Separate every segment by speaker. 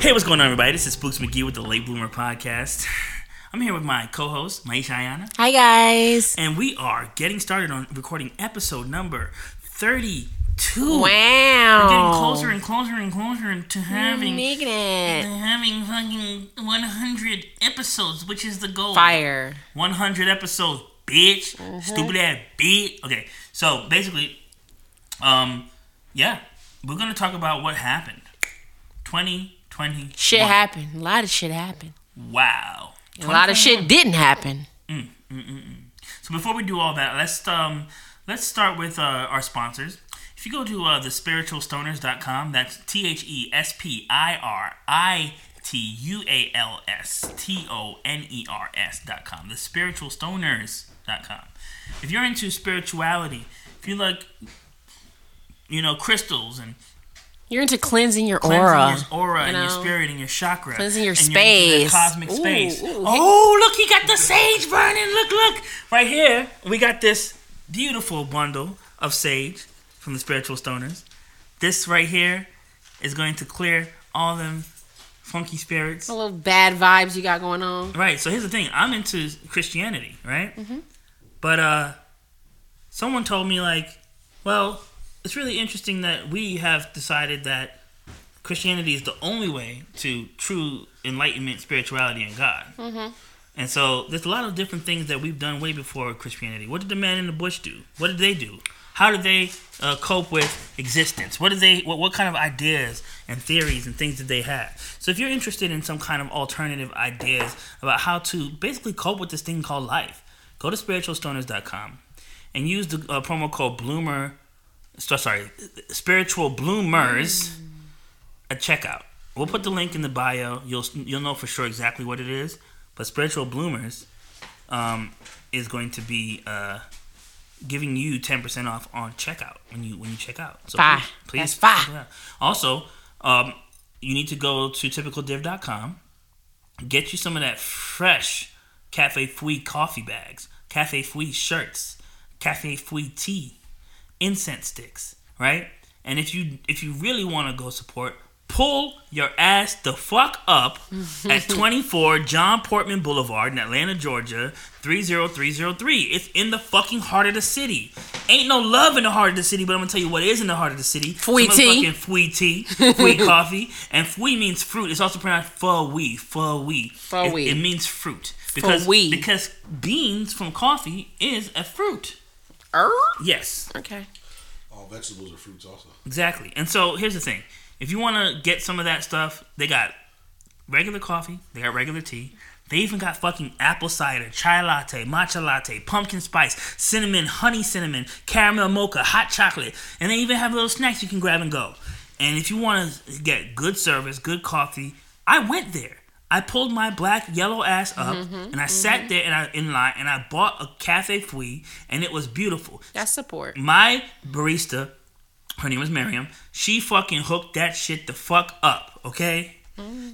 Speaker 1: Hey, what's going on, everybody? This is Spooks McGee with the Late Bloomer Podcast. I'm here with my co-host, Maisha Ayana,
Speaker 2: Hi guys.
Speaker 1: and we are getting started on recording episode number 32.
Speaker 2: Wow.
Speaker 1: We're getting closer and closer and closer to having
Speaker 2: Making
Speaker 1: to
Speaker 2: it.
Speaker 1: having fucking 100 episodes, which is the goal.
Speaker 2: Fire.
Speaker 1: 100 episodes, bitch.
Speaker 2: Mm-hmm.
Speaker 1: Stupid ass bitch. Okay, so basically, um, yeah, we're gonna talk about what happened. 2020.
Speaker 2: Shit happened. A lot of shit happened.
Speaker 1: Wow.
Speaker 2: A lot of shit didn't happen.
Speaker 1: Mm, So before we do all that, let's um let's start with uh, our sponsors. If you go to uh, thespiritualstoners.com, that's T H E S P I R I T U A L S T O N E R S.com. Thespiritualstoners.com. If you're into spirituality, if you like, you know, crystals and
Speaker 2: You're into cleansing your aura.
Speaker 1: cleansing your aura
Speaker 2: you
Speaker 1: and your
Speaker 2: know?
Speaker 1: spirit and your chakra,
Speaker 2: Cleansing your
Speaker 1: and into
Speaker 2: space.
Speaker 1: that cosmic
Speaker 2: Ooh,
Speaker 1: space.
Speaker 2: ooh.
Speaker 1: Oh, look, he got the sage burning. Look, look, right here, we got this beautiful bundle of sage from the spiritual stoners. This right here is going to clear all them funky spirits.
Speaker 2: The little bad vibes you got going on.
Speaker 1: Right. So here's the thing. I'm into Christianity, right? But uh, someone told me like, well, it's really interesting that we have decided that Christianity is the only way to true enlightenment, spirituality, and God. And so there's a lot of different things that we've done way before Christianity. What did the man in the bush do? What did they do? How did they uh, cope with existence? What did they? What, what kind of ideas and theories and things did they have? So if you're interested in some kind of alternative ideas about how to basically cope with this thing called life, go to spiritualstoners.com and use the uh, promo code Bloomer. so- Sorry, spiritual bloomers a checkout. We'll put the link in the bio. You'll you'll know for sure exactly what it is. But Spiritual Bloomers um, is going to be uh, giving you ten percent off on checkout when you when you check out. So
Speaker 2: Fire. That's fire.
Speaker 1: yeah. Also, um, you need to go to typicaldiv.com, get you some of that fresh Cafe Fui coffee bags, Cafe Fui shirts, Cafe Fui tea incense sticks, right? And if you if you really want to go support, pull your ass the fuck up at 24 John Portman Boulevard in Atlanta, Georgia, 30303. It's in the fucking heart of the city. Ain't no love in the heart of the city, but I'm gonna tell you what is in the heart of the city.
Speaker 2: Fui
Speaker 1: Some
Speaker 2: tea.
Speaker 1: motherfucking Fui tea, fui coffee, and fui means fruit. It's also pronounced fui, fui.
Speaker 2: Fui.
Speaker 1: It, it means fruit because
Speaker 2: Fui.
Speaker 1: because beans from coffee is a fruit.
Speaker 2: Er?
Speaker 1: Yes.
Speaker 2: Okay.
Speaker 3: All vegetables are fruits also.
Speaker 1: Exactly. And so here's the thing: if you want to get some of that stuff, they got regular coffee, they got regular tea. They even got fucking apple cider, chai latte, matcha latte, pumpkin spice, cinnamon, honey cinnamon, caramel mocha, hot chocolate, and they even have little snacks you can grab and go. And if you want to get good service, good coffee, I went there. I pulled my black yellow ass up and I sat there and I in line and I bought a cafe fui and it was beautiful
Speaker 2: That's support.
Speaker 1: my barista, her name was Miriam, she fucking hooked that shit the fuck up, okay?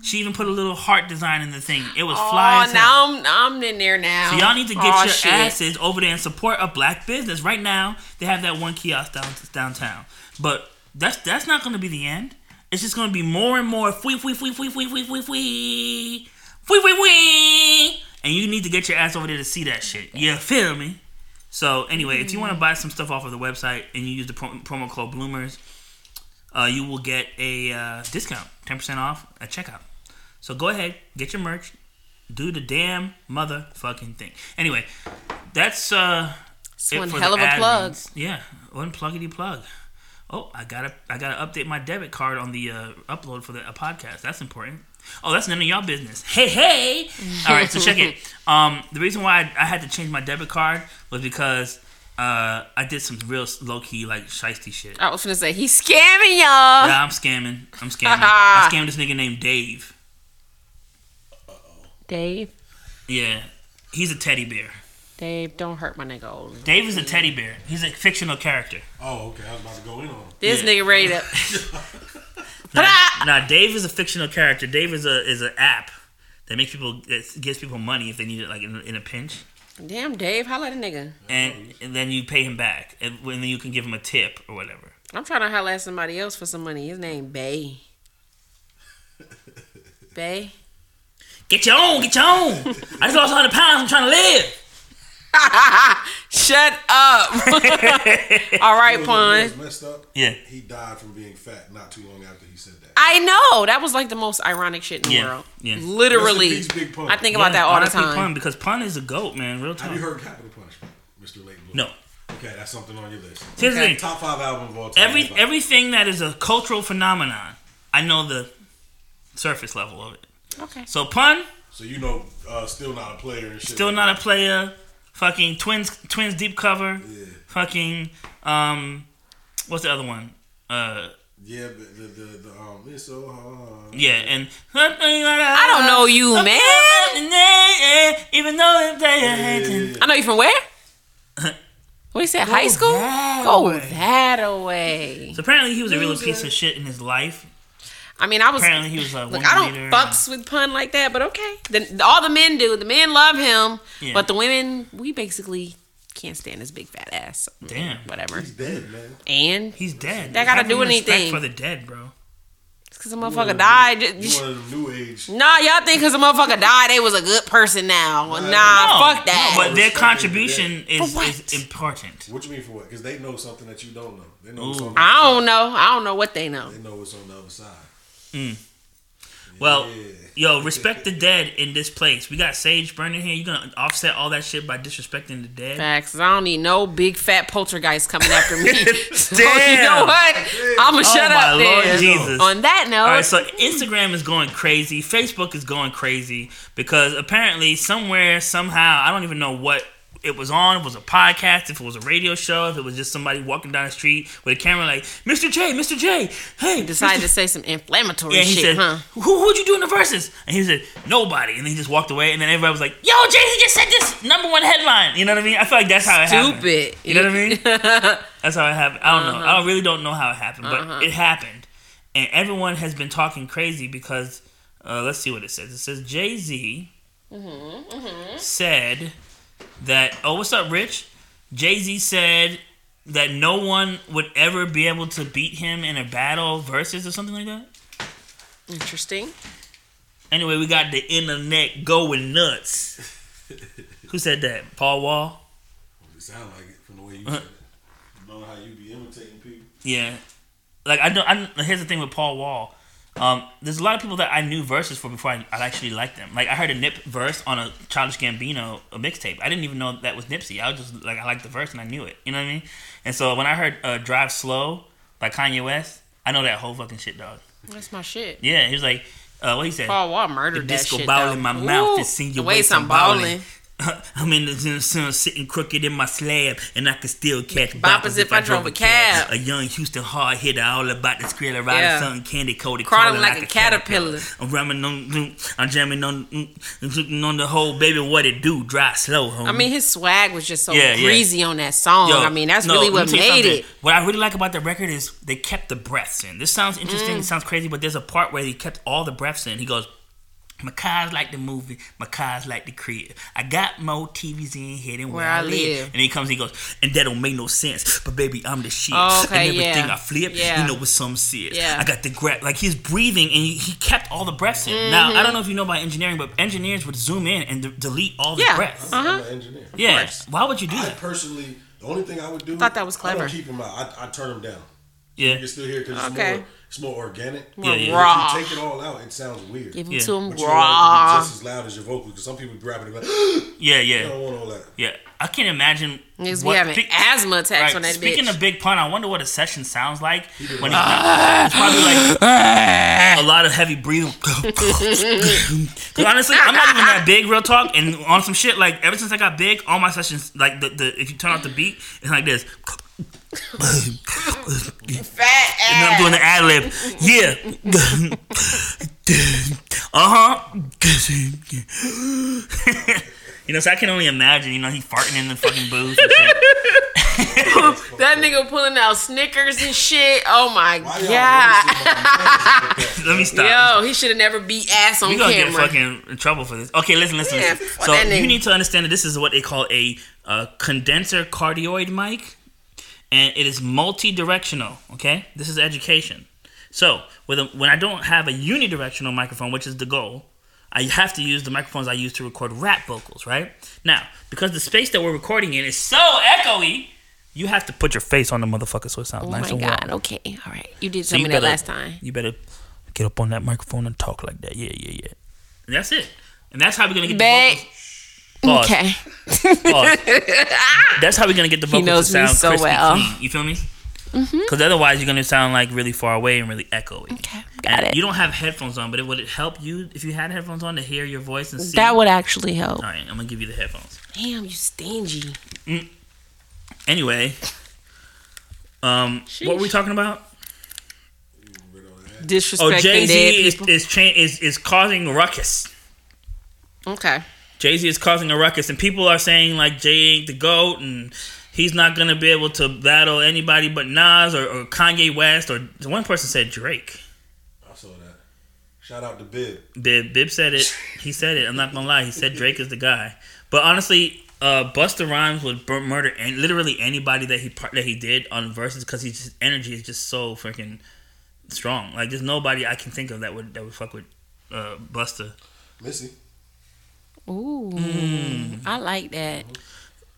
Speaker 1: She even put a little heart design in the thing. It was fly
Speaker 2: Oh,
Speaker 1: as hell.
Speaker 2: now I'm, I'm in there now.
Speaker 1: So y'all need to get
Speaker 2: Aw,
Speaker 1: your
Speaker 2: shit.
Speaker 1: asses over there and support a black business. Right now, they have that one kiosk down, downtown. But that's that's not going to be the end. It's just going to be more and more fwee, fwee, fwee, fwee, fwee, fwee, fwee, fwee. Fwee, fwee, fwee. And you need to get your ass over there to see that shit. You feel me? So anyway, if you
Speaker 2: Mm-hmm.
Speaker 1: want to buy some stuff off of the website and you use the pro- promo code Bloomers, uh, you will get a uh, discount, ten percent off at checkout. So go ahead, get your merch, do the damn motherfucking thing. Anyway, that's uh,
Speaker 2: It's
Speaker 1: it
Speaker 2: one
Speaker 1: for
Speaker 2: hell
Speaker 1: the
Speaker 2: of a plug.
Speaker 1: admins. Yeah, one pluggity plug. Oh, I gotta I gotta update my debit card on the uh, upload for the uh, podcast. That's important. Oh, that's none of y'all business. Hey, hey. All right, so check it. Um, the reason why I, I had to change my debit card was because uh, I did some real low key like shisty shit.
Speaker 2: I was gonna say he's scamming y'all.
Speaker 1: Nah, I'm scamming. I'm scamming. I scammed this nigga named Dave.
Speaker 2: Dave,
Speaker 1: Yeah, he's a teddy bear.
Speaker 2: Dave, don't hurt my nigga. Old.
Speaker 1: Dave is a teddy bear. He's a fictional character.
Speaker 3: Oh, okay. I was about to go in on them.
Speaker 2: This
Speaker 1: Yeah.
Speaker 2: nigga ready to.
Speaker 1: Now, now Dave is a fictional character. Dave is a is an app that makes people that gives people money if they need it like in, in a pinch,
Speaker 2: Damn, Dave, holla at a nigga.
Speaker 1: and, and then you pay him back, and, and then you can give him a tip or whatever.
Speaker 2: I'm trying to holla at somebody else for some money. His name Bay. Bay.
Speaker 1: Get your own, get your own. I just lost 100 pounds. I'm trying to live.
Speaker 2: Shut up. All right,
Speaker 3: You know what
Speaker 2: Pun.
Speaker 3: was messed up.
Speaker 1: Yeah.
Speaker 3: He died from being fat not too long after he said that.
Speaker 2: I know. That was like the most ironic shit in the
Speaker 1: Yeah,
Speaker 2: world.
Speaker 1: yeah.
Speaker 2: Literally.
Speaker 3: Rest in peace, Big Pun.
Speaker 2: I think about that
Speaker 1: Yeah,
Speaker 2: all the
Speaker 1: RIP
Speaker 2: time.
Speaker 1: Pun, because Pun is a goat, man. Real
Speaker 3: Have
Speaker 1: time.
Speaker 3: you heard Capital Punishment, Mr. Late Blue?
Speaker 1: No.
Speaker 3: Okay, that's something on your list.
Speaker 1: Here's the
Speaker 2: Okay.
Speaker 1: thing.
Speaker 3: Top five album of all time.
Speaker 1: every everything that is a cultural phenomenon, I know the surface level of it.
Speaker 2: Okay.
Speaker 1: So pun,
Speaker 3: So you know, uh, still not a player and shit.
Speaker 1: still not a player. Fucking twins, twins deep cover.
Speaker 3: Yeah.
Speaker 1: Fucking um, what's the other one? Uh,
Speaker 3: Yeah, but the the, the um, it's so hard.
Speaker 1: yeah, and
Speaker 2: I
Speaker 1: I
Speaker 2: don't know you, man.
Speaker 1: Even though they
Speaker 3: Yeah.
Speaker 2: I know you from where? What you said? High school?
Speaker 1: that
Speaker 2: Go
Speaker 1: way.
Speaker 2: that away.
Speaker 1: So apparently he was a real piece of shit in his life.
Speaker 2: I mean, I was.
Speaker 1: Apparently he was uh, a
Speaker 2: Look,
Speaker 1: woman
Speaker 2: I don't
Speaker 1: beater.
Speaker 2: fucks with pun like that, but okay. The, all the men do. The men love him,
Speaker 1: Yeah.
Speaker 2: but the women, we basically can't stand his big fat ass.
Speaker 1: Damn.
Speaker 2: Whatever.
Speaker 3: He's dead, man.
Speaker 2: And
Speaker 1: He's dead.
Speaker 2: That gotta
Speaker 1: Have
Speaker 2: do
Speaker 1: respect
Speaker 2: anything.
Speaker 1: for the dead, bro.
Speaker 2: because a motherfucker died. ju-
Speaker 3: You
Speaker 2: ju-
Speaker 3: one of the new age.
Speaker 2: Nah, y'all think because a motherfucker died, they was a good person now. Nah, fuck that.
Speaker 1: Uh, Oh, But their
Speaker 3: Respect for the
Speaker 1: contribution is,
Speaker 2: For what?
Speaker 1: is important.
Speaker 3: What you mean for what? Because they know something that you don't know. They know.
Speaker 1: Ooh.
Speaker 3: What's on the,
Speaker 2: I don't know. I don't know what they know.
Speaker 3: They know what's on the other side.
Speaker 1: Well,
Speaker 3: Yeah.
Speaker 1: yo, respect the dead in this place. We got sage burning here. You gonna offset all that shit by disrespecting the dead?
Speaker 2: Facts. I don't need no big fat poltergeist coming after me. so you
Speaker 1: Damn. Oh
Speaker 2: know what? I'm gonna shut
Speaker 1: my
Speaker 2: up
Speaker 1: Lord
Speaker 2: there.
Speaker 1: Jesus.
Speaker 2: On that note,
Speaker 1: All right, so Instagram is going crazy. Facebook is going crazy because apparently somewhere, somehow, I don't even know what it was on. If It was a podcast, if it was a radio show, if it was just somebody walking down the street with a camera, like Mr. J, Mr. J, hey,
Speaker 2: decided
Speaker 1: Mr.
Speaker 2: to say some inflammatory
Speaker 1: And he said,
Speaker 2: shit, huh?
Speaker 1: "Who would you do in the verses?" And he said, "Nobody." And then he just walked away. And then everybody was like, "Yo, Jay, he just said this number one headline." You know what I mean? I feel like that's how it happened.
Speaker 2: Stupid.
Speaker 1: You know what I mean? Uh-huh. That's how it happened. I don't know. I really don't know how it happened, but it happened, and everyone has been talking crazy because uh, let's see what it says. It says Jay Z Mm-hmm, said that. Oh, what's up, Rich? Jay Z said that no one would ever be able to beat him in a battle versus or something like that.
Speaker 2: Interesting.
Speaker 1: Anyway, we got the internet going nuts. Who said that? Paul Wall?
Speaker 3: It sound like it from the way you
Speaker 2: Uh-huh.
Speaker 3: said it. You know how you be imitating people.
Speaker 1: Yeah. Like I don't. I don't- here's the thing with Paul Wall. Um, there's a lot of people that I knew verses for before I, I actually liked them. Like I heard a Nip verse on a Childish Gambino a mixtape. I didn't even know that was Nipsey. I was just like I liked the verse and I knew it. You know what I mean? And so when I heard uh, "Drive Slow" by Kanye West, I know that whole fucking shit, dog.
Speaker 2: That's my shit.
Speaker 1: Yeah, he was like, uh, what he said?
Speaker 2: Paul Wall murdered that
Speaker 1: disco
Speaker 2: shit.
Speaker 1: ball
Speaker 2: though.
Speaker 1: in my mouth
Speaker 2: Ooh,
Speaker 1: and sing
Speaker 2: the
Speaker 1: your
Speaker 2: way
Speaker 1: waist.
Speaker 2: I'm balling.
Speaker 1: I'm in the gym, so sitting crooked in my slab, and I can still catch
Speaker 2: Boppers if I drove a cab.
Speaker 1: A young Houston hard hitter, all about the skrill, riding
Speaker 2: Yeah.
Speaker 1: something candy coated,
Speaker 2: Crawling
Speaker 1: crawling
Speaker 2: like a caterpillar.
Speaker 1: I'm ramming on, mm, I'm jamming on, mm, mm, looking on the whole baby. What it do? Drive slow, homie.
Speaker 2: I mean, his swag was just so
Speaker 1: Yeah, yeah.
Speaker 2: greasy on that song.
Speaker 1: Yo,
Speaker 2: I mean, that's
Speaker 1: no,
Speaker 2: really
Speaker 1: let
Speaker 2: what
Speaker 1: me tell you
Speaker 2: made
Speaker 1: something.
Speaker 2: it.
Speaker 1: What I really like about the record is they kept the breaths in. This sounds interesting,
Speaker 2: Mm.
Speaker 1: it sounds crazy, but there's a part where he kept all the breaths in. He goes, My cars like the movie, my cars like the crib. I got more TVs in here than where, I, live. And he comes and he goes, And that don't make no sense, but baby, I'm the shit.
Speaker 2: Oh, okay,
Speaker 1: and everything
Speaker 2: yeah.
Speaker 1: I flip,
Speaker 2: Yeah.
Speaker 1: you know what some serious.
Speaker 2: Yeah.
Speaker 1: I got the grab. Like he's breathing and he, he kept all the breaths in. Now, I don't know if you know about engineering, but engineers would zoom in and de- delete all the
Speaker 2: Yeah.
Speaker 1: breaths.
Speaker 2: Uh-huh.
Speaker 3: I'm an engineer.
Speaker 1: yeah.
Speaker 2: course.
Speaker 1: Why would you do
Speaker 3: I
Speaker 1: that?
Speaker 3: personally, the only thing I would do.
Speaker 2: Thought that was
Speaker 3: I
Speaker 2: clever.
Speaker 3: don't keep them out. I, I turn them down.
Speaker 1: Yeah.
Speaker 3: You can still hear because it's
Speaker 2: Okay.
Speaker 3: more. It's more organic.
Speaker 1: Yeah, yeah.
Speaker 2: Raw.
Speaker 3: If you take it all out, it sounds weird.
Speaker 2: Give him
Speaker 1: Yeah.
Speaker 2: to him
Speaker 3: But you want it to be
Speaker 2: raw.
Speaker 3: just as loud as your vocal because some people be rapping like, I
Speaker 1: Yeah, yeah.
Speaker 3: don't want all that.
Speaker 1: Yeah, I can't imagine.
Speaker 2: Niggas be
Speaker 1: what-
Speaker 2: having
Speaker 1: Spe-
Speaker 2: asthma attacks
Speaker 1: right,
Speaker 2: on that
Speaker 1: Speaking
Speaker 2: bitch.
Speaker 1: of Big Pun, I wonder what a session sounds like when he's not- it's probably like a lot of heavy breathing. 'Cause honestly, I'm not even that big, real talk. And on some shit, like ever since I got big, all my sessions, like the, the if you turn off the beat, it's like this.
Speaker 2: Fat
Speaker 1: And then I'm doing the ad lib. Yeah. uh huh. you know, so I can only imagine. You know, he farting in the fucking booth. And shit.
Speaker 2: that nigga pulling out Snickers and shit. Oh my
Speaker 3: Why y'all
Speaker 2: god.
Speaker 3: really see my manners like that?
Speaker 1: Let me stop.
Speaker 2: Yo, he should have never beat ass on
Speaker 1: We gonna
Speaker 2: camera.
Speaker 1: get fucking in trouble for this. Okay, listen, listen.
Speaker 2: Yeah,
Speaker 1: listen.
Speaker 2: fuck
Speaker 1: So
Speaker 2: that nigga.
Speaker 1: you need to understand that this is what they call a uh, condenser cardioid mic, and it is multi-directional. Okay, this is education. So with a, when I don't have a unidirectional microphone, which is the goal, I have to use the microphones I use to record rap vocals, right? Now, because the space that we're recording in is so echoey, you have to put your face on the motherfucker so it sounds
Speaker 2: Oh
Speaker 1: nice
Speaker 2: my
Speaker 1: and
Speaker 2: god.
Speaker 1: warm.
Speaker 2: Okay. All right. You did
Speaker 1: So
Speaker 2: tell
Speaker 1: you
Speaker 2: me
Speaker 1: better-
Speaker 2: that last time.
Speaker 1: You better get up on that microphone and talk like that. Yeah, yeah, yeah. And that's it. And that's how we're gonna get
Speaker 2: Babe.
Speaker 1: the vocals. Pause.
Speaker 2: Okay.
Speaker 1: Pause. That's how we're gonna get the vocals
Speaker 2: knows
Speaker 1: to
Speaker 2: me
Speaker 1: sound
Speaker 2: so
Speaker 1: crispy
Speaker 2: well. Mm-hmm.
Speaker 1: clean. You feel me? Because otherwise, you're gonna sound like really far away and really echoey.
Speaker 2: Okay. Got
Speaker 1: And
Speaker 2: it.
Speaker 1: You don't have headphones on, but it, would it help you if you had headphones on to hear your voice and see?
Speaker 2: That would actually help.
Speaker 1: All right, I'm gonna give you the headphones.
Speaker 2: Damn, you stingy.
Speaker 1: Anyway, um, what were we
Speaker 2: Sheesh.
Speaker 1: talking about?
Speaker 3: Right on that.
Speaker 1: Oh,
Speaker 2: Disrespecting
Speaker 1: Jay
Speaker 2: dead
Speaker 1: Z is
Speaker 2: people.
Speaker 1: is, cha- is is causing ruckus.
Speaker 2: Okay.
Speaker 1: Jay Z is causing a ruckus, and people are saying like Jay ain't the goat, and he's not gonna be able to battle anybody but Nas or, or Kanye West, or one person said Drake.
Speaker 3: I saw that. Shout out to Bib.
Speaker 1: Bib Bib said it. He said it. I'm not gonna lie. He said Drake is the guy. But honestly, uh, Busta Rhymes would bur- murder and literally anybody that he par- that he did on verses because his energy is just so freaking strong. Like there's nobody I can think of that would that would fuck with uh, Busta.
Speaker 3: Missy.
Speaker 2: Ooh.
Speaker 1: Mm.
Speaker 2: I like that.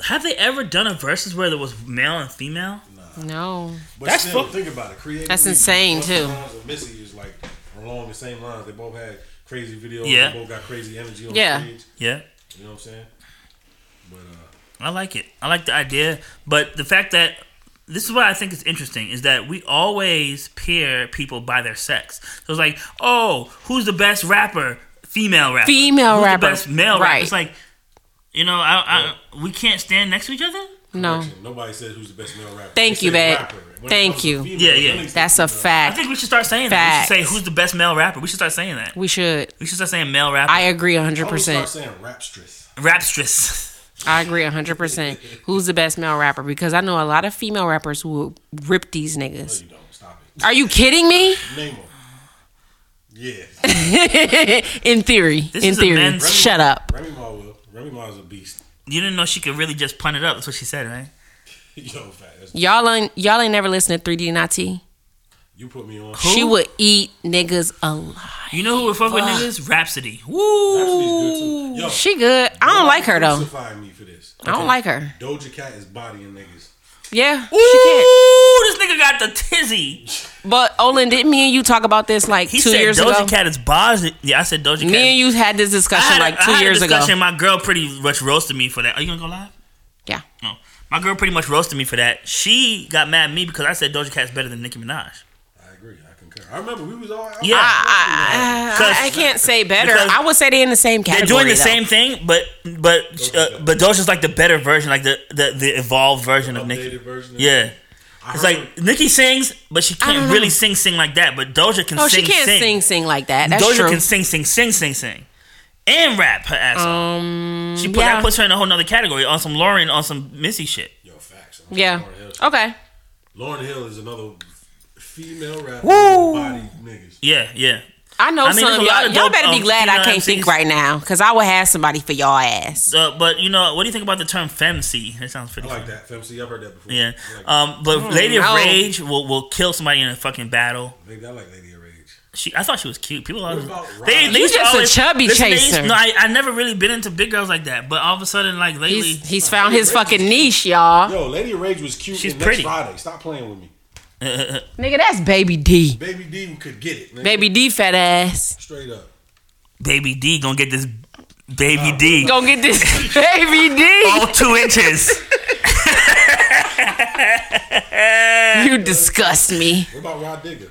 Speaker 1: Have they ever done a verses where there was male and female?
Speaker 2: No.
Speaker 3: But
Speaker 1: That's
Speaker 3: still,
Speaker 1: fu-
Speaker 3: think about it. Creative
Speaker 2: That's insane, too.
Speaker 3: Missy is like along the same lines. They both had crazy videos.
Speaker 1: Yeah.
Speaker 3: They both got crazy energy on
Speaker 2: Yeah.
Speaker 3: stage.
Speaker 1: Yeah.
Speaker 3: You know what I'm saying? But
Speaker 1: I
Speaker 3: uh,
Speaker 1: like it. I like the idea, but the fact that this is what I think is interesting is that we always pair people by their sex. So it's like, oh, who's the best rapper? Female rapper.
Speaker 2: Female
Speaker 1: who's
Speaker 2: rapper.
Speaker 1: The best male rapper.
Speaker 2: Right.
Speaker 1: It's like, you know, I, I, we can't stand next to each other.
Speaker 2: No.
Speaker 3: nobody says who's the best male rapper.
Speaker 2: Thank
Speaker 3: They
Speaker 2: you,
Speaker 3: say
Speaker 2: babe.
Speaker 3: rapper. When it
Speaker 2: Thank
Speaker 3: comes to
Speaker 2: you.
Speaker 1: Yeah, yeah.
Speaker 3: really, it's
Speaker 2: That's a
Speaker 3: female.
Speaker 1: I
Speaker 2: fact.
Speaker 1: think we should start saying that. We should
Speaker 2: Facts.
Speaker 1: say who's the best male rapper. We should start saying that.
Speaker 2: We should.
Speaker 1: We should start saying male rapper.
Speaker 2: I agree
Speaker 3: I would start
Speaker 2: 100%.
Speaker 3: saying rapstress.
Speaker 1: Rapstress.
Speaker 2: I agree 100%. Who's the best male rapper? Because I know a lot of female rappers who will rip these
Speaker 3: No,
Speaker 2: niggas.
Speaker 3: you don't. Stop it.
Speaker 2: Are you kidding me?
Speaker 3: Name them. Yeah.
Speaker 2: in theory.
Speaker 1: This
Speaker 2: in
Speaker 1: is a
Speaker 2: theory.
Speaker 1: men's-
Speaker 2: Shut up.
Speaker 3: Remy Ma will. Remy Ma is a beast.
Speaker 1: You didn't know she could really just punt it up. That's what she said, right?
Speaker 3: Yo, fat. That's,
Speaker 2: Y'all ain't y'all ain't never listened to 3D Nati.
Speaker 3: you put me on.
Speaker 2: She would eat niggas alive.
Speaker 1: You know who would fuck with
Speaker 2: Fuck.
Speaker 1: niggas? Rhapsody. Woo!
Speaker 3: Rhapsody's good too. Yo,
Speaker 2: She good. I don't like her though.
Speaker 3: Crucify me for this.
Speaker 2: I don't like her.
Speaker 3: Doja Cat is bodying niggas.
Speaker 2: Yeah,
Speaker 1: Ooh,
Speaker 2: she can't.
Speaker 1: this nigga got the tizzy.
Speaker 2: But Olin, didn't me and you talk about this like
Speaker 1: He
Speaker 2: two
Speaker 1: said
Speaker 2: years
Speaker 1: Doja
Speaker 2: ago?
Speaker 1: Cat is boss. Yeah, I said Doja Cat.
Speaker 2: me and you had this
Speaker 1: I
Speaker 2: discussion
Speaker 1: had a-
Speaker 2: like
Speaker 1: I
Speaker 2: two
Speaker 1: had a
Speaker 2: years ago.
Speaker 1: discussion. My girl pretty much roasted me for that. Are you gonna go live?
Speaker 2: Yeah.
Speaker 1: No. My girl pretty much roasted me for that. She got mad at me because I said Doja Cat's better than Nicki Minaj.
Speaker 3: I agree. I concur. I remember we was all out.
Speaker 1: Yeah.
Speaker 2: I, I- I- I can't say better.
Speaker 1: because-
Speaker 2: I would say they're in the same category.
Speaker 1: They're doing the
Speaker 2: though.
Speaker 1: same thing, but but uh, but Doja's like the better version, like the the, the evolved version of Nicki.
Speaker 3: Updated version. of-
Speaker 1: Yeah.
Speaker 3: I
Speaker 1: It's
Speaker 3: heard-
Speaker 1: like Nicki sings, but she
Speaker 2: don't
Speaker 1: can't
Speaker 2: know.
Speaker 1: really sing sing like that. But Doja can
Speaker 2: Mm-hmm. Oh,
Speaker 1: sing
Speaker 2: she can't sing. sing like that. That's
Speaker 1: Doja
Speaker 2: true.
Speaker 1: can sing, sing, sing, sing, sing, and rap her ass off.
Speaker 2: um,
Speaker 1: She put,
Speaker 2: yeah.
Speaker 1: that puts her in a whole nother category on some Lauren, on some Missy shit.
Speaker 3: Yo, facts. I'm
Speaker 2: yeah. Oh.
Speaker 3: Lauryn Hill.
Speaker 2: Okay.
Speaker 3: Lauren Hill is another female rapper. Woo! Body niggas.
Speaker 1: Yeah, yeah.
Speaker 2: I know
Speaker 1: I mean,
Speaker 2: some
Speaker 1: there's
Speaker 2: of
Speaker 1: a lot
Speaker 2: y'all.
Speaker 1: of
Speaker 2: y'all
Speaker 1: dope,
Speaker 2: better be
Speaker 1: um,
Speaker 2: glad I
Speaker 1: female
Speaker 2: can't think
Speaker 1: MCs.
Speaker 2: right now, cause I would have somebody for y'all ass.
Speaker 1: Uh, but you know, what do you think about the term femc? That sounds
Speaker 3: I
Speaker 1: pretty.
Speaker 3: like
Speaker 1: funny.
Speaker 3: that. Fem C, I've heard that before.
Speaker 1: Yeah.
Speaker 3: I like,
Speaker 1: Um, but Lady of
Speaker 2: Mm, no.
Speaker 1: Rage will, will kill somebody in a fucking battle.
Speaker 3: Maybe I like Lady of Rage.
Speaker 1: She, I thought she was cute. People always,
Speaker 3: about
Speaker 1: they,
Speaker 3: Ryan?
Speaker 1: they
Speaker 2: You
Speaker 1: used to
Speaker 2: just a
Speaker 1: always-
Speaker 2: chubby
Speaker 1: listen, they used-
Speaker 2: chaser.
Speaker 1: no, I, I never really been into big girls like that. But all of a sudden, like lately,
Speaker 2: He's he's found his fucking niche, y'all.
Speaker 3: Yo, Lady of Rage was cute.
Speaker 1: She's
Speaker 3: in next
Speaker 1: pretty.
Speaker 3: Friday. Stop playing with me.
Speaker 2: Nigga, that's Baby D.
Speaker 3: Baby D could get it. nigga.
Speaker 2: Baby D fat ass.
Speaker 3: Straight up.
Speaker 1: Baby D gonna get this Baby D
Speaker 2: Gonna get this Baby D.
Speaker 1: all two inches.
Speaker 2: You disgust me.
Speaker 3: What about Rod Digger?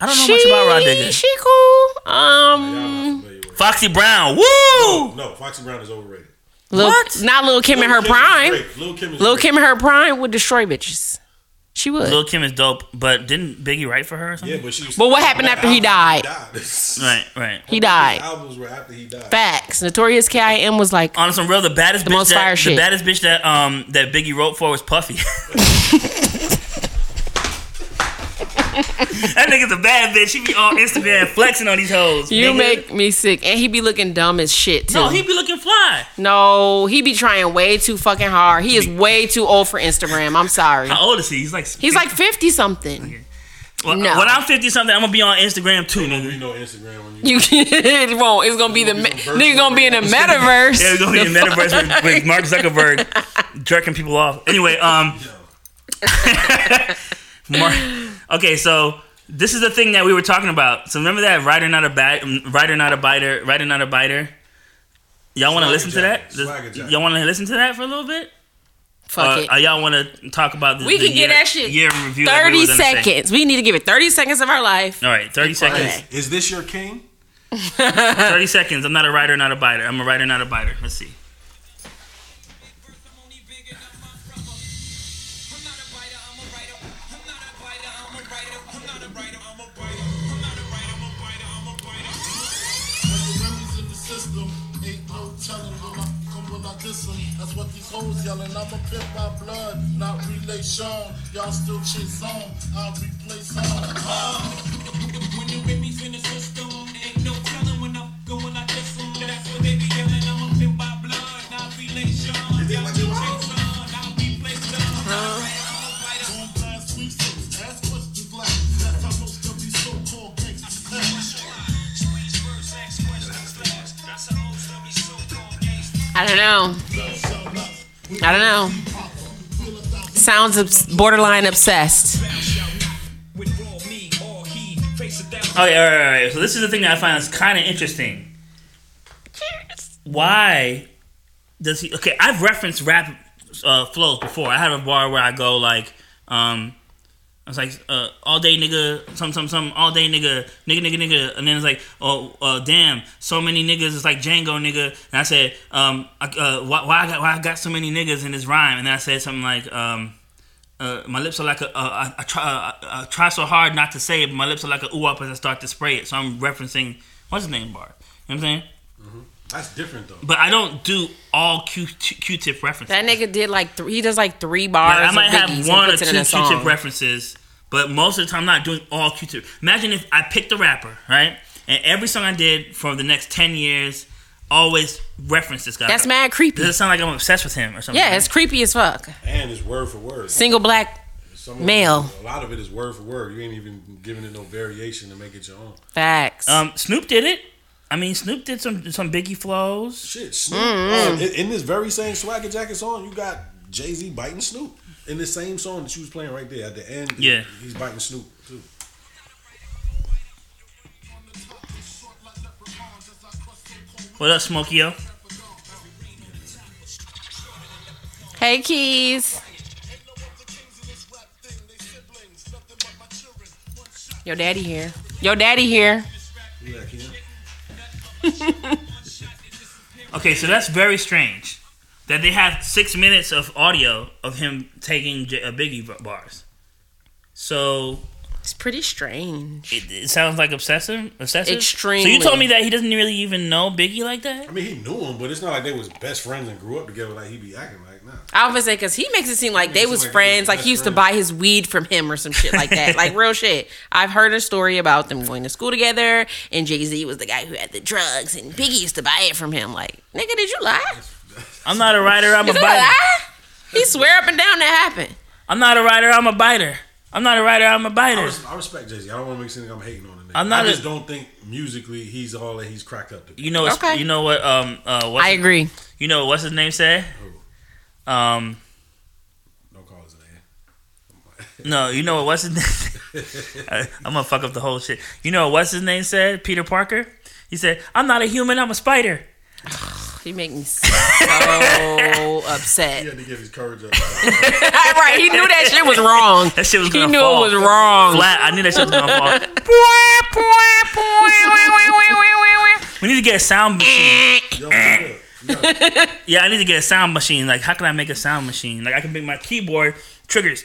Speaker 1: I don't know much about Rod Digger.
Speaker 2: She cool.
Speaker 3: Y'all
Speaker 2: Um,
Speaker 3: not familiar with it.
Speaker 1: Foxy Brown, woo!
Speaker 3: No, Foxy Brown is overrated.
Speaker 2: Lil,
Speaker 1: What?
Speaker 2: Not Lil Kim in her prime.
Speaker 3: Little Kim is
Speaker 2: Lil
Speaker 3: great.
Speaker 2: Kim in her prime would destroy bitches. She would.
Speaker 1: Lil Kim is dope, but didn't Biggie write for her or
Speaker 3: Yeah,
Speaker 1: something?
Speaker 3: but she was.
Speaker 2: But what happened after he died?
Speaker 1: Right, right.
Speaker 2: he died.
Speaker 3: Albums were after he died.
Speaker 2: Facts. Notorious K.I.M. was like,
Speaker 1: On some real, the baddest bitch
Speaker 2: most
Speaker 1: that
Speaker 2: fire
Speaker 1: the
Speaker 2: shit.
Speaker 1: baddest bitch that um that Biggie wrote for was Puffy. that nigga's a bad bitch. She be on Instagram flexing on these hoes.
Speaker 2: "You
Speaker 1: nigga.
Speaker 2: make me sick," and he be looking dumb as shit too.
Speaker 1: no, he be looking fly.
Speaker 2: No, he be trying way too fucking hard. He is way too old for Instagram. I'm sorry.
Speaker 1: How old is he? He's like
Speaker 2: He's like 50 something.
Speaker 1: Well,
Speaker 2: No.
Speaker 1: When I'm 50 something, I'm going to be on Instagram too,
Speaker 3: Ain't gonna
Speaker 1: nigga.
Speaker 3: be no Instagram on you.
Speaker 2: You can, it won't. It's gonna be the me-
Speaker 3: It's gonna be some
Speaker 2: nigga gonna be in the
Speaker 3: virtual
Speaker 2: metaverse.
Speaker 1: Yeah, we're going to be in metaverse with, with Mark Zuckerberg jerking people off. Anyway, um,
Speaker 3: Yo,
Speaker 1: Mark. Okay, so this is the thing that we were talking about. So remember that rider not a bat, rider not a biter, rider not a biter. Y'all want to
Speaker 3: Swagger
Speaker 1: listen to
Speaker 3: jacket,
Speaker 1: that? Just-
Speaker 3: swagger jacket.
Speaker 1: Y'all want to listen to that for a little bit?
Speaker 2: Fuck
Speaker 1: Uh,
Speaker 2: it.
Speaker 1: uh, y'all want to talk about the,
Speaker 2: We
Speaker 1: the
Speaker 2: can
Speaker 1: year,
Speaker 2: get that shit
Speaker 1: year in review? that we
Speaker 2: Thirty
Speaker 1: were gonna say?
Speaker 2: seconds. We need to give it thirty seconds of our life.
Speaker 1: All right, thirty seconds.
Speaker 2: Okay.
Speaker 3: Is this your king?
Speaker 1: Thirty seconds. I'm not a rider, not a biter. I'm a rider, not a biter. Let's see.
Speaker 4: Enemies in the system, ain't no telling when I come when I diss 'em. That's what these hoes yelling. I'm a pimp by blood, not relation. Y'all still chase on, I'll replace on.
Speaker 5: When the enemies in the system, ain't no telling when I'm going like this one. That's what they be yelling. I'm a pimp by blood, not relation. Y'all be chasing, I'll be placed on.
Speaker 4: Born last week, so ask questions like that's how most of these so-called gangsters act.
Speaker 2: I don't know. I don't know. Sounds obs- borderline obsessed.
Speaker 5: With raw me or he, face a thousand.
Speaker 1: Okay, all right, all right. So this is the thing that I find is kind of interesting. Why does he? Okay, I've referenced rap uh, flows before. I had a bar where I go like, um, I was like, uh, all day nigga, some some some, all day nigga, nigga nigga nigga, and then it's like, oh uh, damn, so many niggas. It's like Django nigga, and I said, um, I, uh, why, why I got why I got so many niggas in this rhyme, and then I said something like, um. Uh, my lips are like a. Uh, I, I try. Uh, I, I try so hard not to say it, but my lips are like a ooh up as I start to spray it. So I'm referencing what's his name bar. You know what I'm saying?
Speaker 3: Mm-hmm. That's different though.
Speaker 1: But I don't do all Q Q tip references.
Speaker 2: That nigga did like three. He does like three bars.
Speaker 1: Like, I might
Speaker 2: of
Speaker 1: have
Speaker 2: Biggie's
Speaker 1: one or
Speaker 2: and puts
Speaker 1: two
Speaker 2: it in a
Speaker 1: Q tip
Speaker 2: song.
Speaker 1: references, but most of the time I'm not doing all Q tip. Imagine if I picked a rapper, right? And every song I did for the next ten years always referenced this guy.
Speaker 2: That's mad creepy.
Speaker 1: Does it sound like I'm obsessed with him or something?
Speaker 2: Yeah, it's creepy as fuck.
Speaker 3: And it's word for word.
Speaker 2: Single black
Speaker 3: Some of
Speaker 2: Male.
Speaker 3: it- a lot of it is word for word. You ain't even giving it no variation to make it your own.
Speaker 2: facts.
Speaker 1: Um, Snoop did it. I mean, Snoop did some some Biggie flows.
Speaker 3: Shit, Snoop. uh,
Speaker 1: Mm-hmm.
Speaker 3: in, in this very same Swagger Jacket song, you got Jay Z biting Snoop in the same song that you was playing right there at the end.
Speaker 1: Yeah.
Speaker 3: he's biting Snoop too.
Speaker 1: What up, Smokio?
Speaker 2: hey, Keys. Your daddy here. Your daddy here.
Speaker 3: Who that, Ken?
Speaker 1: Okay, so that's very strange that they have six minutes of audio of him taking J- uh, Biggie b- bars. So
Speaker 2: It's pretty strange.
Speaker 1: it, it sounds like obsessive, obsessive. So
Speaker 2: Extremely.
Speaker 1: you told me that he doesn't really even know Biggie like that.
Speaker 3: I mean, he knew him, but it's not like they was best friends and grew up together. Like he be acting like nah.
Speaker 2: I was say because he makes it seem like they
Speaker 3: Makes it
Speaker 2: was
Speaker 3: like he
Speaker 2: friends,
Speaker 3: was
Speaker 2: like
Speaker 3: best
Speaker 2: he used to
Speaker 3: friends.
Speaker 2: buy his weed from him or some shit like that, like real shit. I've heard a story about them going to school together, and Jay Z was the guy who had the drugs, and Biggie used to buy it from him. Like, nigga, did you lie?
Speaker 1: I'm not a writer. I'm a
Speaker 2: Is that a
Speaker 1: biter.
Speaker 2: lie? He swear up and down that happened.
Speaker 1: I'm not a writer. I'm a biter. I'm not a writer. I'm a
Speaker 3: I,
Speaker 1: biter.
Speaker 2: Oh.
Speaker 3: res- I respect Jay Z. I don't want to make it seem like I'm hating on the nigga.
Speaker 1: I'm not
Speaker 3: I just
Speaker 1: a-
Speaker 3: don't think musically he's all that he's cracked up to be.
Speaker 1: You know. it's-
Speaker 2: Okay.
Speaker 1: You know what? Um. Uh. What's
Speaker 2: I agree.
Speaker 1: You know what's his name said? Um.
Speaker 3: Don't call his name.
Speaker 1: No, you know what? What's his name? I, I'm gonna fuck up the whole shit. You know what? What's his name said? Peter Parker. He said, "I'm not a human. I'm a spider."
Speaker 2: He make me so upset.
Speaker 3: He had to give his courage up.
Speaker 2: right, he knew that shit was wrong.
Speaker 1: That shit was
Speaker 2: He
Speaker 1: gonna
Speaker 2: knew
Speaker 1: fall.
Speaker 2: it was wrong.
Speaker 1: Flat. I knew that shit was gonna fall. We need to get a sound machine.
Speaker 3: Yo, shut up.
Speaker 1: Yeah, I need to get a sound machine. Like, how can I make a sound machine? Like, I can make my keyboard triggers.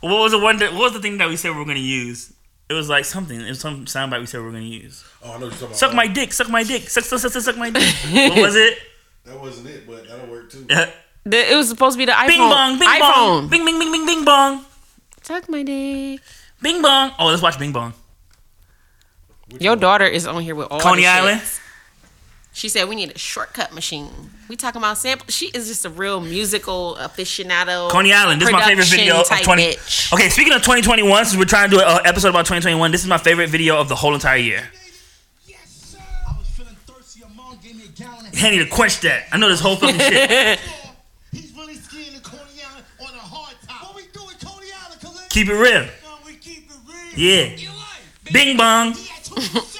Speaker 1: What was the one? That, what was the thing that we said we were gonna use? It was like something. It was some soundbite we said we were gonna use.
Speaker 3: Oh, I know what you're talking about.
Speaker 1: Suck my dick. Suck my dick. Suck suck suck suck, suck my dick. what was it?
Speaker 3: That wasn't it, but that'll work too.
Speaker 2: The- it was supposed to be the iPhone.
Speaker 1: Bing bong. Bing bong.
Speaker 2: iPhone.
Speaker 1: Bing bing bing bing bing bong.
Speaker 2: Suck my dick.
Speaker 1: Bing Bong. Oh, let's watch Bing Bong.
Speaker 2: Your daughter is on here with all
Speaker 1: Coney
Speaker 2: the shit.
Speaker 1: Island.
Speaker 2: She said we need a shortcut machine. We talking about sample. She is just a real musical aficionado.
Speaker 1: Coney Island. This is my favorite
Speaker 2: production
Speaker 1: video of
Speaker 2: type
Speaker 1: 20.
Speaker 2: bitch.
Speaker 1: Okay, speaking of 2021, since we're trying to do an episode about 2021, this is my favorite video of the whole entire year.
Speaker 4: Yes, sir. I was feeling thirsty. Your mom gave me a gallon of
Speaker 1: Henny to quench that. I know this whole fucking shit.
Speaker 4: He's really skiing in Coney Island on a hard top. What we do in Coney Island, Khalid?
Speaker 1: Keep it real.
Speaker 4: No, we keep it real.
Speaker 1: Yeah.
Speaker 4: Your life, baby.
Speaker 1: Bing bong.
Speaker 4: He had two shots.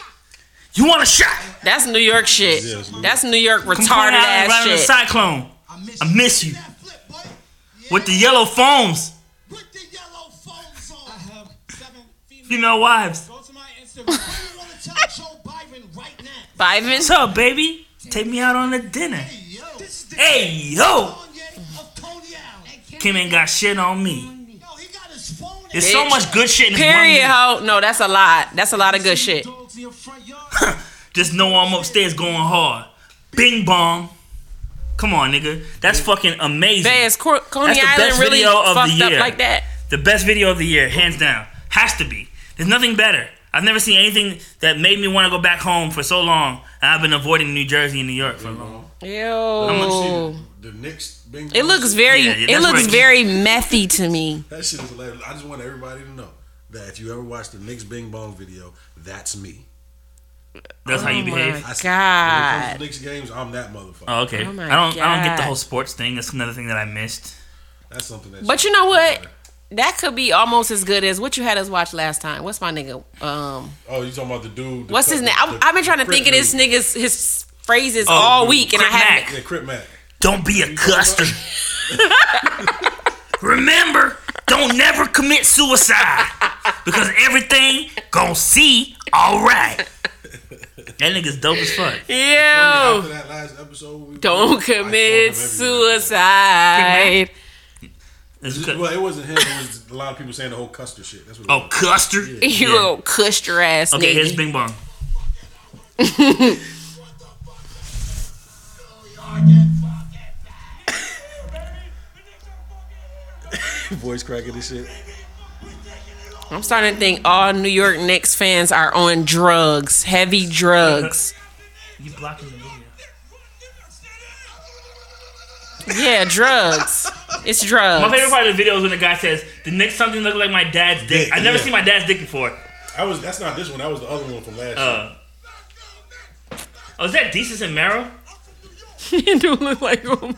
Speaker 1: You want a shot?
Speaker 2: That's New York shit.
Speaker 3: Yeah, it's New
Speaker 2: That's New York
Speaker 1: From Coney
Speaker 2: retarded
Speaker 1: Island
Speaker 2: ass
Speaker 1: riding the
Speaker 2: shit.
Speaker 1: cyclone
Speaker 4: I miss
Speaker 1: I miss you.
Speaker 4: That flip, boy. Yeah.
Speaker 1: with the yellow foams.
Speaker 4: Put the yellow phones on. I have seven females.
Speaker 1: You know, wives.
Speaker 4: Go to my Instagram. I want to tell Joe Byron right now.
Speaker 1: What's
Speaker 2: Vibin.
Speaker 1: up, baby? Take me out on a dinner.
Speaker 4: Hey, yo. This is the
Speaker 1: Hey, yo.
Speaker 4: Kanye of Coney Island.
Speaker 1: Kim ain't got shit on me.
Speaker 4: Yo, he got his phone.
Speaker 1: There's so
Speaker 2: Bitch.
Speaker 1: much good shit in this one
Speaker 2: Period,
Speaker 1: minute.
Speaker 2: ho. No, that's a lot. That's a lot of good shit.
Speaker 4: Dogs in your front yard.
Speaker 1: Just know I'm upstairs going hard. Bing bong. Come on, nigga. That's fucking amazing.
Speaker 2: Bass, Cor- Coney
Speaker 1: That's the
Speaker 2: Island
Speaker 1: best
Speaker 2: really
Speaker 1: video of the
Speaker 2: fucked up
Speaker 1: year.
Speaker 2: like that.
Speaker 1: The best video of the year, hands down. Has to be. There's nothing better. I've never seen anything that made me want to go back home for so long. And I've been avoiding New Jersey and New York for a long
Speaker 2: Oh Ew.
Speaker 3: The Knicks. Bing
Speaker 2: Oh. It looks very.
Speaker 1: Yeah, yeah,
Speaker 2: it
Speaker 1: that's
Speaker 2: looks
Speaker 1: right.
Speaker 2: very methy to me.
Speaker 3: That shit is hilarious. I just want everybody to know that if you ever watch the Knicks Bing Bong video, that's me.
Speaker 1: That's how you
Speaker 2: Oh my
Speaker 1: behave.
Speaker 3: I,
Speaker 2: God.
Speaker 3: When it comes to Knicks games, I'm that motherfucker.
Speaker 1: Oh, okay.
Speaker 2: Oh my
Speaker 1: I don't. I don't get the
Speaker 2: God.
Speaker 1: whole sports thing. That's another thing that I missed.
Speaker 3: That's something that.
Speaker 2: But you know what? That could be almost as good as what you had us watch last time. What's my nigga? Um,
Speaker 3: Oh, you talking about the dude? the
Speaker 2: what's
Speaker 3: cut-
Speaker 2: his name?
Speaker 3: the-
Speaker 2: I, I've been trying to
Speaker 3: the
Speaker 2: think of
Speaker 3: Crip
Speaker 2: this
Speaker 3: dude.
Speaker 2: nigga's his phrases
Speaker 1: Oh,
Speaker 2: all week, and I
Speaker 1: Crip
Speaker 2: haven't.
Speaker 1: Mac.
Speaker 3: Yeah, Crip Mac.
Speaker 1: Don't be a custer. Remember, don't never commit suicide because everything gon' see all right. That nigga's dope as fuck.
Speaker 2: Ew!
Speaker 3: After that last episode, we- I
Speaker 2: Don't
Speaker 3: told him
Speaker 2: commit
Speaker 3: everything.
Speaker 2: suicide.
Speaker 1: It's
Speaker 3: Just-
Speaker 1: good.
Speaker 3: Well, it wasn't him. It was a lot of people saying the whole Custer shit. That's what.
Speaker 1: Oh,
Speaker 3: It was.
Speaker 1: Custer.
Speaker 2: You
Speaker 1: Yeah.
Speaker 2: little cussed your ass
Speaker 1: Okay,
Speaker 2: nigga.
Speaker 1: here's Bing Bong.
Speaker 3: voice cracking and shit.
Speaker 2: I'm starting to think all New York Knicks fans are on drugs, heavy drugs.
Speaker 1: You blocking the video.
Speaker 2: yeah, drugs. It's drugs.
Speaker 1: My favorite part of the video is when the guy says, "The next something look like my dad's dick."
Speaker 3: Dick,
Speaker 1: I've never
Speaker 3: yeah.
Speaker 1: seen my dad's dick before.
Speaker 3: I was. That's not this one. That was the other one from last. year.
Speaker 1: Uh, oh, is that Desus and Mero?
Speaker 2: it don't look like oh him.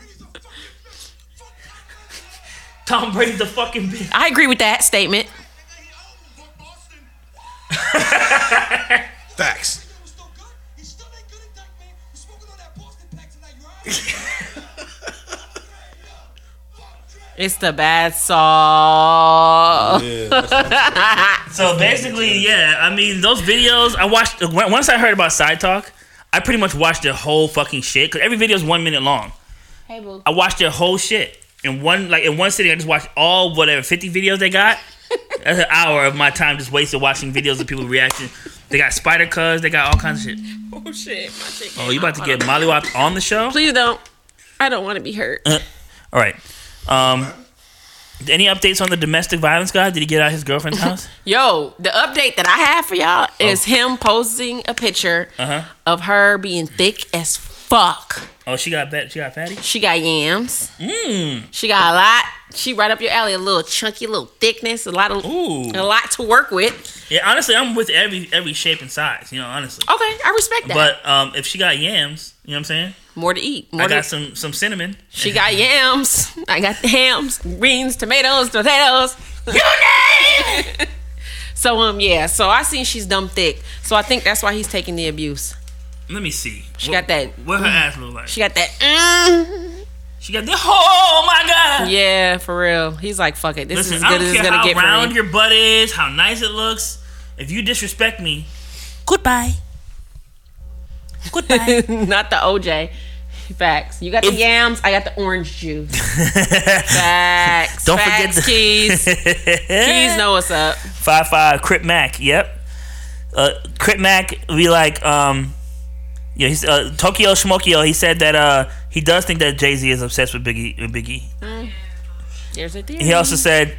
Speaker 1: Tom Brady's the fucking bitch.
Speaker 2: I agree with that statement.
Speaker 3: Facts.
Speaker 2: It's the bad song.
Speaker 3: Yeah. that's-
Speaker 1: So basically, yeah. I mean, those videos I watched. when- Once I heard about side talk, I pretty much watched their whole fucking shit because every video is one minute long.
Speaker 2: Hey boo.
Speaker 1: I watched their whole shit in one like in one sitting. I just watched all whatever fifty videos they got. That's an hour of my time just wasted watching videos of people reacting. They got spider cuz. They got all kinds of shit.
Speaker 2: Oh shit, my shit.
Speaker 1: Oh, you about to get mollywopped on the show?
Speaker 2: Please don't. I don't want to be hurt.
Speaker 1: Uh. All right. Um, any updates on the domestic violence guy? Did he get out of his girlfriend's house?
Speaker 2: Yo, the update that I have for y'all
Speaker 1: Oh.
Speaker 2: is him posting a picture
Speaker 1: Uh-huh.
Speaker 2: of her being thick as fuck.
Speaker 1: Oh, she got bet. She got fatty.
Speaker 2: She got yams.
Speaker 1: Mm.
Speaker 2: She got a lot. She right up your alley. A little chunky, little thickness. A lot of
Speaker 1: Ooh.
Speaker 2: a lot to work with.
Speaker 1: Yeah, honestly, I'm with every every shape and size. You know, honestly.
Speaker 2: Okay, I respect that.
Speaker 1: But um, if she got yams, you know what I'm saying?
Speaker 2: More to eat. More
Speaker 1: I
Speaker 2: to
Speaker 1: got some some cinnamon.
Speaker 2: She got yams. I got the hams, greens, tomatoes, potatoes. You name it. So um yeah, so I seen she's dumb thick. So I think that's why he's taking the abuse.
Speaker 1: Let me see.
Speaker 2: She
Speaker 1: What-
Speaker 2: got that. mm-hmm.
Speaker 1: What her ass look like?
Speaker 2: She got that.
Speaker 1: She got this. Oh my god!
Speaker 2: Mm. Yeah, for real. He's like, fuck it. This
Speaker 1: Listen,
Speaker 2: is as
Speaker 1: I
Speaker 2: good
Speaker 1: don't
Speaker 2: as
Speaker 1: care
Speaker 2: it's gonna
Speaker 1: how
Speaker 2: get for
Speaker 1: round
Speaker 2: me.
Speaker 1: your butt is, how nice it looks. If you disrespect me, goodbye. Goodbye.
Speaker 2: Not the OJ. Facts. You got the yams. I got the orange juice. Facts.
Speaker 1: Don't forget
Speaker 2: Facts,
Speaker 1: the-
Speaker 2: keys. keys know what's up.
Speaker 1: five five Crip Mac. Yep. Uh, Crip Mac be like, um, yeah, he's uh, Tokyo Shmokyo. He said that uh, he does think that Jay Z is obsessed with Biggie. With Biggie.
Speaker 2: There's a theory.
Speaker 1: He also said,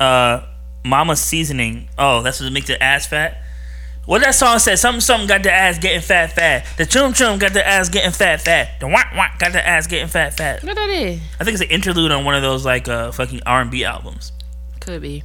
Speaker 1: uh, "Mama seasoning." Oh, that's what makes the ass fat. What that song said? Something something got the ass getting fat fat. The chum chum got the ass getting fat fat. The whack whack got the ass getting fat fat.
Speaker 2: What that is?
Speaker 1: I think it's an interlude on one of those like uh fucking R and B albums.
Speaker 2: Could be.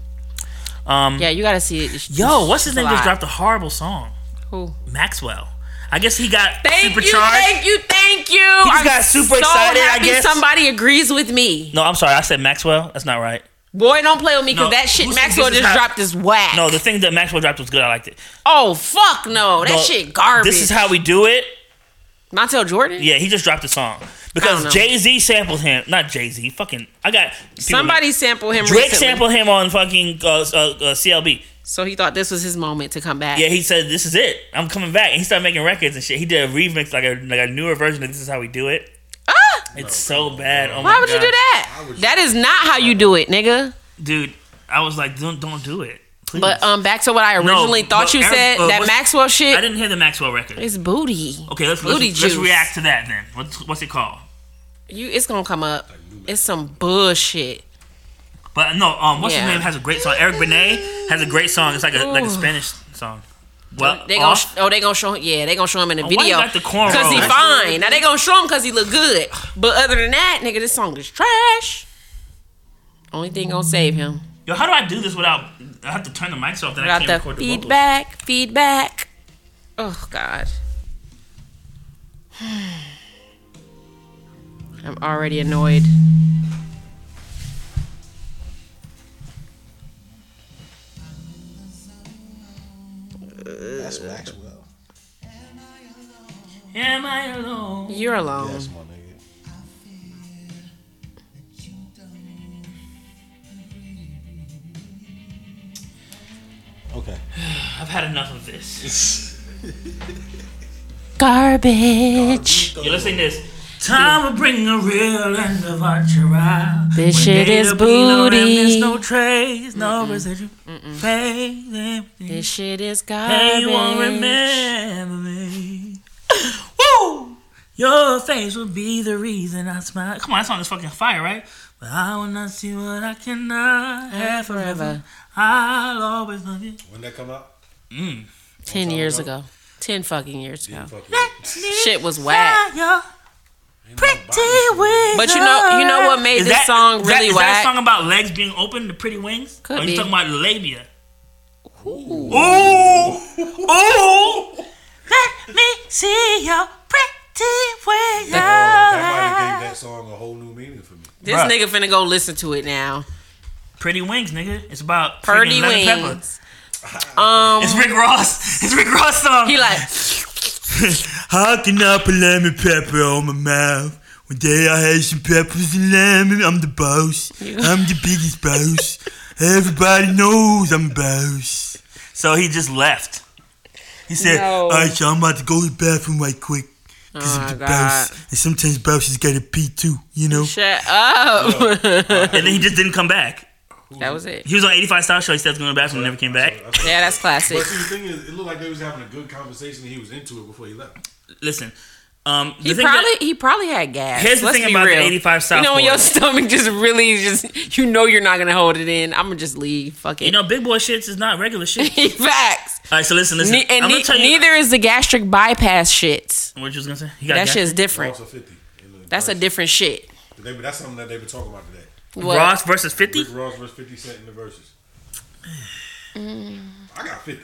Speaker 1: Um,
Speaker 2: Yeah, you gotta see it. It's-
Speaker 1: Yo,
Speaker 2: it's-
Speaker 1: what's his
Speaker 2: it's
Speaker 1: name?
Speaker 2: a
Speaker 1: Just
Speaker 2: lot.
Speaker 1: dropped a horrible song.
Speaker 2: Who?
Speaker 1: Maxwell. I guess he got
Speaker 2: Thank you,
Speaker 1: supercharged.
Speaker 2: thank you, thank you.
Speaker 1: just got super
Speaker 2: so
Speaker 1: excited, I
Speaker 2: Happy
Speaker 1: guess.
Speaker 2: somebody agrees with me.
Speaker 1: no, I'm sorry. I said Maxwell. That's not right.
Speaker 2: Boy, don't play with me
Speaker 1: No,
Speaker 2: because that shit
Speaker 1: who said
Speaker 2: Maxwell
Speaker 1: this is
Speaker 2: just
Speaker 1: how-
Speaker 2: dropped is whack.
Speaker 1: No, the thing that Maxwell dropped was good. I liked it.
Speaker 2: oh fuck no, that
Speaker 1: No,
Speaker 2: shit garbage.
Speaker 1: This is how we do it.
Speaker 2: Montel Jordan.
Speaker 1: Yeah, he just dropped a song because
Speaker 2: know.
Speaker 1: Jay Z sampled him. Not Jay Z. Fucking, I got people-
Speaker 2: Somebody sample him.
Speaker 1: Drake
Speaker 2: recently.
Speaker 1: sampled him on fucking uh, uh, uh, CLB.
Speaker 2: So he thought this was his moment to come back.
Speaker 1: Yeah, he said this is it. I'm coming back. And he started making records and shit. He did a remix, like a like a newer version of "This Is How We Do It."
Speaker 2: Ah!
Speaker 1: It's so bad. Oh
Speaker 2: Why
Speaker 1: my
Speaker 2: would you
Speaker 1: God.
Speaker 2: do that? That is not how you do it, nigga.
Speaker 1: dude? I was like, don't don't do it. Please.
Speaker 2: But um, back to what I
Speaker 1: No,
Speaker 2: originally thought
Speaker 1: but
Speaker 2: you
Speaker 1: every-
Speaker 2: said
Speaker 1: uh,
Speaker 2: that
Speaker 1: what's-
Speaker 2: Maxwell
Speaker 1: I
Speaker 2: shit
Speaker 1: didn't hear the Maxwell record.
Speaker 2: is booty.
Speaker 1: Okay, let's
Speaker 2: booty
Speaker 1: let's, let's
Speaker 2: juice.
Speaker 1: react to that then. What's what's it called?
Speaker 2: You, it's gonna come up. It's some bullshit.
Speaker 1: But no, um, what's
Speaker 2: Yeah.
Speaker 1: his name has a great song. Eric Benet has a great song. It's like a like a Spanish song. Well,
Speaker 2: They gonna
Speaker 1: off-
Speaker 2: sh- oh they gonna show him yeah they gonna show him in the
Speaker 1: Oh, why you
Speaker 2: video
Speaker 1: got the cornrows?
Speaker 2: because he fine now they gonna show him because he look good but other than that nigga this song is trash only thing gonna save him
Speaker 1: yo, how do I do this without? I have to turn the mics off. Then I
Speaker 2: without
Speaker 1: can't
Speaker 2: the
Speaker 1: record the vocals.
Speaker 2: feedback feedback oh god I'm already annoyed
Speaker 3: That's Maxwell.
Speaker 1: Am I alone?
Speaker 2: you're alone
Speaker 3: That's my nigga. Okay.
Speaker 1: I've had enough of this.
Speaker 2: garbage
Speaker 1: Yo, let's sing this. Time will bring the real end of our trial.
Speaker 2: This shit is booty.
Speaker 1: No trace, no residual. Faith, empty.
Speaker 2: this shit is
Speaker 1: And you won't
Speaker 2: garbage
Speaker 1: remember me. Woo! Your face will be the reason I smile. Come on, that song is fucking fire, right? But I will not see what I cannot have forever.
Speaker 2: forever
Speaker 1: I'll always love you.
Speaker 3: When that come out?
Speaker 2: ten
Speaker 3: time
Speaker 2: years
Speaker 3: ago.
Speaker 2: ago ten fucking years ago
Speaker 3: Fuck
Speaker 2: shit was whack.
Speaker 1: Fire, Pretty wings.
Speaker 2: But you know, you know what made
Speaker 1: Is
Speaker 2: this
Speaker 1: that-
Speaker 2: song
Speaker 1: is that-
Speaker 2: really
Speaker 1: is that a
Speaker 2: whack?
Speaker 1: song about legs being open, the pretty wings?
Speaker 2: Could
Speaker 1: or you
Speaker 2: be.
Speaker 1: talking about labia? Ooh. Ooh. Let me see your pretty wings.
Speaker 3: that might have gave that song a whole new meaning for me.
Speaker 2: this
Speaker 1: Bruh.
Speaker 2: nigga finna go listen to it now.
Speaker 1: Pretty wings, nigga. It's about
Speaker 2: Purdy
Speaker 1: friggin' Lemon Pepper.
Speaker 2: wings. Um,
Speaker 1: It's Rick Ross. It's Rick Ross song.
Speaker 2: he like
Speaker 1: How can I put lemon pepper on my mouth? One day I had some peppers and lemon. I'm the boss. I'm the biggest boss. Everybody knows I'm boss. So he just left. He said,
Speaker 2: No.
Speaker 1: "All right, y'all, I'm about to go to the bathroom right quick." Cause
Speaker 2: Oh,
Speaker 1: I'm the
Speaker 2: God.
Speaker 1: boss, and sometimes boss has got a pee too, you know.
Speaker 2: shut up.
Speaker 1: And then he just didn't come back.
Speaker 2: that was it.
Speaker 1: He was on 85 South Show. He said he was going to the bathroom, never came back.
Speaker 2: Yeah, that's
Speaker 3: But
Speaker 2: classic.
Speaker 3: see, the thing is, it looked like they was having a good conversation and he was into it before he left.
Speaker 1: Listen, um, the
Speaker 2: He
Speaker 1: thing
Speaker 2: probably
Speaker 1: that-
Speaker 2: he probably had gas.
Speaker 1: Here's the
Speaker 2: Let's
Speaker 1: thing
Speaker 2: be
Speaker 1: about the
Speaker 2: real.
Speaker 1: 85 South
Speaker 2: You know when
Speaker 1: boy.
Speaker 2: your stomach just really just you know you're not gonna hold it in. I'm gonna just leave. Fuck it.
Speaker 1: you know, big boy shits is not regular shit.
Speaker 2: facts.
Speaker 1: All right, so listen, listen.
Speaker 2: Ne- and
Speaker 1: I'm
Speaker 2: ne-
Speaker 1: gonna tell you
Speaker 2: neither is the gastric bypass shit.
Speaker 1: what you was gonna say. You
Speaker 2: That
Speaker 1: gas?
Speaker 2: shit's different.
Speaker 3: Also 50. in the
Speaker 2: That's a
Speaker 3: verse.
Speaker 2: different shit.
Speaker 3: They, but that's something that they've been talking about today.
Speaker 2: What?
Speaker 1: Ross versus Fifty.
Speaker 3: Rick Ross versus 50 Cent in the verses. I got 50.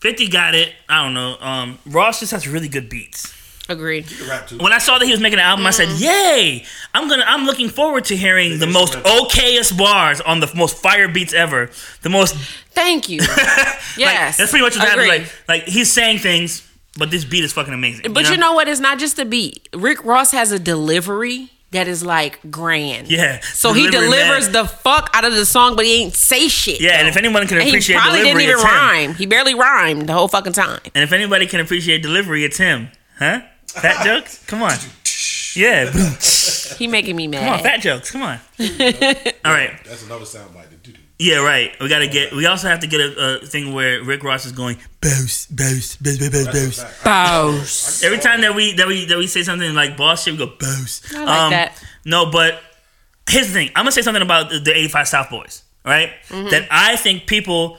Speaker 1: Fifty got it. I don't know. Um, Ross just has really good beats.
Speaker 2: Agree.
Speaker 3: You can rap too.
Speaker 1: When I saw that he was making an album, I
Speaker 2: Mm.
Speaker 1: said, "Yay! I'm gonna. I'm looking forward to hearing the most okayest bars on the most fire beats ever. The most.
Speaker 2: Thank you.
Speaker 1: Like,
Speaker 2: Yes.
Speaker 1: that's pretty much what happened.
Speaker 2: Agree.
Speaker 1: Like, like he's saying things, but this beat is fucking amazing.
Speaker 2: But you know what? It's not just the beat. Rick Ross has a delivery that is like grand.
Speaker 1: Yeah.
Speaker 2: So he
Speaker 1: Delivering that-
Speaker 2: delivers the fuck out of the song, but he ain't say shit.
Speaker 1: Yeah, and
Speaker 2: though.
Speaker 1: if anyone can
Speaker 2: And
Speaker 1: appreciate
Speaker 2: he probably
Speaker 1: delivery,
Speaker 2: didn't even
Speaker 1: it's him.
Speaker 2: rhyme. He barely rhymed the whole fucking time.
Speaker 1: And if anybody can appreciate delivery, it's him. Huh? Fat jokes? Come on. Yeah. Come
Speaker 2: He making me
Speaker 1: on,
Speaker 2: mad.
Speaker 1: fat jokes. Come on. All right.
Speaker 3: That's another soundbite. to do.
Speaker 1: Yeah, right. We gotta get. We also have to get a, a thing where Rick Ross is going bounce, bounce, bounce, bounce, bounce,
Speaker 3: That's
Speaker 1: bounce.
Speaker 3: a fact.
Speaker 2: Bows.
Speaker 1: Every time that we that we that we say something like boss shit, we go bounce.
Speaker 2: I like that.
Speaker 1: No, but here's the thing. I'm gonna say something about the, the '85 South Boys, right? That I think people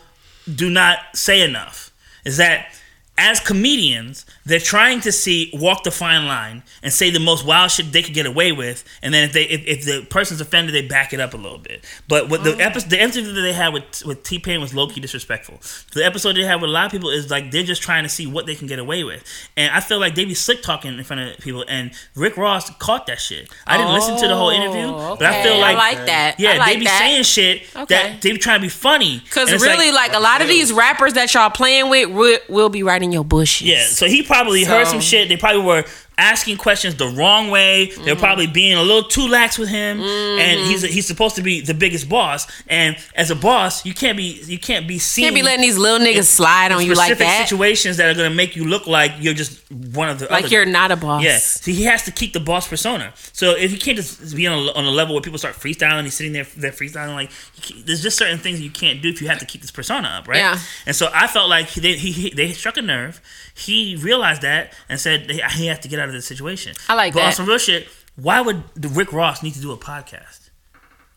Speaker 1: do not say enough. is that as comedians, they're trying to see walk the fine line and say the most wild shit they could get away with, and then if they if, if the person's offended, they back it up a little bit. But what the episode the episode that they had with with T Pain was low key disrespectful. The episode they had with a lot of people is like they're just trying to see what they can get away with, and I feel like they be slick talking in front of people. And Rick Ross caught that shit. I didn't listen to the whole interview,
Speaker 2: Oh,
Speaker 1: but I
Speaker 2: okay.
Speaker 1: feel like,
Speaker 2: that.
Speaker 1: yeah,
Speaker 2: I like
Speaker 1: they be
Speaker 2: that.
Speaker 1: saying shit
Speaker 2: Okay.
Speaker 1: that they be trying to be funny.
Speaker 2: Cause
Speaker 1: And it's
Speaker 2: really, like, a lot of these rappers that y'all playing with will, will be right in your bushes.
Speaker 1: Yeah, so he probably heard
Speaker 2: So-
Speaker 1: some shit. They probably were asking questions the wrong way. They're
Speaker 2: Mm-hmm.
Speaker 1: probably being a little too lax with him, and he's he's supposed to be the biggest boss. And as a boss, you can't be you can't be seen.
Speaker 2: Can't be letting these little niggas slide on you like
Speaker 1: specific
Speaker 2: that.
Speaker 1: situations that are gonna make you look like you're just one of the
Speaker 2: Like
Speaker 1: other
Speaker 2: you're not a boss.
Speaker 1: yeah, so he has to keep the boss persona. So if he can't just be on a, on a level where people start freestyling, he's sitting there, they're freestyling. Like you can't- there's just certain things you can't do if you have to keep this persona up, right?
Speaker 2: Yeah.
Speaker 1: And so I felt like he, they, he, he they struck a nerve. He realized that and said they- he has to get out of this situation.
Speaker 2: I like
Speaker 1: but on
Speaker 2: that.
Speaker 1: some real shit, why would the Rick Ross need to do a podcast?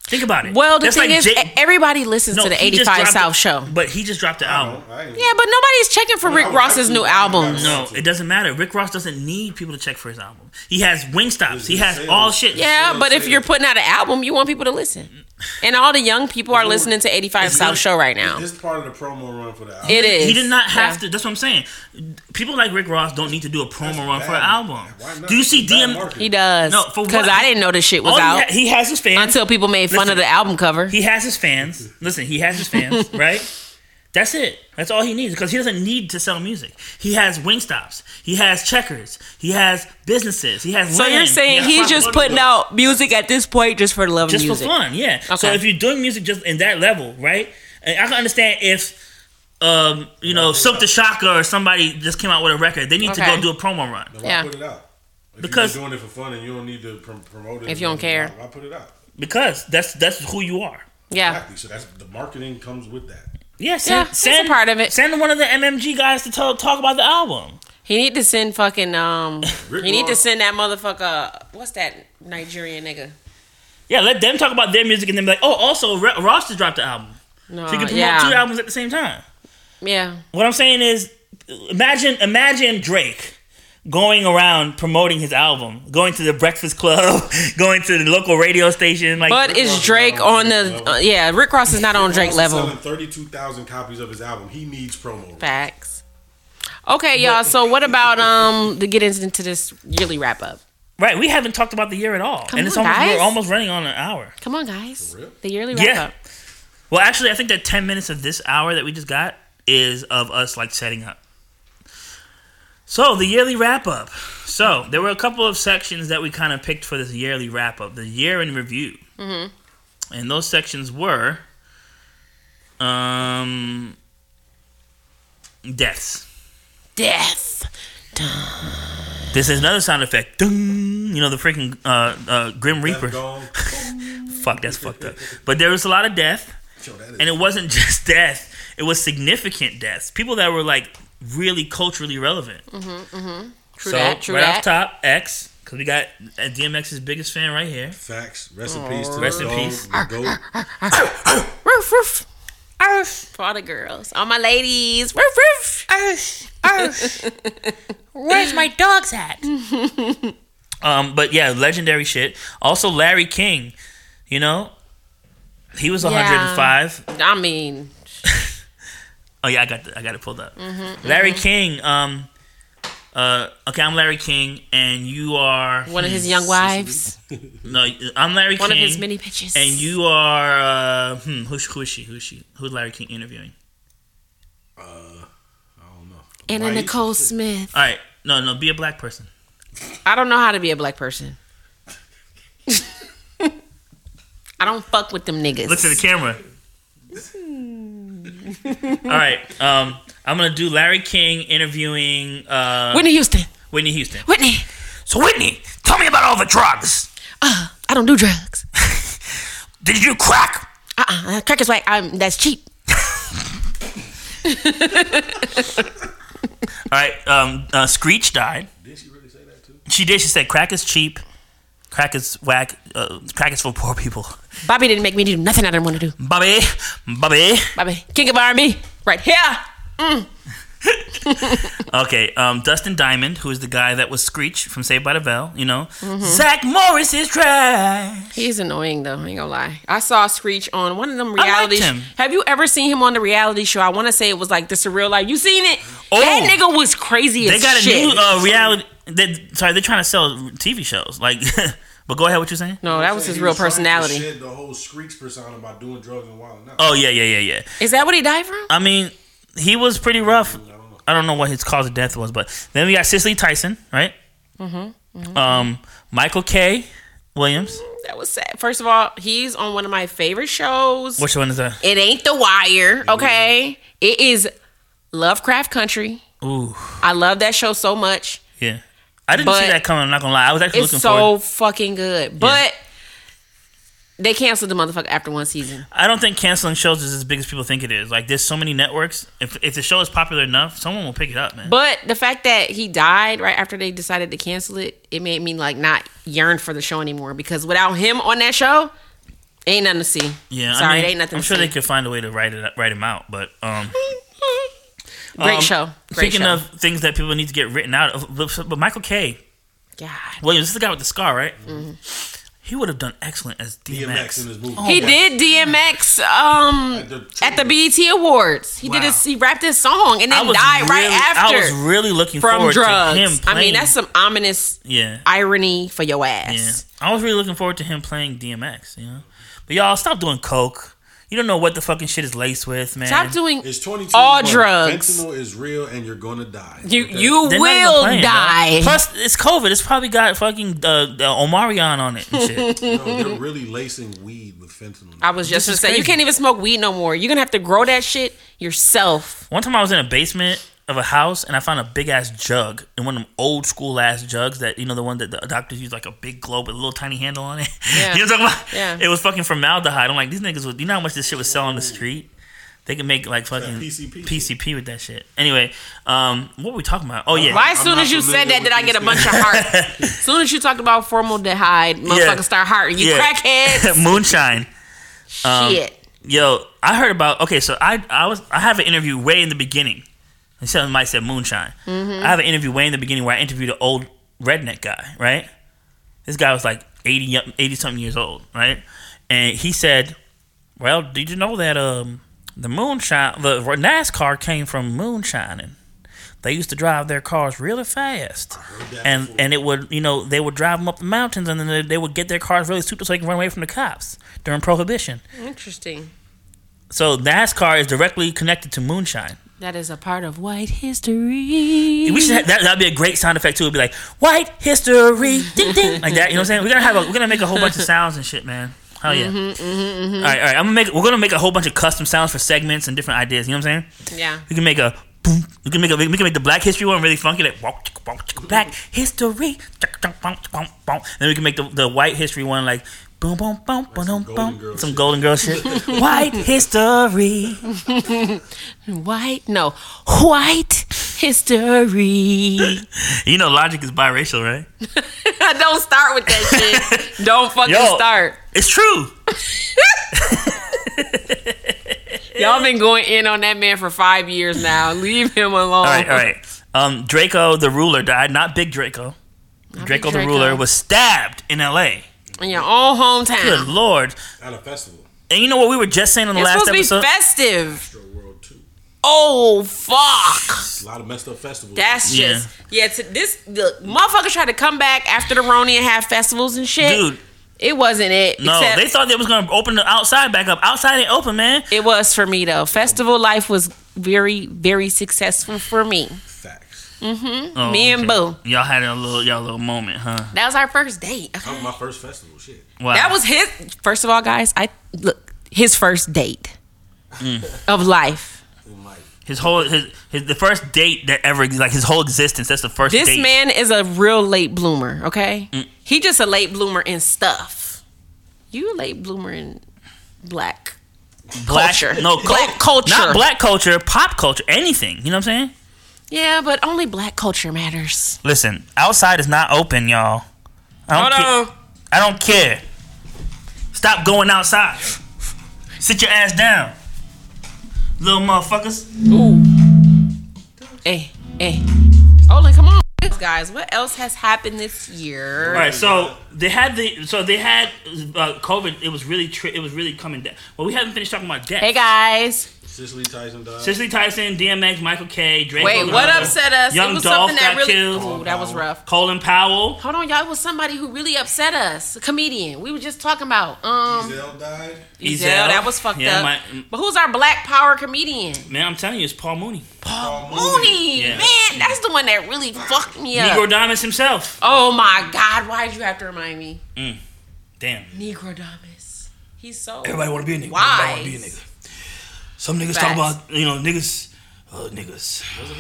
Speaker 1: Think about it.
Speaker 2: Well, the
Speaker 1: That's
Speaker 2: thing
Speaker 1: like
Speaker 2: is,
Speaker 1: Jay-
Speaker 2: e- everybody listens
Speaker 1: no,
Speaker 2: to the
Speaker 1: he just
Speaker 2: 85
Speaker 1: dropped
Speaker 2: South
Speaker 1: a-
Speaker 2: show.
Speaker 1: but he just dropped the album.
Speaker 2: Yeah, but nobody's checking for Rick Ross's new album.
Speaker 1: No, it doesn't matter. Rick Ross doesn't need people to check for his album. He has Wingstops. He
Speaker 3: His
Speaker 1: has
Speaker 3: sales.
Speaker 1: all shit.
Speaker 2: Yeah,
Speaker 3: Yeah,
Speaker 2: but if
Speaker 3: same.
Speaker 2: you're putting out an album, you want people to listen. And all the young people are listening to 85 South show right now.
Speaker 3: This part of the promo run for the album.
Speaker 2: It is.
Speaker 1: He did not have
Speaker 2: Yeah.
Speaker 1: to. That's what I'm saying. People like Rick Ross don't need to do a promo
Speaker 3: That's
Speaker 1: run for an
Speaker 3: bad.
Speaker 1: album.
Speaker 3: Why not?
Speaker 1: Do you see
Speaker 3: It's bad
Speaker 1: DM?
Speaker 3: marketing.
Speaker 2: He does.
Speaker 1: No, for
Speaker 2: Because
Speaker 1: what?
Speaker 2: I didn't know this shit was
Speaker 1: All he,
Speaker 2: out
Speaker 1: ha- he has his fans.
Speaker 2: until people made fun
Speaker 1: Listen.
Speaker 2: of the album cover.
Speaker 1: he has his fans. Listen, he has his fans, right? That's it. That's all he needs because he doesn't need to sell music. He has Wingstops. He has Checkers. He has businesses. He has.
Speaker 2: so you're
Speaker 1: land. He
Speaker 2: saying
Speaker 1: has
Speaker 2: he's
Speaker 1: property.
Speaker 2: just putting out music at this point just for the love
Speaker 1: just
Speaker 2: of music.
Speaker 1: for fun. Yeah. So
Speaker 2: Okay.
Speaker 1: if you're doing music just in that level, right? And I can understand if. Um, you know, Silk the Shocker or somebody just came out with a record. They need to
Speaker 2: Okay.
Speaker 1: go do a promo run.
Speaker 3: Why
Speaker 2: Yeah.
Speaker 3: put it out? If
Speaker 1: Because-
Speaker 3: you're just doing it for fun and you don't need to prom- promote it.
Speaker 2: If you don't care.
Speaker 3: why put it out?
Speaker 1: Because that's that's who you are.
Speaker 2: Yeah.
Speaker 3: Exactly. So that's the marketing comes with that.
Speaker 1: Yeah, send,
Speaker 2: that's a
Speaker 1: send
Speaker 2: part of it.
Speaker 1: Send one of the MMG guys to tell, talk about the album.
Speaker 2: He need to send fucking um
Speaker 3: Rick
Speaker 2: he need to
Speaker 3: Ross.
Speaker 2: send that motherfucker what's that Nigerian nigga?
Speaker 1: Yeah, let them talk about their music and then be like, oh, also Re- Ross just dropped the album,
Speaker 2: No, uh,
Speaker 1: so you can promote
Speaker 2: Oh, yeah.
Speaker 1: two albums at the same time.
Speaker 2: Yeah.
Speaker 1: What I'm saying is, imagine imagine Drake going around promoting his album, going to the Breakfast Club, going to the local radio station. Like,
Speaker 2: But
Speaker 3: Ross
Speaker 2: is
Speaker 3: is
Speaker 2: Drake
Speaker 3: not on
Speaker 2: on
Speaker 3: Drake
Speaker 2: the
Speaker 3: level.
Speaker 2: uh, yeah, Rick Ross is not on Drake
Speaker 3: He's
Speaker 2: level.
Speaker 3: Selling thirty-two thousand copies of his album, he needs promo. Right?
Speaker 2: Facts. Okay, y'all. So what about um to get into this yearly wrap up?
Speaker 1: right, we haven't talked about the year at all,
Speaker 2: Come
Speaker 1: and it's
Speaker 2: on,
Speaker 1: almost
Speaker 2: guys.
Speaker 1: we're almost running on an hour.
Speaker 2: Come on, guys.
Speaker 3: For real?
Speaker 2: The yearly wrap
Speaker 1: Yeah.
Speaker 2: up.
Speaker 1: Well, actually, I think that 10 minutes of this hour that we just got is of us like setting up. So, the yearly wrap up. So, there were a couple of sections that we kind of picked for this yearly wrap up the year in review. Mm-hmm. And those sections were um, deaths.
Speaker 2: Death.
Speaker 1: This is another sound effect. Ding! You know, the freaking uh, uh, Grim Reaper.
Speaker 3: Gone.
Speaker 1: Fuck, that's fucked up. But there was a lot of death.
Speaker 3: Yo, that is
Speaker 1: and it wasn't just death it was significant deaths people that were like really culturally relevant
Speaker 2: Mm-hmm, True
Speaker 1: so
Speaker 2: that. True
Speaker 1: right
Speaker 2: that.
Speaker 1: off top x because we got uh, dmx's biggest fan right here
Speaker 3: facts. Recipes to
Speaker 1: Rest
Speaker 3: the
Speaker 1: in
Speaker 3: dog,
Speaker 1: peace.
Speaker 3: the goat.
Speaker 2: Roof, roof. Arf. For all the girls, all my ladies. Roof, roof. Arf. Arf. Where's my dogs at?
Speaker 1: um but yeah legendary shit also larry king you know he was 105
Speaker 2: I mean,
Speaker 1: oh yeah i got the, i got it pulled up
Speaker 2: Mm-hmm,
Speaker 1: larry king um uh, okay, I'm Larry King, and you are
Speaker 2: one of his young wives,
Speaker 1: no, I'm Larry
Speaker 2: one of
Speaker 1: King.
Speaker 2: his many bitches.
Speaker 1: And you are uh, hmm, who's who is she? Who's she? Who's Larry King interviewing?
Speaker 3: I don't know.
Speaker 2: Anna
Speaker 3: White?
Speaker 2: Nicole Smith.
Speaker 1: All right, no, no, be a black person.
Speaker 2: I don't know how to be a black person. I don't fuck with them niggas.
Speaker 1: Look to the camera. All right, um, I'm gonna do Larry King interviewing uh,
Speaker 2: Whitney Houston.
Speaker 1: Whitney Houston.
Speaker 2: Whitney.
Speaker 1: So Whitney, tell me about all the drugs.
Speaker 2: Uh, I don't do drugs.
Speaker 1: Did you do crack?
Speaker 2: Uh-uh. Crack is like, um, that's cheap.
Speaker 1: All right, um, uh, Screech died.
Speaker 3: Did she really say that too?
Speaker 1: She did. She said crack is cheap, crack is whack, uh, crack is for poor people.
Speaker 2: Bobby didn't make me do nothing I didn't want to do.
Speaker 1: Bobby, Bobby.
Speaker 2: Bobby, King of R&B, right here. Mm.
Speaker 1: Okay, um, Dustin Diamond, who is the guy that was Screech from Saved by the Bell, you know. Zach Morris is trash.
Speaker 2: He's annoying though. I ain't gonna lie. I saw Screech on one of them reality.
Speaker 1: liked him.
Speaker 2: sh- Have you ever seen him on the reality show? I want to say it was like the surreal life. You seen it? that nigga was crazy
Speaker 1: Oh. They
Speaker 2: as
Speaker 1: got a
Speaker 2: shit.
Speaker 1: new uh, reality. They, sorry, they're trying to sell TV shows. Like, but go ahead, what you're saying?
Speaker 2: no, that was his real personality.
Speaker 3: Shed the whole Screech persona by doing drugs and wilding out.
Speaker 1: Oh yeah, yeah, yeah, yeah.
Speaker 2: Is that what he died from?
Speaker 1: I mean, he was pretty rough. I don't know what his cause of death was, but then we got Cicely Tyson, right? Mm-hmm, Um, Michael K. Williams.
Speaker 2: That was sad. First of all, he's on one of my favorite shows.
Speaker 1: Which one is that?
Speaker 2: It ain't The
Speaker 1: Mm-hmm.
Speaker 2: Wire, okay? It is Lovecraft Country.
Speaker 1: Ooh,
Speaker 2: I love that show so much.
Speaker 1: yeah. I didn't see
Speaker 2: But
Speaker 1: that coming. I'm not gonna lie. I was actually
Speaker 2: It's
Speaker 1: looking
Speaker 2: so
Speaker 1: for. It.
Speaker 2: fucking good. But they canceled the motherfucker after one season.
Speaker 1: I don't think canceling shows is as big as people think it is. Like, there's so many networks. If if the show is popular enough, someone will pick it up, man.
Speaker 2: But the fact that he died right after they decided to cancel it, it made me like not yearn for the show anymore because without him on that show, ain't nothing to see.
Speaker 1: yeah,
Speaker 2: sorry,
Speaker 1: I mean,
Speaker 2: it ain't nothing.
Speaker 1: I'm
Speaker 2: to
Speaker 1: sure
Speaker 2: see.
Speaker 1: they could find a way to write it write him out, but um.
Speaker 2: Great
Speaker 1: um,
Speaker 2: show. Great
Speaker 1: speaking
Speaker 2: show.
Speaker 1: of things that people need to get written out of, but but Michael K.
Speaker 2: God,
Speaker 1: Williams, this is the guy with the scar, right?
Speaker 2: Mm-hmm.
Speaker 1: He would have done excellent as DMX.
Speaker 3: DMX in this movie.
Speaker 2: he did DMX um
Speaker 3: At the-
Speaker 2: at the BET Awards. He did
Speaker 1: Wow.
Speaker 2: his he rapped his song and
Speaker 1: I
Speaker 2: then
Speaker 1: was
Speaker 2: died right
Speaker 1: really-
Speaker 2: after
Speaker 1: I was really looking
Speaker 2: from
Speaker 1: forward
Speaker 2: drugs.
Speaker 1: to him
Speaker 2: I
Speaker 1: playing.
Speaker 2: mean, that's some ominous
Speaker 1: yeah,
Speaker 2: irony for your ass.
Speaker 1: yeah. I was really looking forward to him playing DMX. You know, but y'all stop doing coke. You don't know what the fucking shit is laced with, man.
Speaker 2: Stop doing
Speaker 3: It's 22.
Speaker 2: all drugs.
Speaker 3: Fentanyl is real and you're gonna die.
Speaker 2: You
Speaker 3: Okay?
Speaker 2: you
Speaker 1: They're not even
Speaker 2: will
Speaker 1: playing, bro.
Speaker 2: die.
Speaker 1: Plus, it's COVID. It's probably got fucking uh, uh, Omarion on it and shit.
Speaker 3: No, they're really lacing weed with fentanyl.
Speaker 2: I was just
Speaker 1: This
Speaker 2: gonna
Speaker 1: is
Speaker 2: say you
Speaker 1: crazy.
Speaker 2: can't even smoke weed no more. You're gonna have to grow that shit yourself.
Speaker 1: One time I was in a basement of a house and I found a big ass jug and one of them old school ass jugs that you know the one that the doctors use like a big globe with a little tiny handle on it.
Speaker 2: Yeah.
Speaker 1: you know what I'm talking about?
Speaker 2: Yeah.
Speaker 1: It was fucking formaldehyde. I'm like, these niggas would you know how much this shit was selling on the street? They could make like fucking
Speaker 3: PCP.
Speaker 1: PCP with that shit. Anyway, um, what were we talking about? Oh yeah.
Speaker 2: Why as
Speaker 3: I'm
Speaker 2: soon
Speaker 3: not
Speaker 2: as you said that
Speaker 3: familiar with
Speaker 2: did I get a
Speaker 3: these
Speaker 2: bunch of heart? As soon as you talked about formaldehyde, motherfuckers start hearting. You
Speaker 1: Yeah.
Speaker 2: crackheads.
Speaker 1: Moonshine. Um,
Speaker 2: shit.
Speaker 1: Yo, I heard about okay, so I I was I have an interview way in the beginning. And someone might said moonshine. I have an interview way in the beginning where I interviewed an old redneck guy, right? This guy was like 80 80 something years old, right? And he said, "Well, did you know that um the moonshine the NASCAR came from moonshining?" They used to drive their cars really fast,
Speaker 3: that
Speaker 1: and
Speaker 3: before.
Speaker 1: and it would you know they would drive them up the mountains, and then they, they would get their cars really souped up so they can run away from the cops during Prohibition.
Speaker 2: Interesting.
Speaker 1: So NASCAR is directly connected to moonshine.
Speaker 2: That is a part of white history.
Speaker 1: We should have, that that'd be a great sound effect too. It'd be like white history, ding ding, like that. You know what I'm saying? We're gonna have a, we're gonna make a whole bunch of sounds and shit, man. Hell yeah! All right, all right. I'm gonna make we're gonna make a whole bunch of custom sounds for segments and different ideas. You know what I'm saying?
Speaker 2: Yeah.
Speaker 1: We can make a boom. We can make a we can make the Black History one really funky, like walk, chicka, walk, chicka, Black History. chicka, chicka, bum, chicka, bum, bum. And then we can make the, the White History one like boom, boom, boom, boom, boom,
Speaker 3: Golden
Speaker 1: boom.
Speaker 3: Girl
Speaker 1: Some
Speaker 3: shit.
Speaker 1: Golden Girl shit. White History.
Speaker 2: White, no, white history.
Speaker 1: You know, Logic is biracial, right?
Speaker 2: Don't start with that shit. Don't fucking
Speaker 1: Yo.
Speaker 2: start.
Speaker 1: It's true.
Speaker 2: Y'all been going in on that man for five years now. Leave him alone.
Speaker 1: All right, all right. Um, Draco the Ruler died. Not Big Draco. Draco, the
Speaker 2: Draco.
Speaker 1: Ruler was stabbed in L.A.
Speaker 2: In your own
Speaker 1: Good
Speaker 2: hometown.
Speaker 1: lord!
Speaker 3: At a festival.
Speaker 1: And you know what we were just saying on the
Speaker 2: It's
Speaker 1: last
Speaker 2: supposed to
Speaker 1: episode?
Speaker 2: be festive.
Speaker 3: Astro World 2.
Speaker 2: Oh fuck!
Speaker 3: A lot of messed up festivals.
Speaker 2: That's
Speaker 1: Yeah.
Speaker 2: just yeah. To this the motherfucker tried to come back after the Roni and have festivals and shit.
Speaker 1: Dude,
Speaker 2: it wasn't it.
Speaker 1: no,
Speaker 2: except
Speaker 1: they thought they was gonna open the outside back up. Outside ain't open, man.
Speaker 2: it was for me though. Festival life was very very successful for me.
Speaker 3: facts.
Speaker 1: Oh,
Speaker 2: Me and Boo.
Speaker 1: Y'all had a little y'all little moment, huh?
Speaker 2: That was our first date.
Speaker 3: That was my first festival. Shit.
Speaker 1: Wow.
Speaker 2: That was his first of all, guys. I look his first date
Speaker 1: Mm.
Speaker 2: of life.
Speaker 3: In life.
Speaker 1: his whole his, his the first date that ever like his whole existence. That's the first
Speaker 2: This
Speaker 1: date. Mm.
Speaker 2: man is a real late bloomer. Okay, he just a late bloomer in stuff. You a late bloomer in black.
Speaker 1: black,
Speaker 2: culture.
Speaker 1: No cul-
Speaker 2: Black culture.
Speaker 1: Not black culture, pop culture, anything. You know what I'm saying?
Speaker 2: Yeah, but only black culture matters.
Speaker 1: Listen, outside is not open, y'all. I don't care-
Speaker 2: Hold on.
Speaker 1: I don't care. Stop going outside. Sit your ass down. Little motherfuckers.
Speaker 2: Ooh.
Speaker 1: Eh,
Speaker 2: Hey, hey. Olin, come on, guys. What else has happened this year?
Speaker 1: All right, so they had the so they had uh, COVID. It was really tri- it was really coming down. Well, we haven't finished talking about death.
Speaker 2: Hey, guys.
Speaker 3: Cicely Tyson died.
Speaker 1: Cicely Tyson, DMX, Michael K, Drake.
Speaker 2: Wait, what upset us?
Speaker 1: Young
Speaker 2: it was
Speaker 1: Dolph
Speaker 2: something that
Speaker 1: got
Speaker 2: really.
Speaker 1: killed. Oh.
Speaker 2: Ooh, that was rough.
Speaker 1: Colin Powell.
Speaker 2: Hold on, y'all. It was somebody who really upset us. A comedian. We were just talking about. Um,
Speaker 3: Giselle died.
Speaker 2: Ezel.
Speaker 1: Ezel.
Speaker 2: That was fucked
Speaker 1: Yeah,
Speaker 2: up.
Speaker 1: my-
Speaker 2: but who's our black power comedian?
Speaker 1: Man, I'm telling you, it's Paul Mooney.
Speaker 3: Paul
Speaker 2: Mooney.
Speaker 1: Oh, Yeah.
Speaker 2: Man, that's the one that really fucked me up.
Speaker 1: Negro Diamonds himself.
Speaker 2: Oh my God! Why did you have to remind me?
Speaker 1: Damn.
Speaker 2: Negro Damas. He's so
Speaker 1: Everybody want to be a nigga. Everybody want to be a
Speaker 2: wise.
Speaker 1: nigga. Some niggas
Speaker 2: Facts.
Speaker 1: talk about you know niggas, uh, niggas,
Speaker 3: Wasn't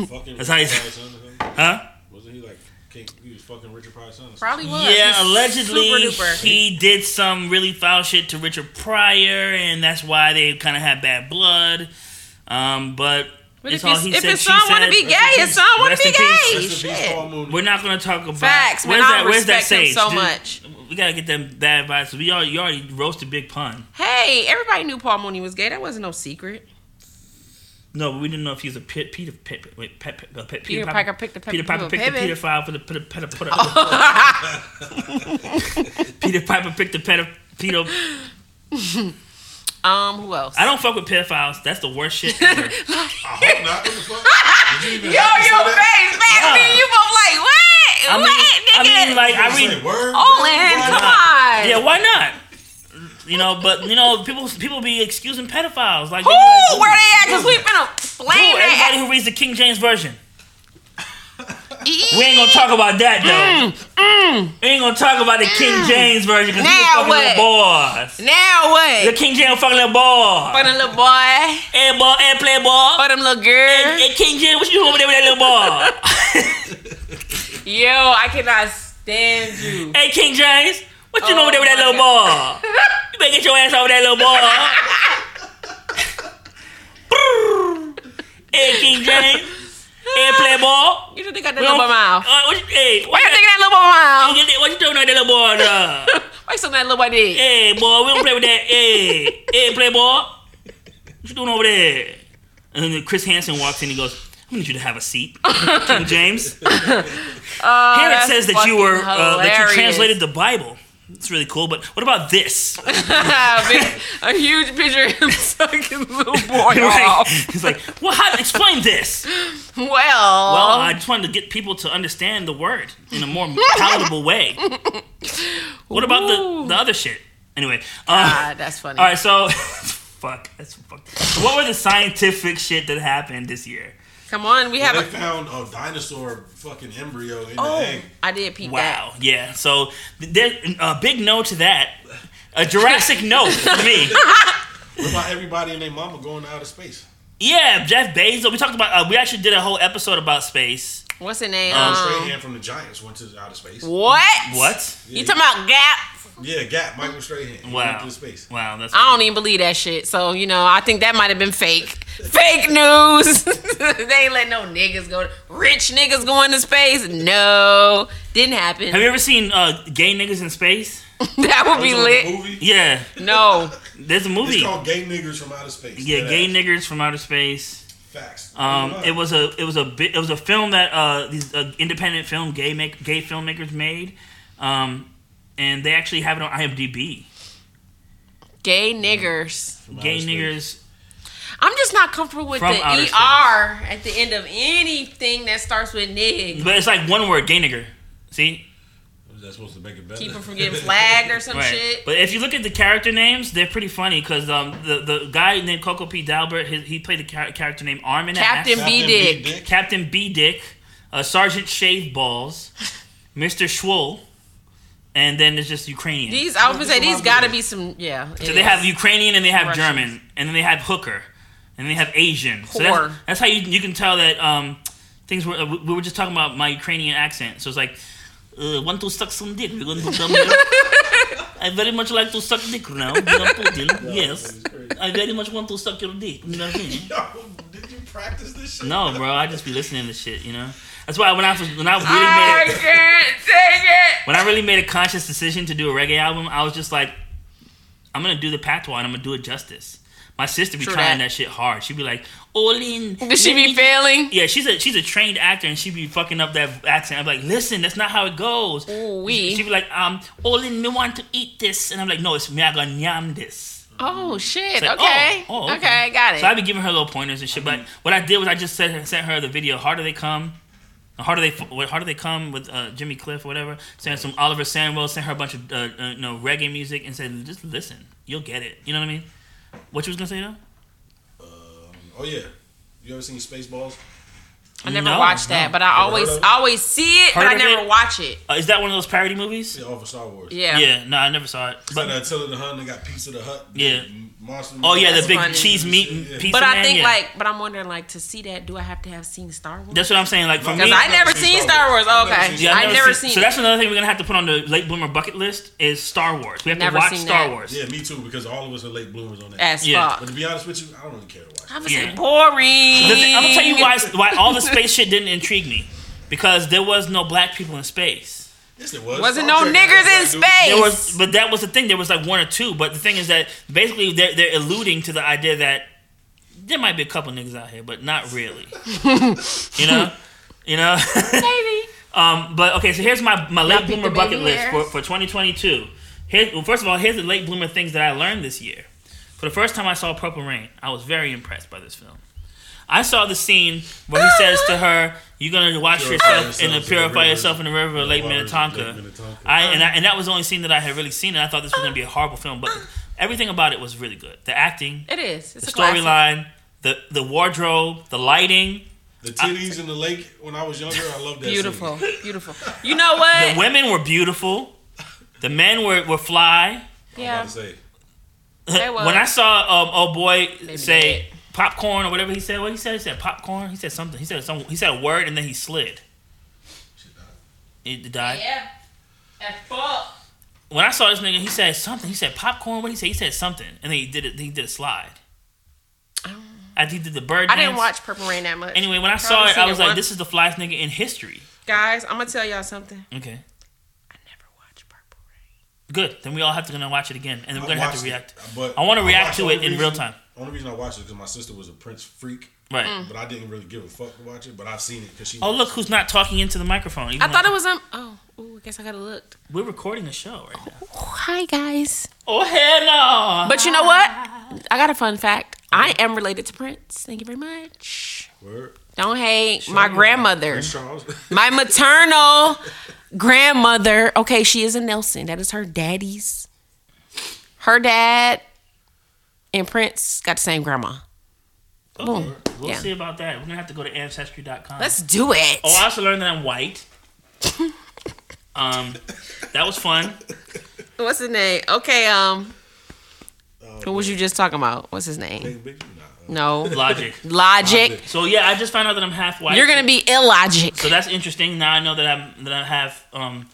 Speaker 3: like fucking
Speaker 1: That's how
Speaker 3: Richard
Speaker 1: he's-
Speaker 3: Pryor's son or something?
Speaker 1: huh?
Speaker 3: Wasn't he like king- he was fucking Richard Pryor's son? or something?
Speaker 2: Probably was.
Speaker 1: Yeah,
Speaker 2: He's
Speaker 1: allegedly
Speaker 2: super duper.
Speaker 1: he did some really foul shit to Richard Pryor, and that's why they kind of had bad blood. Um, but,
Speaker 2: But
Speaker 1: it's
Speaker 2: if,
Speaker 1: all
Speaker 2: his,
Speaker 1: he
Speaker 2: if
Speaker 1: said,
Speaker 2: his
Speaker 1: she
Speaker 2: son want to
Speaker 1: said.
Speaker 2: be gay,
Speaker 3: Rest in
Speaker 2: his son want to
Speaker 1: Rest
Speaker 2: be
Speaker 1: in
Speaker 2: gay.
Speaker 3: Rest in peace, Paul
Speaker 2: Shit.
Speaker 3: Mooney.
Speaker 1: We're not gonna talk about
Speaker 2: Facts, man, I respect him so
Speaker 1: Dude,
Speaker 2: much.
Speaker 1: We gotta get them bad vibes. We all you already roasted Big Pun.
Speaker 2: Hey, everybody knew Paul Mooney was gay. That wasn't no secret.
Speaker 1: No, but we didn't know if he was a pit, Peter Pit, wait, pet, pet, uh, pet,
Speaker 2: Peter
Speaker 1: Peter
Speaker 2: Piper picked the pe-
Speaker 1: Peter Piper
Speaker 2: little
Speaker 1: picked the
Speaker 2: pivot.
Speaker 1: pedophile for the put put put. Peter Piper picked the pedo. pedo.
Speaker 2: Um, who else?
Speaker 1: I don't fuck with pedophiles. That's the worst shit. Ever.
Speaker 3: I hope not. What the fuck? Did you even
Speaker 2: Yo, your
Speaker 3: have to
Speaker 2: face,
Speaker 3: say that?
Speaker 2: man.
Speaker 1: Nah.
Speaker 2: Me and you both like what?
Speaker 1: I mean,
Speaker 2: what, nigga?
Speaker 1: I mean, like I
Speaker 3: You
Speaker 1: read
Speaker 3: say word?
Speaker 2: Olin,
Speaker 3: Why
Speaker 2: come
Speaker 3: not?
Speaker 2: on.
Speaker 1: Yeah, why not? You know, but you know, people people be excusing pedophiles like, they be
Speaker 2: Who?
Speaker 1: like,
Speaker 2: Where they at? Cause we finna
Speaker 1: "Ooh,
Speaker 2: flame
Speaker 1: everybody
Speaker 2: that.
Speaker 1: who reads the King James version.
Speaker 2: ass.
Speaker 1: We ain't gonna talk about that though.
Speaker 2: Mm,
Speaker 1: We ain't gonna talk about the King James version because
Speaker 2: Now
Speaker 1: fucking little boys.
Speaker 2: Now
Speaker 1: The
Speaker 2: what?
Speaker 1: King James fucking little
Speaker 2: For
Speaker 1: boy.
Speaker 2: them little boy.
Speaker 1: Hey boy, hey play boy.
Speaker 2: For them little girl.
Speaker 1: Hey King James, what you doing over there with that little boy?
Speaker 2: Yo, I cannot stand you.
Speaker 1: hey King James, what you
Speaker 2: Oh,
Speaker 1: doing over there with that
Speaker 2: my
Speaker 1: little boy? You better get your ass over that little boy. hey King James, hey play boy.
Speaker 2: You don't think I got that little boy mouth.
Speaker 1: Uh, what you, hey,
Speaker 2: Why
Speaker 1: what
Speaker 2: you think that little boy mouth?
Speaker 1: you, what you doing over there, little boy? Uh,
Speaker 2: Why you something that little boy did?
Speaker 1: Hey, boy, we don't play with that. Hey, hey, playboy, what you doing over there? And then Chris Hansen walks in. He goes, "I need you to have a seat, King James." Here it
Speaker 2: Oh, that's
Speaker 1: says that you were
Speaker 2: fucking
Speaker 1: uh, that
Speaker 2: hilarious.
Speaker 1: you translated the Bible. It's really cool. But what about this?
Speaker 2: Ah, man, a huge picture of him sucking little boy
Speaker 1: Right?
Speaker 2: off.
Speaker 1: He's like, "Well, how, explain this."
Speaker 2: Well,
Speaker 1: Well, I just wanted to get people to understand the word in a more palatable way. What about the,
Speaker 2: Ooh.
Speaker 1: the other shit? Anyway, uh,
Speaker 2: God, that's funny.
Speaker 1: All right, so fuck, that's fuck. What were the scientific shit that happened this year?
Speaker 2: Come on, we have
Speaker 3: They
Speaker 2: a.
Speaker 3: found a dinosaur fucking embryo in the
Speaker 2: Oh,
Speaker 3: egg.
Speaker 2: I did peep
Speaker 1: Wow, yeah. So th- there, a big no to that. A Jurassic no for me.
Speaker 3: What about everybody and their mama going to outer space?
Speaker 1: Yeah, Jeff Bezos. We talked about. Uh, we actually did a whole episode about space.
Speaker 2: that. What's the name?
Speaker 3: Um,
Speaker 2: Um,
Speaker 3: Strahan from the Giants went to outer space.
Speaker 2: what?
Speaker 1: What?
Speaker 2: You talking about Gap?
Speaker 3: Yeah, Gap, Michael Strahan. He
Speaker 1: Wow.
Speaker 3: Went to space.
Speaker 1: Wow, that's.
Speaker 2: I don't even believe that shit. So you know, I think that might have been fake. Fake news. they ain't let no niggas go. Rich niggas go into space. No, didn't happen.
Speaker 1: Have you ever seen uh, gay niggas in space?
Speaker 2: that would be
Speaker 3: It's on the
Speaker 2: lit.
Speaker 3: movie.
Speaker 1: Yeah,
Speaker 2: No,
Speaker 1: there's a movie.
Speaker 3: It's called Gay Niggers from Outer Space.
Speaker 1: Yeah,
Speaker 3: Dead
Speaker 1: gay
Speaker 3: ass.
Speaker 1: niggers from outer space.
Speaker 3: Facts.
Speaker 1: Um,
Speaker 3: Wow.
Speaker 1: it was a it was a bit, it was a film that uh, these uh, independent film gay make gay filmmakers made, um, and they actually have it on IMDb.
Speaker 2: gay niggers.
Speaker 3: From
Speaker 1: gay
Speaker 3: outer space.
Speaker 1: niggers.
Speaker 2: I'm just not comfortable with
Speaker 1: From
Speaker 2: the
Speaker 1: outer
Speaker 2: er
Speaker 1: space.
Speaker 2: at the end of anything that starts with nig.
Speaker 1: But it's like one word, gay nigger. See,
Speaker 3: Was that supposed to make it better?
Speaker 2: Keep them from getting flagged or some shit.
Speaker 1: But if you look at the character names, they're pretty funny because um, the the guy named Coco P. Dalbert, his, he played the char- character named Armin.
Speaker 2: Captain
Speaker 1: Ass,
Speaker 2: B Dick.
Speaker 1: Captain B. Dick, uh, Sergeant Shave Balls, Mister Schwoll, and then it's just Ukrainian.
Speaker 2: These I was gonna say
Speaker 3: This is
Speaker 2: these
Speaker 3: my
Speaker 2: gotta
Speaker 3: movie.
Speaker 2: be some yeah.
Speaker 1: So they have Ukrainian and they have
Speaker 2: Russians.
Speaker 1: German and then they have hooker and they have Asian. So
Speaker 2: Whore.
Speaker 1: that's, that's how you you can tell that um things were uh, we- we were just talking about my Ukrainian accent. So it's like uh, want to suck some dick? We're going to come here. I very much like to suck dick now. you know, Putin. yes, I very much want to suck your dick. You know what I mean?
Speaker 3: Yo, did you practice this shit?
Speaker 1: No, bro, I just be listening to shit. You know, that's why when I was when I really
Speaker 2: I
Speaker 1: made it,
Speaker 2: can't take it.
Speaker 1: when I really made a conscious decision to do a reggae album, I was just like, I'm gonna do the patois and I'm gonna do it justice. My sister be
Speaker 2: True
Speaker 1: trying
Speaker 2: that.
Speaker 1: that. shit hard. She be like, Olin.
Speaker 2: Does she be failing?
Speaker 1: Yeah, she's a she's a trained actor and she be fucking up that accent. I'm like, listen, that's not how it goes.
Speaker 2: Ooh,
Speaker 1: She
Speaker 2: we.
Speaker 1: be like, um, Olin, me want to eat this, and I'm like, no, it's me. I gonna yam this.
Speaker 2: Oh shit.
Speaker 1: It's like,
Speaker 2: okay.
Speaker 1: oh, oh,
Speaker 2: okay. Got it. Mm-hmm.
Speaker 1: So I'd be giving her little pointers and shit. But what I did was I just sent her, sent her the video. How do they come? How do they? what- How do they come with uh, Jimmy Cliff or whatever? Sent some Oliver Sandwell. Sent her a bunch of uh, uh, you know reggae music and said, just listen, you'll get it. You know what I mean? What you was gonna say though?
Speaker 3: Oh yeah. You ever seen Spaceballs?
Speaker 2: I never
Speaker 1: No,
Speaker 2: watched that,
Speaker 1: no.
Speaker 2: but I always
Speaker 3: of it?
Speaker 2: I always see it, but
Speaker 1: Heard
Speaker 2: I
Speaker 1: of
Speaker 2: never
Speaker 1: it?
Speaker 2: watch it.
Speaker 1: Uh, is that one of those parody movies?
Speaker 3: Yeah, off of Star Wars.
Speaker 2: Yeah.
Speaker 1: no, I never saw it.
Speaker 3: But uh,
Speaker 1: But
Speaker 3: Attila the Hun, they got Pizza the Hut.
Speaker 1: Yeah.
Speaker 3: Monster.
Speaker 1: oh yeah,
Speaker 2: That's
Speaker 1: the big
Speaker 2: funny.
Speaker 1: cheese meat and
Speaker 3: Yeah.
Speaker 1: pizza.
Speaker 2: But I
Speaker 1: man,
Speaker 2: think
Speaker 1: yeah.
Speaker 2: like, but I'm wondering like to see that, do I have to have seen Star Wars?
Speaker 1: that's what I'm saying. Like for
Speaker 2: Because
Speaker 1: me,
Speaker 2: I never seen Star Wars.
Speaker 3: I've never
Speaker 2: Okay,
Speaker 3: seen Star
Speaker 1: I've
Speaker 2: I never seen.
Speaker 1: So
Speaker 2: it.
Speaker 1: that's another thing we're gonna have to put on the late bloomer bucket list is Star Wars. We have
Speaker 2: Never
Speaker 1: to watch
Speaker 2: seen
Speaker 1: Star
Speaker 2: that.
Speaker 1: Wars.
Speaker 3: Yeah, me too. Because all of us are late bloomers on that.
Speaker 2: as
Speaker 1: Yeah.
Speaker 2: fuck.
Speaker 3: But to be honest with you, I don't really care to watch. it.
Speaker 2: I was
Speaker 1: Yeah.
Speaker 2: like boring.
Speaker 1: The thing- I'm gonna tell you why why all the space shit didn't intrigue me because there was no black people in space.
Speaker 3: Yes, it was.
Speaker 2: Wasn't
Speaker 3: Star
Speaker 2: no
Speaker 3: Trek had
Speaker 2: niggers in
Speaker 3: black dudes.
Speaker 2: space.
Speaker 1: There was, but that was the thing. There was like one or two. But the thing is that basically they're they're alluding to the idea that there might be a couple niggas out here, but not really. you know, you know.
Speaker 2: Maybe.
Speaker 1: um, but okay, so here's my my late
Speaker 2: Not beat
Speaker 1: bloomer
Speaker 2: the
Speaker 1: bucket
Speaker 2: baby
Speaker 1: list for
Speaker 2: hairs.
Speaker 1: for 2022. Here, well, first of all, here's the late bloomer things that I learned this year. For the first time I saw Purple Rain, I was very impressed by this film. I saw the scene where he says to her, "You're gonna wash
Speaker 3: Purify
Speaker 1: yourself and then
Speaker 3: yourselves in the
Speaker 1: purify
Speaker 3: river-
Speaker 1: yourself in the river of Lake
Speaker 3: waters of
Speaker 1: Minnetonka."
Speaker 3: Lake Minnetonka.
Speaker 1: I and, I and that was the only scene that I had really seen, and I thought this was gonna be a horrible film, but everything about it was really good. The acting,
Speaker 2: It is. It's
Speaker 1: the
Speaker 2: a storyline.
Speaker 1: storyline, the the wardrobe, the lighting,
Speaker 3: The titties in the lake when I was younger, I loved that.
Speaker 2: Beautiful,
Speaker 3: Scene.
Speaker 2: beautiful. You know
Speaker 1: the
Speaker 2: what?
Speaker 1: women were beautiful, the men were were fly.
Speaker 3: I
Speaker 2: yeah,
Speaker 3: was about to say.
Speaker 2: they was.
Speaker 1: when I saw um old boy
Speaker 2: Maybe
Speaker 1: say popcorn or whatever he said, what he said, he said popcorn. He said something. He said some. He said a word and then he slid. It died.
Speaker 2: yeah, That's fuck.
Speaker 1: When I saw this nigga, he said something. He said popcorn. What he said? He said something, and then he did it. He did a slide. After he did the bird.
Speaker 2: I didn't
Speaker 1: dance.
Speaker 2: watch Purple Rain that much.
Speaker 1: Anyway, when I saw
Speaker 2: Probably
Speaker 1: it, I
Speaker 2: seen
Speaker 1: was like,
Speaker 2: once.
Speaker 1: "This is the flyest nigga in history."
Speaker 2: Guys, I'm gonna tell y'all something.
Speaker 1: Okay,
Speaker 2: I never watched Purple Rain.
Speaker 1: good. Then we all have to gonna watch it again, and then we're gonna have
Speaker 3: watched
Speaker 1: to
Speaker 3: it,
Speaker 1: react.
Speaker 3: but
Speaker 1: I want to react
Speaker 3: watched-
Speaker 1: to
Speaker 3: only
Speaker 1: it in
Speaker 3: reason-
Speaker 1: real time.
Speaker 3: Only reason I watched it because my sister was a Prince freak,
Speaker 1: Right.
Speaker 2: Mm.
Speaker 3: but I didn't really give a fuck to watch it. But I've seen it because she.
Speaker 1: Oh, look who's not talking into the microphone. even
Speaker 2: I
Speaker 1: though
Speaker 2: thought it was um. Oh, ooh, I guess I gotta look.
Speaker 1: we're recording a show
Speaker 2: Oh,
Speaker 1: right now.
Speaker 2: Hi guys.
Speaker 1: Oh hell no!
Speaker 2: But you know what? I got a fun fact. I am related to Prince. Thank you very much.
Speaker 3: Word.
Speaker 2: Don't hate my grandmother.
Speaker 3: Prince Charles.
Speaker 2: My maternal grandmother. Okay, she is a Nelson. That is her daddy's. Her dad and Prince got the same grandma. Boom.
Speaker 1: We'll
Speaker 2: Yeah.
Speaker 1: see about that. We're gonna have to go to ancestry.com.
Speaker 2: Let's do it.
Speaker 1: oh, I also learned that I'm white. um, that was fun.
Speaker 2: What's his name? Okay, um. What was you just talking about? What's his name?
Speaker 3: Big, big, nah, uh,
Speaker 2: No.
Speaker 1: Logic.
Speaker 2: Logic.
Speaker 1: So yeah, I just found out that I'm half white.
Speaker 2: You're gonna be illogic.
Speaker 1: So that's interesting. Now I know that I'm that I have um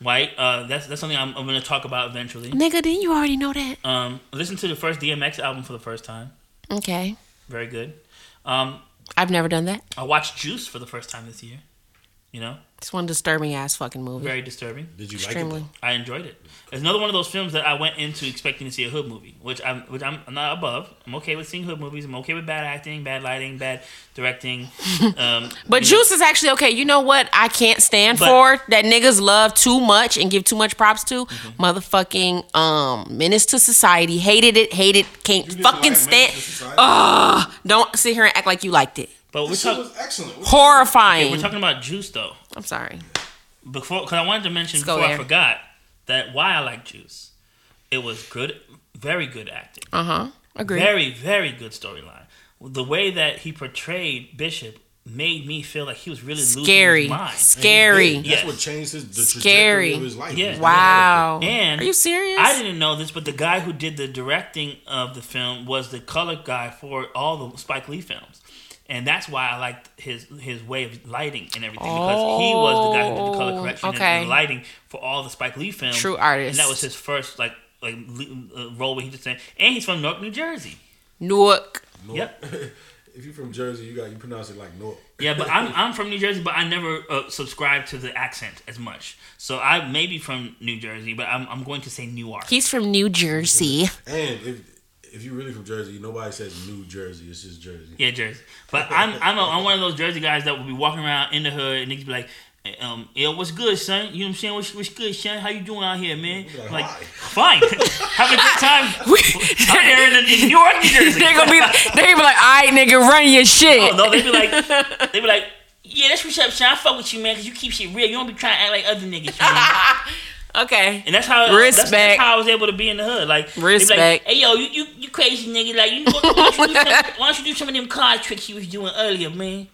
Speaker 1: white. Uh, that's that's something I'm, I'm gonna talk about eventually.
Speaker 2: Nigga, didn't you already know that?
Speaker 1: Um, listen to the first DMX album for the first time.
Speaker 2: Okay.
Speaker 1: Very good. Um,
Speaker 2: I've never done that.
Speaker 1: I watched Juice for the first time this year. You know,
Speaker 2: It's one disturbing ass fucking movie.
Speaker 1: very disturbing.
Speaker 3: Did you like
Speaker 2: Extremely.
Speaker 3: it?
Speaker 1: I enjoyed it. It's another one of those films that I went into expecting to see a hood movie, which I'm which I'm not above. I'm okay with seeing hood movies. I'm okay with bad acting, bad lighting, bad directing. Um,
Speaker 2: But
Speaker 1: you know,
Speaker 2: Juice is actually okay. You know what I can't stand
Speaker 1: But-
Speaker 2: for that niggas love too much and give too much props to? Motherfucking um menace to society. Hated it, hated, can't
Speaker 3: You didn't
Speaker 2: fucking
Speaker 3: like
Speaker 2: stand.
Speaker 3: Menace to Society?
Speaker 2: Ugh. Don't sit here and act like you liked it.
Speaker 1: but we're,
Speaker 3: This
Speaker 1: talk-
Speaker 3: shit was excellent. What-
Speaker 2: Horrifying.
Speaker 1: we're talking about Juice though.
Speaker 2: I'm sorry.
Speaker 1: Before, because I wanted to mention
Speaker 2: Let's go
Speaker 1: before I
Speaker 2: there.
Speaker 1: forgot that why I like Juice. It was good, very good acting.
Speaker 2: Uh huh. Agree.
Speaker 1: Very, very good storyline. The way that he portrayed Bishop made me feel like he was really losing
Speaker 2: Scary.
Speaker 1: his mind.
Speaker 3: And he
Speaker 2: Scary.
Speaker 3: did. That's
Speaker 1: Yes.
Speaker 3: what changed his the
Speaker 2: Scary.
Speaker 3: trajectory of his life.
Speaker 1: Yeah.
Speaker 3: His
Speaker 2: Wow.
Speaker 1: And
Speaker 2: Oh, Are you serious?
Speaker 1: I didn't know this, but the guy who did the directing of the film was the color guy for all the Spike Lee films. And that's why I liked his his way of lighting and everything because he was the guy who did the color
Speaker 2: Oh,
Speaker 1: correction and-
Speaker 2: okay.
Speaker 1: and the lighting for all the Spike Lee films.
Speaker 2: True
Speaker 1: And
Speaker 2: artist.
Speaker 1: that was his first like like le- uh, role where he just saying, and he's from Newark, New Jersey.
Speaker 2: Newark.
Speaker 3: North.
Speaker 1: Yep.
Speaker 3: if you're from Jersey, you got you pronounce it like North.
Speaker 1: Yeah, but I'm I'm from New Jersey, but I never uh, subscribe to the accent as much. So I may be from New Jersey, but I'm I'm going to say Newark.
Speaker 2: He's from New Jersey.
Speaker 3: And if if you're really from Jersey, nobody says New Jersey. It's just Jersey.
Speaker 1: Yeah, Jersey. But I'm I'm, a, I'm one of those Jersey guys that will be walking around in the hood and niggas be like, eh, um, yo, what's good, son? You know what I'm saying? What's, what's good, son? How you doing out here, man?
Speaker 3: Like,
Speaker 1: Like,
Speaker 3: "Hi."
Speaker 1: fine. Have a good time out
Speaker 2: they're
Speaker 1: there in, in New York, New Jersey.
Speaker 2: gonna be like, they gonna be like, all right, nigga, run your shit.
Speaker 1: Oh, no, they be like, they be like, yeah, that's what's up, son. I fuck with you, man, because you keep shit real. You don't be trying to act like other niggas, man.
Speaker 2: Okay.
Speaker 1: And that's how That's, that's
Speaker 2: Respect.
Speaker 1: how I was able to be in the hood. Like, they be
Speaker 2: Respect.
Speaker 1: Like, hey, yo, you, you, you crazy nigga. Like, you, why, don't you do some, why don't you do some of them card tricks you was doing earlier, man?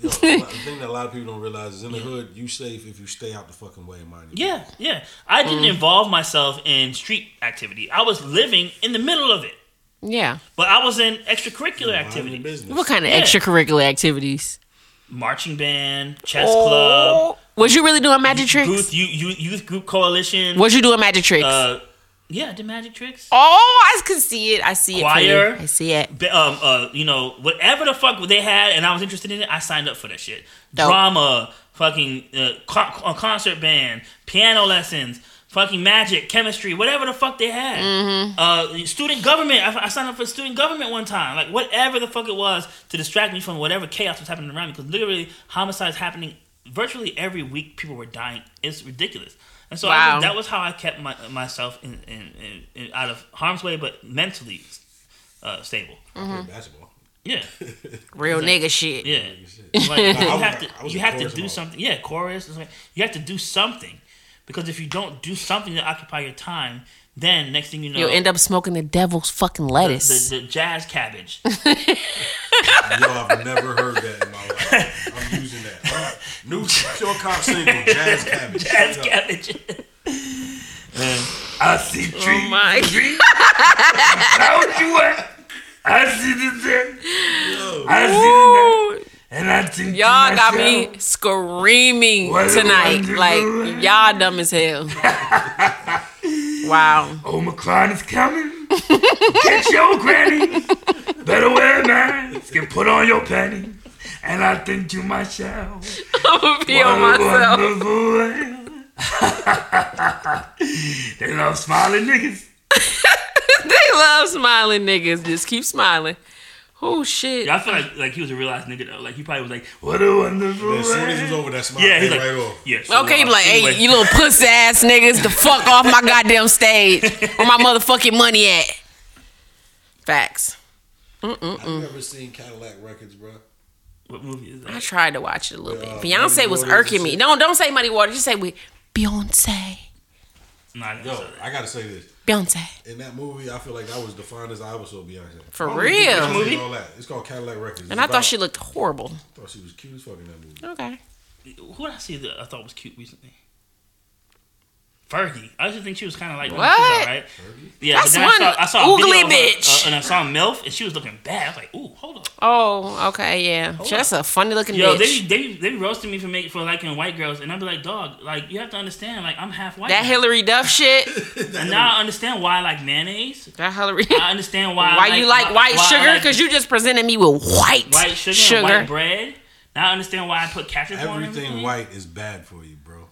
Speaker 3: You know, a lot- the thing that a lot of people don't realize is in the hood, you safe if you stay out the fucking way, mind you.
Speaker 1: Yeah, yeah. I didn't
Speaker 3: Mm.
Speaker 1: involve myself in street activity. I was living in the middle of it,
Speaker 2: Yeah.
Speaker 1: but I was in extracurricular
Speaker 3: Mind your
Speaker 1: activity,
Speaker 3: business.
Speaker 2: What kind of
Speaker 1: Yeah.
Speaker 2: extracurricular activities?
Speaker 1: marching band, chess club,
Speaker 2: Was you really doing Oh, magic tricks?
Speaker 1: youth, youth, youth group coalition.
Speaker 2: Was you doing magic tricks?
Speaker 1: Uh, yeah, the magic tricks.
Speaker 2: oh, I can see it. I see it.
Speaker 1: Choir.
Speaker 2: Choir. I see it.
Speaker 1: Ba- Um, uh, you know, whatever the fuck they had, and I was interested in it. I signed up for that shit.
Speaker 2: Dope.
Speaker 1: Drama, fucking uh, co- uh, concert band, piano lessons, fucking magic, chemistry, whatever the fuck they had.
Speaker 2: Mm-hmm.
Speaker 1: Uh, student government. I, I signed up for student government one time. Like whatever the fuck it was to distract me from whatever chaos was happening around me. Because literally homicides happening virtually every week. People were dying. It's ridiculous. And so I
Speaker 2: Wow.
Speaker 1: was, that was how I kept my, myself in, in, in, in out of harm's way, but mentally uh, stable.
Speaker 3: I played basketball.
Speaker 1: Yeah,
Speaker 2: Real nigga shit.
Speaker 1: yeah.
Speaker 3: Shit.
Speaker 1: Like, you
Speaker 3: I was-
Speaker 1: have
Speaker 3: I
Speaker 1: to,
Speaker 3: was
Speaker 1: you
Speaker 3: a
Speaker 1: have to
Speaker 3: chorus
Speaker 1: do
Speaker 3: and all.
Speaker 1: something. Yeah, chorus. it's like- You have to do something because if you don't do something to occupy your time, then next thing you know,
Speaker 2: You'll end up smoking the devil's fucking
Speaker 1: the,
Speaker 2: lettuce.
Speaker 1: the, the jazz cabbage.
Speaker 3: Yo, I've never heard that in my life. I'm using that. Alright. New Short Cop single, Jazz Cabbage.
Speaker 1: jazz
Speaker 3: Shut up.
Speaker 1: cabbage. I see trees.
Speaker 2: Oh my
Speaker 1: Don't you what? I see the dead. I
Speaker 2: Ooh,
Speaker 1: and I think
Speaker 2: y'all got me screaming
Speaker 1: What a
Speaker 2: tonight.
Speaker 1: wonderful
Speaker 2: Like y'all dumb as hell. wow.
Speaker 1: Omicron Oh, is coming. Get your granny. Better wear a mask and put on your panties. And I think to myself.
Speaker 2: I'm gonna pee on
Speaker 1: What a
Speaker 2: myself.
Speaker 1: wonderful world. they love smiling niggas.
Speaker 2: They love smiling niggas. Just keep smiling. Oh shit.
Speaker 1: I feel like like he was a real ass nigga though. Like he probably was like, what a wonderful
Speaker 3: As soon as it was
Speaker 1: world.
Speaker 3: over, that smile
Speaker 1: Yeah, he's
Speaker 3: came
Speaker 1: like,
Speaker 3: right off.
Speaker 1: yes.
Speaker 2: Okay, you be like, hey, you little pussy ass niggas, the fuck off my goddamn stage. Where my motherfucking money at? Facts.
Speaker 3: I've never seen Cadillac Records, bro.
Speaker 1: What movie is
Speaker 2: I
Speaker 1: that?
Speaker 2: tried to watch it a little bit.
Speaker 3: Yeah,
Speaker 2: Beyonce
Speaker 3: Muddy
Speaker 2: was
Speaker 3: Waters
Speaker 2: irking
Speaker 3: and
Speaker 2: me.
Speaker 3: shit.
Speaker 2: No, don't say Muddy Water. Just say we Beyonce.
Speaker 1: Nah, I didn't
Speaker 3: Yo,
Speaker 1: saw that.
Speaker 3: I gotta say this.
Speaker 2: Beyonce.
Speaker 3: In that movie, I feel like that was the finest I ever saw Beyonce.
Speaker 2: For
Speaker 3: Why would you
Speaker 2: real?
Speaker 3: Beyonce and
Speaker 1: Movie?
Speaker 3: all that? It's called Cadillac Records. It's
Speaker 2: And I
Speaker 3: about-
Speaker 2: thought she looked horrible.
Speaker 3: I thought she was cute as fuck in that movie.
Speaker 2: Okay.
Speaker 1: Who did I see that I thought was cute recently? Fergie. I used to think she was kind of like that,
Speaker 2: What?
Speaker 1: right? Yeah,
Speaker 2: That's
Speaker 1: but then
Speaker 2: one
Speaker 1: I saw, I saw a
Speaker 2: oogly
Speaker 1: video of her,
Speaker 2: bitch.
Speaker 1: uh, and I saw MILF, and she was looking bad. I was like, ooh, hold up.
Speaker 2: Oh, okay, yeah. That's a funny looking
Speaker 1: Yo,
Speaker 2: bitch.
Speaker 1: they be, they be, they be roasting me for make for liking white girls, and I'd be like, dog, like you have to understand, like I'm half white.
Speaker 2: that
Speaker 1: now.
Speaker 2: Hillary Duff shit.
Speaker 1: And now I understand why I like mayonnaise.
Speaker 2: That Hillary.
Speaker 1: I understand why. I
Speaker 2: Why you like
Speaker 1: why-
Speaker 2: white
Speaker 1: why I
Speaker 2: sugar?
Speaker 1: like
Speaker 2: Because you just presented me with white,
Speaker 1: white sugar,
Speaker 2: sugar.
Speaker 1: And white bread. Now I understand why I put ketchup on
Speaker 3: Everything
Speaker 1: everything.
Speaker 3: white is bad for you, bro.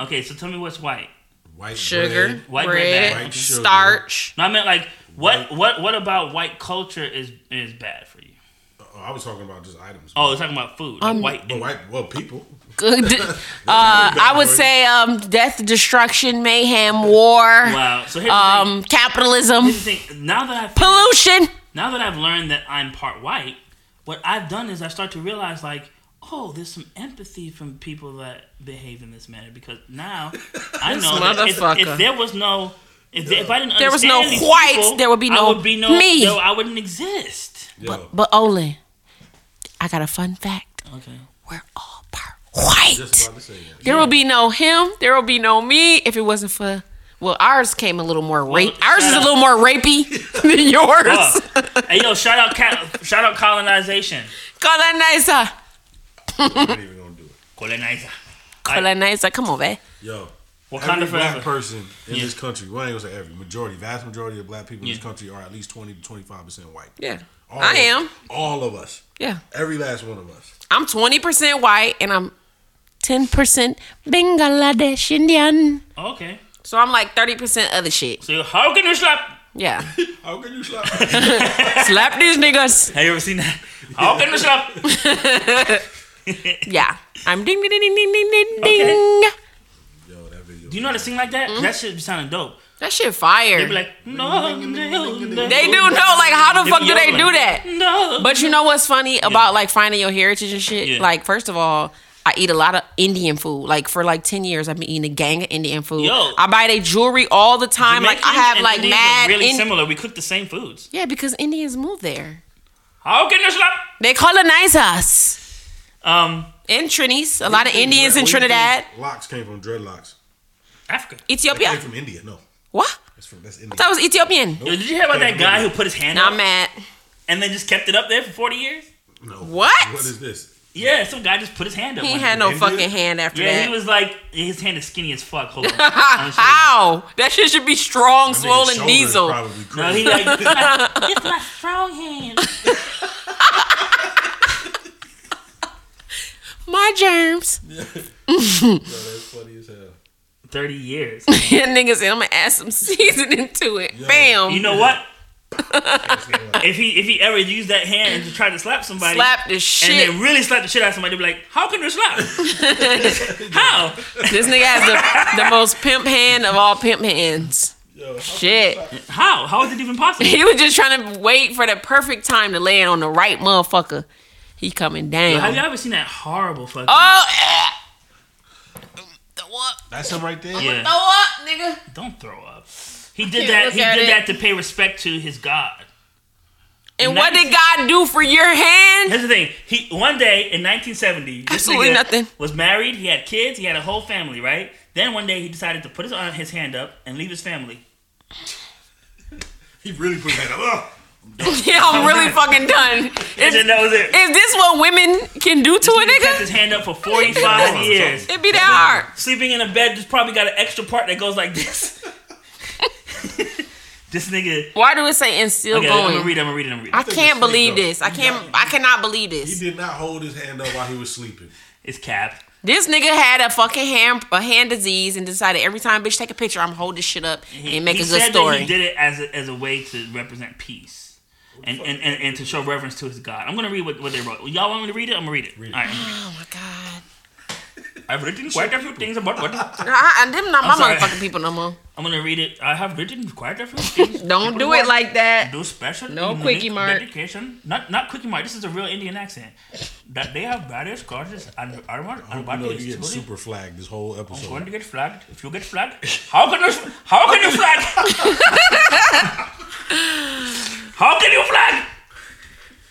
Speaker 1: Okay, so tell me what's white.
Speaker 3: White
Speaker 2: sugar,
Speaker 3: bread,
Speaker 1: White bread
Speaker 2: bread,
Speaker 1: bag. White
Speaker 3: sugar.
Speaker 2: starch.
Speaker 1: No, I meant like what
Speaker 3: White.
Speaker 1: what what about white culture is is bad for you?
Speaker 3: Oh, I was talking about just items.
Speaker 1: Oh, we're talking about food.
Speaker 2: Um,
Speaker 1: Like white.
Speaker 3: but white, well, people.
Speaker 2: Good. Uh, I would say um, death, destruction, mayhem, war,
Speaker 1: Wow. So here's,
Speaker 2: um, capitalism,
Speaker 1: the thing. here's the thing. Now that I've
Speaker 2: pollution.
Speaker 1: now that I've learned that I'm part white, what I've done is I start to realize like, oh, there's some empathy from people that behave in this manner because now I know that if,
Speaker 2: motherfucker.
Speaker 1: if there was no if, there- if I didn't
Speaker 2: There was
Speaker 1: understand
Speaker 2: no
Speaker 1: these
Speaker 2: whites,
Speaker 1: people,
Speaker 2: there would be
Speaker 1: I
Speaker 2: no me.
Speaker 1: no, I wouldn't exist.
Speaker 3: Yo,
Speaker 2: But Olin, I got a fun fact.
Speaker 1: Okay.
Speaker 2: We're all part white.
Speaker 3: just about to say that.
Speaker 2: There will be no him. There will be no me if it wasn't for. Well, ours came a little more rape.
Speaker 1: shut
Speaker 2: ours is a
Speaker 1: up.
Speaker 2: little more rapey than yours.
Speaker 1: Oh. hey yo, shout out ca- shout out colonization.
Speaker 2: Colonizer,
Speaker 3: I'm not even gonna do it.
Speaker 1: Colonizer.
Speaker 2: colonizer, come on, man.
Speaker 3: Yo,
Speaker 1: Wakanda
Speaker 3: every
Speaker 1: forever.
Speaker 3: black person in
Speaker 1: Yeah.
Speaker 3: this country. Well, I ain't gonna say every majority, vast majority of black people in
Speaker 1: Yeah.
Speaker 3: this country are at least twenty to twenty five percent white.
Speaker 2: Yeah,
Speaker 3: All
Speaker 2: I
Speaker 3: of-
Speaker 2: am.
Speaker 3: All of us.
Speaker 2: Yeah,
Speaker 3: Every last one of us.
Speaker 2: I'm 20% white and I'm 10% Bangladesh Indian.
Speaker 1: okay.
Speaker 2: So I'm like 30% other shit.
Speaker 1: So how can you slap?
Speaker 2: Yeah.
Speaker 3: How can you slap?
Speaker 2: Slap these niggas.
Speaker 1: Have you ever seen that? I'll get this up.
Speaker 2: Yeah. I'm ding ding ding ding ding ding ding.
Speaker 3: Yo, that video.
Speaker 1: Do you know how to sing like that? That shit be sounding dope.
Speaker 2: That shit fire.
Speaker 1: They be like, no, no, no.
Speaker 2: They do know, like, how the
Speaker 1: They
Speaker 2: fuck
Speaker 1: be
Speaker 2: do they
Speaker 1: yodeling.
Speaker 2: do that?
Speaker 1: No.
Speaker 2: But you know what's funny about like finding your heritage and shit?
Speaker 1: Yeah.
Speaker 2: Like, first of all, I eat a lot of Indian food. Like for like ten years, I've been eating a gang of Indian food.
Speaker 1: Yo.
Speaker 2: I buy their jewelry all the time. like I
Speaker 1: Jamaicans
Speaker 2: have
Speaker 1: and
Speaker 2: like
Speaker 1: Indians
Speaker 2: mad.
Speaker 1: are really
Speaker 2: Ind-
Speaker 1: similar. We cook the same foods.
Speaker 2: yeah, because Indians move there.
Speaker 1: How can this up?
Speaker 2: They colonize us.
Speaker 1: Um,
Speaker 2: In Trinis, a lot of Indians
Speaker 3: Where
Speaker 2: in
Speaker 3: you think
Speaker 2: Trinidad,
Speaker 3: Locks came from dreadlocks.
Speaker 1: Africa.
Speaker 3: That
Speaker 2: Ethiopia.
Speaker 3: came from India. No,
Speaker 2: What?
Speaker 3: that's from that's India.
Speaker 2: That was Ethiopian.
Speaker 1: Yo, did you hear about that guy who put his hand
Speaker 2: Nah,
Speaker 1: up
Speaker 2: I'm mad.
Speaker 1: and then just kept it up there for 40 years?
Speaker 3: no.
Speaker 2: What?
Speaker 3: What is this?
Speaker 1: Yeah, some guy just put his hand up.
Speaker 2: He
Speaker 1: one
Speaker 2: ain't
Speaker 1: day.
Speaker 2: had no
Speaker 3: India?
Speaker 2: fucking hand after
Speaker 1: Yeah,
Speaker 2: that.
Speaker 1: he was like, his hand is skinny as fuck. Hold on.
Speaker 2: Ha, How? That shit should be strong,
Speaker 3: Nigga's
Speaker 2: swollen
Speaker 3: shoulder is
Speaker 2: diesel.
Speaker 3: Probably crazy.
Speaker 1: No, he like, it's my, strong hand.
Speaker 2: My germs.
Speaker 3: Yo, that's funny as hell.
Speaker 1: 30 years.
Speaker 2: niggas said, I'm gonna add some seasoning to it. Bam.
Speaker 1: You know what?
Speaker 3: That's what
Speaker 1: If he if he ever used that hand and just tried to slap somebody,
Speaker 2: Slap the
Speaker 1: and
Speaker 2: shit.
Speaker 1: then really slap the shit out of somebody, they'd be like, how can you slap? how?
Speaker 2: this nigga has the, the most pimp hand of all pimp hands.
Speaker 3: Yo, how-
Speaker 2: Shit.
Speaker 1: How? How is it even possible?
Speaker 2: He was just trying to wait for the perfect time to land on the right motherfucker. He coming
Speaker 1: Have
Speaker 2: down.
Speaker 1: you ever seen that horrible fucking?
Speaker 2: oh, eh. Throw up.
Speaker 3: That's him right there.
Speaker 1: yeah.
Speaker 2: Throw up, nigga.
Speaker 1: Don't throw up. He did
Speaker 2: can't
Speaker 1: that.
Speaker 2: look
Speaker 1: He
Speaker 2: at
Speaker 1: did that
Speaker 2: it.
Speaker 1: to pay respect to his God.
Speaker 2: And what did God do for your hand?
Speaker 1: Here's the thing. He one day in 1970, this
Speaker 2: Absolutely
Speaker 1: nigga
Speaker 2: nothing.
Speaker 1: was married. He had kids. He had a whole family, right? Then one day he decided to put his arm, his hand up and leave his family.
Speaker 3: He really put that up.
Speaker 2: yeah, I'm really fucking done.
Speaker 1: And then
Speaker 2: Is,
Speaker 1: that was it.
Speaker 2: is this what women can do to a
Speaker 1: He kept his
Speaker 2: nigga?
Speaker 1: hand up for 45 years.
Speaker 2: It be that hard.
Speaker 1: Sleeping in a bed just probably got an extra part that goes like this. this nigga.
Speaker 2: Why do it say and still
Speaker 1: Okay, I'm gonna
Speaker 2: going?
Speaker 1: read it. I'm gonna read it. I'm gonna
Speaker 2: I
Speaker 1: read it.
Speaker 2: can't
Speaker 3: it's
Speaker 2: believe
Speaker 3: fake, though.
Speaker 2: this. I can't. I cannot believe
Speaker 3: He
Speaker 2: this.
Speaker 3: did not hold his hand up while he was sleeping.
Speaker 1: It's cap.
Speaker 2: This nigga had a fucking hand, a hand disease, and decided every time bitch take a picture, I'm hold this shit up and make
Speaker 1: he
Speaker 2: a good
Speaker 1: said That
Speaker 2: story.
Speaker 1: he did it as a, as a way to represent peace and, and, and, and to show reverence to his God. I'm gonna read what, what they wrote. Y'all want me to read it? I'm gonna read it. All right.
Speaker 2: Oh my god.
Speaker 1: I've written quite a few things about what. I'm
Speaker 2: Nah, I, I, them not my
Speaker 1: sorry.
Speaker 2: motherfucking people no more.
Speaker 1: gonna read it. I have written quite a few things.
Speaker 2: Don't
Speaker 1: People
Speaker 2: do it
Speaker 1: want-
Speaker 2: like that.
Speaker 1: do special
Speaker 2: No
Speaker 1: unique
Speaker 2: quickie mart.
Speaker 1: dedication. Not not quickie mart. This is a real Indian accent. That they have various causes and armor
Speaker 3: I
Speaker 1: and
Speaker 3: hope you know
Speaker 1: bodies.
Speaker 3: you're getting
Speaker 1: Slowly
Speaker 3: super flagged this whole episode.
Speaker 1: Going to get flagged. If you get flagged, how can you how can you flag? how can you flag?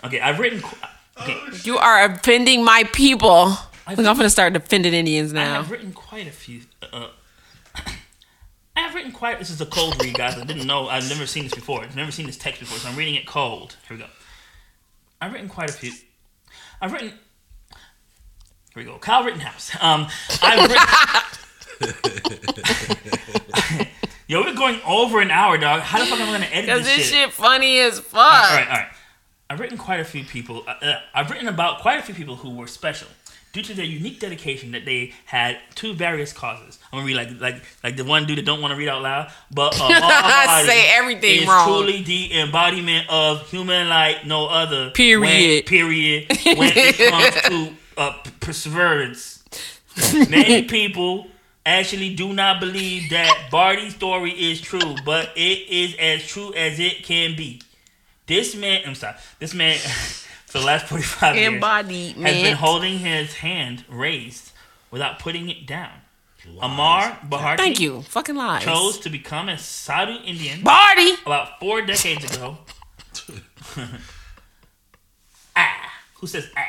Speaker 1: Okay, I've written. qu- Okay,
Speaker 2: You are offending my people. Look, I'm gonna start defending Indians
Speaker 1: I
Speaker 2: now.
Speaker 1: have written quite a few. Uh, I have written quite. This is a cold read, guys. I didn't know. I've never seen this before. I've never seen this text before, so I'm reading it cold. Here we go. I've written quite a few. I've written. Here we go. Kyle Rittenhouse. Um, I've written. Yo, we're going over an hour, dog. How the fuck am I gonna edit
Speaker 2: Cause
Speaker 1: this,
Speaker 2: this
Speaker 1: shit?
Speaker 2: shit funny as fuck.
Speaker 1: All right, all right. I've written quite a few people. Uh, uh, I've written about quite a few people who were special due to their unique dedication that they had to various causes. I'm gonna read like like like the one dude that don't want to read out loud, but of all bodies
Speaker 2: Say everything
Speaker 1: is
Speaker 2: wrong.
Speaker 1: truly the embodiment of human like no other.
Speaker 2: Period.
Speaker 1: When, period. When it comes to uh, p- perseverance, many people. Actually, do not believe that Barty's story is true, but it is as true as it can be. This man, I'm sorry, this man for the last 45 years has
Speaker 2: Embodied
Speaker 1: been
Speaker 2: man.
Speaker 1: holding his hand raised without putting it down. Amar Bharti
Speaker 2: Thank you. Fucking lies.
Speaker 1: chose to become a Saudi Indian
Speaker 2: Party.
Speaker 1: about four decades ago. ah, who says ah?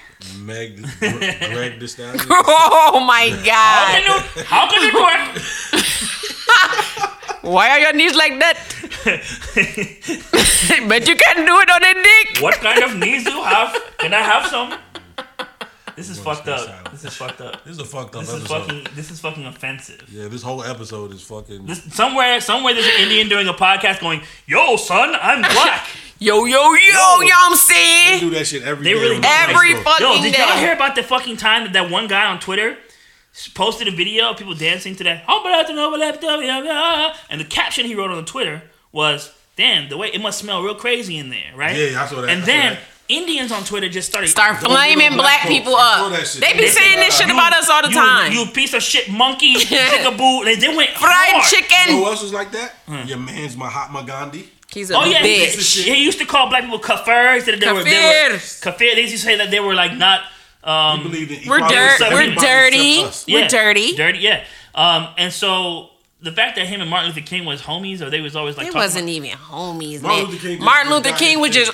Speaker 3: Meg, Greg, this guy.
Speaker 2: Oh my
Speaker 1: How
Speaker 2: god.
Speaker 1: can you, how can you do it?
Speaker 2: Why are your knees like that? but you can do it on a dick.
Speaker 1: What kind of knees do you have? Can I have some? This is fucked
Speaker 3: stay
Speaker 1: up.
Speaker 3: silent.
Speaker 1: This is fucked up.
Speaker 3: This is a fucked up
Speaker 1: This is
Speaker 3: episode.
Speaker 1: fucking. This is fucking offensive.
Speaker 3: yeah, this whole episode is fucking.
Speaker 1: This, somewhere, somewhere, there's an Indian doing a podcast going, "Yo, son, I'm black."
Speaker 2: Yo, yo, yo, yo, you know what I'm
Speaker 3: they
Speaker 2: saying?
Speaker 3: do that shit every
Speaker 1: They
Speaker 3: day
Speaker 1: really
Speaker 3: on
Speaker 1: do.
Speaker 3: Facebook.
Speaker 2: Every fucking
Speaker 1: Yo, did y'all
Speaker 2: day.
Speaker 1: hear about the fucking time that that one guy on Twitter posted a video "Oh, of people dancing to that? "Humble up and overlap, da, da, da," And the caption he wrote on the Twitter was, damn, the way it must smell real crazy in there, right?
Speaker 3: Yeah, I saw that, I
Speaker 1: And
Speaker 3: saw
Speaker 1: then
Speaker 3: that.
Speaker 1: Indians on Twitter just started
Speaker 2: Start
Speaker 3: Those
Speaker 2: flaming
Speaker 3: little
Speaker 2: black
Speaker 3: black
Speaker 2: people
Speaker 3: folks, I saw
Speaker 2: up.
Speaker 3: that shit.
Speaker 2: They be
Speaker 3: They
Speaker 2: saying this shit
Speaker 1: You-
Speaker 2: about us all the
Speaker 1: you-
Speaker 2: time.
Speaker 1: You piece of shit monkey, chickaboo. They, they went
Speaker 2: Fried
Speaker 1: hard.
Speaker 3: Who
Speaker 2: chicken.
Speaker 3: else is like that?
Speaker 1: Hmm.
Speaker 3: Your man's Mahatma Gandhi.
Speaker 2: He's a
Speaker 1: Oh yeah, he
Speaker 2: bitch.
Speaker 1: used, to, he used to call black people kafirs. That they were, they were
Speaker 2: Kafirs.
Speaker 1: kafir. They used to say that they were like not. Um,
Speaker 3: He believed in
Speaker 2: We're
Speaker 3: equality
Speaker 2: dirt.
Speaker 3: except
Speaker 2: We're
Speaker 3: everybody
Speaker 2: dirty.
Speaker 3: except us.
Speaker 2: We're
Speaker 1: yeah,
Speaker 2: dirty.
Speaker 1: dirty. Yeah. Um, and so the fact that him and Martin Luther King was homies, or they was always like
Speaker 2: It
Speaker 1: talking
Speaker 2: wasn't even homies.
Speaker 3: Martin
Speaker 2: Martin
Speaker 3: Luther King just-
Speaker 2: Martin Luther King was just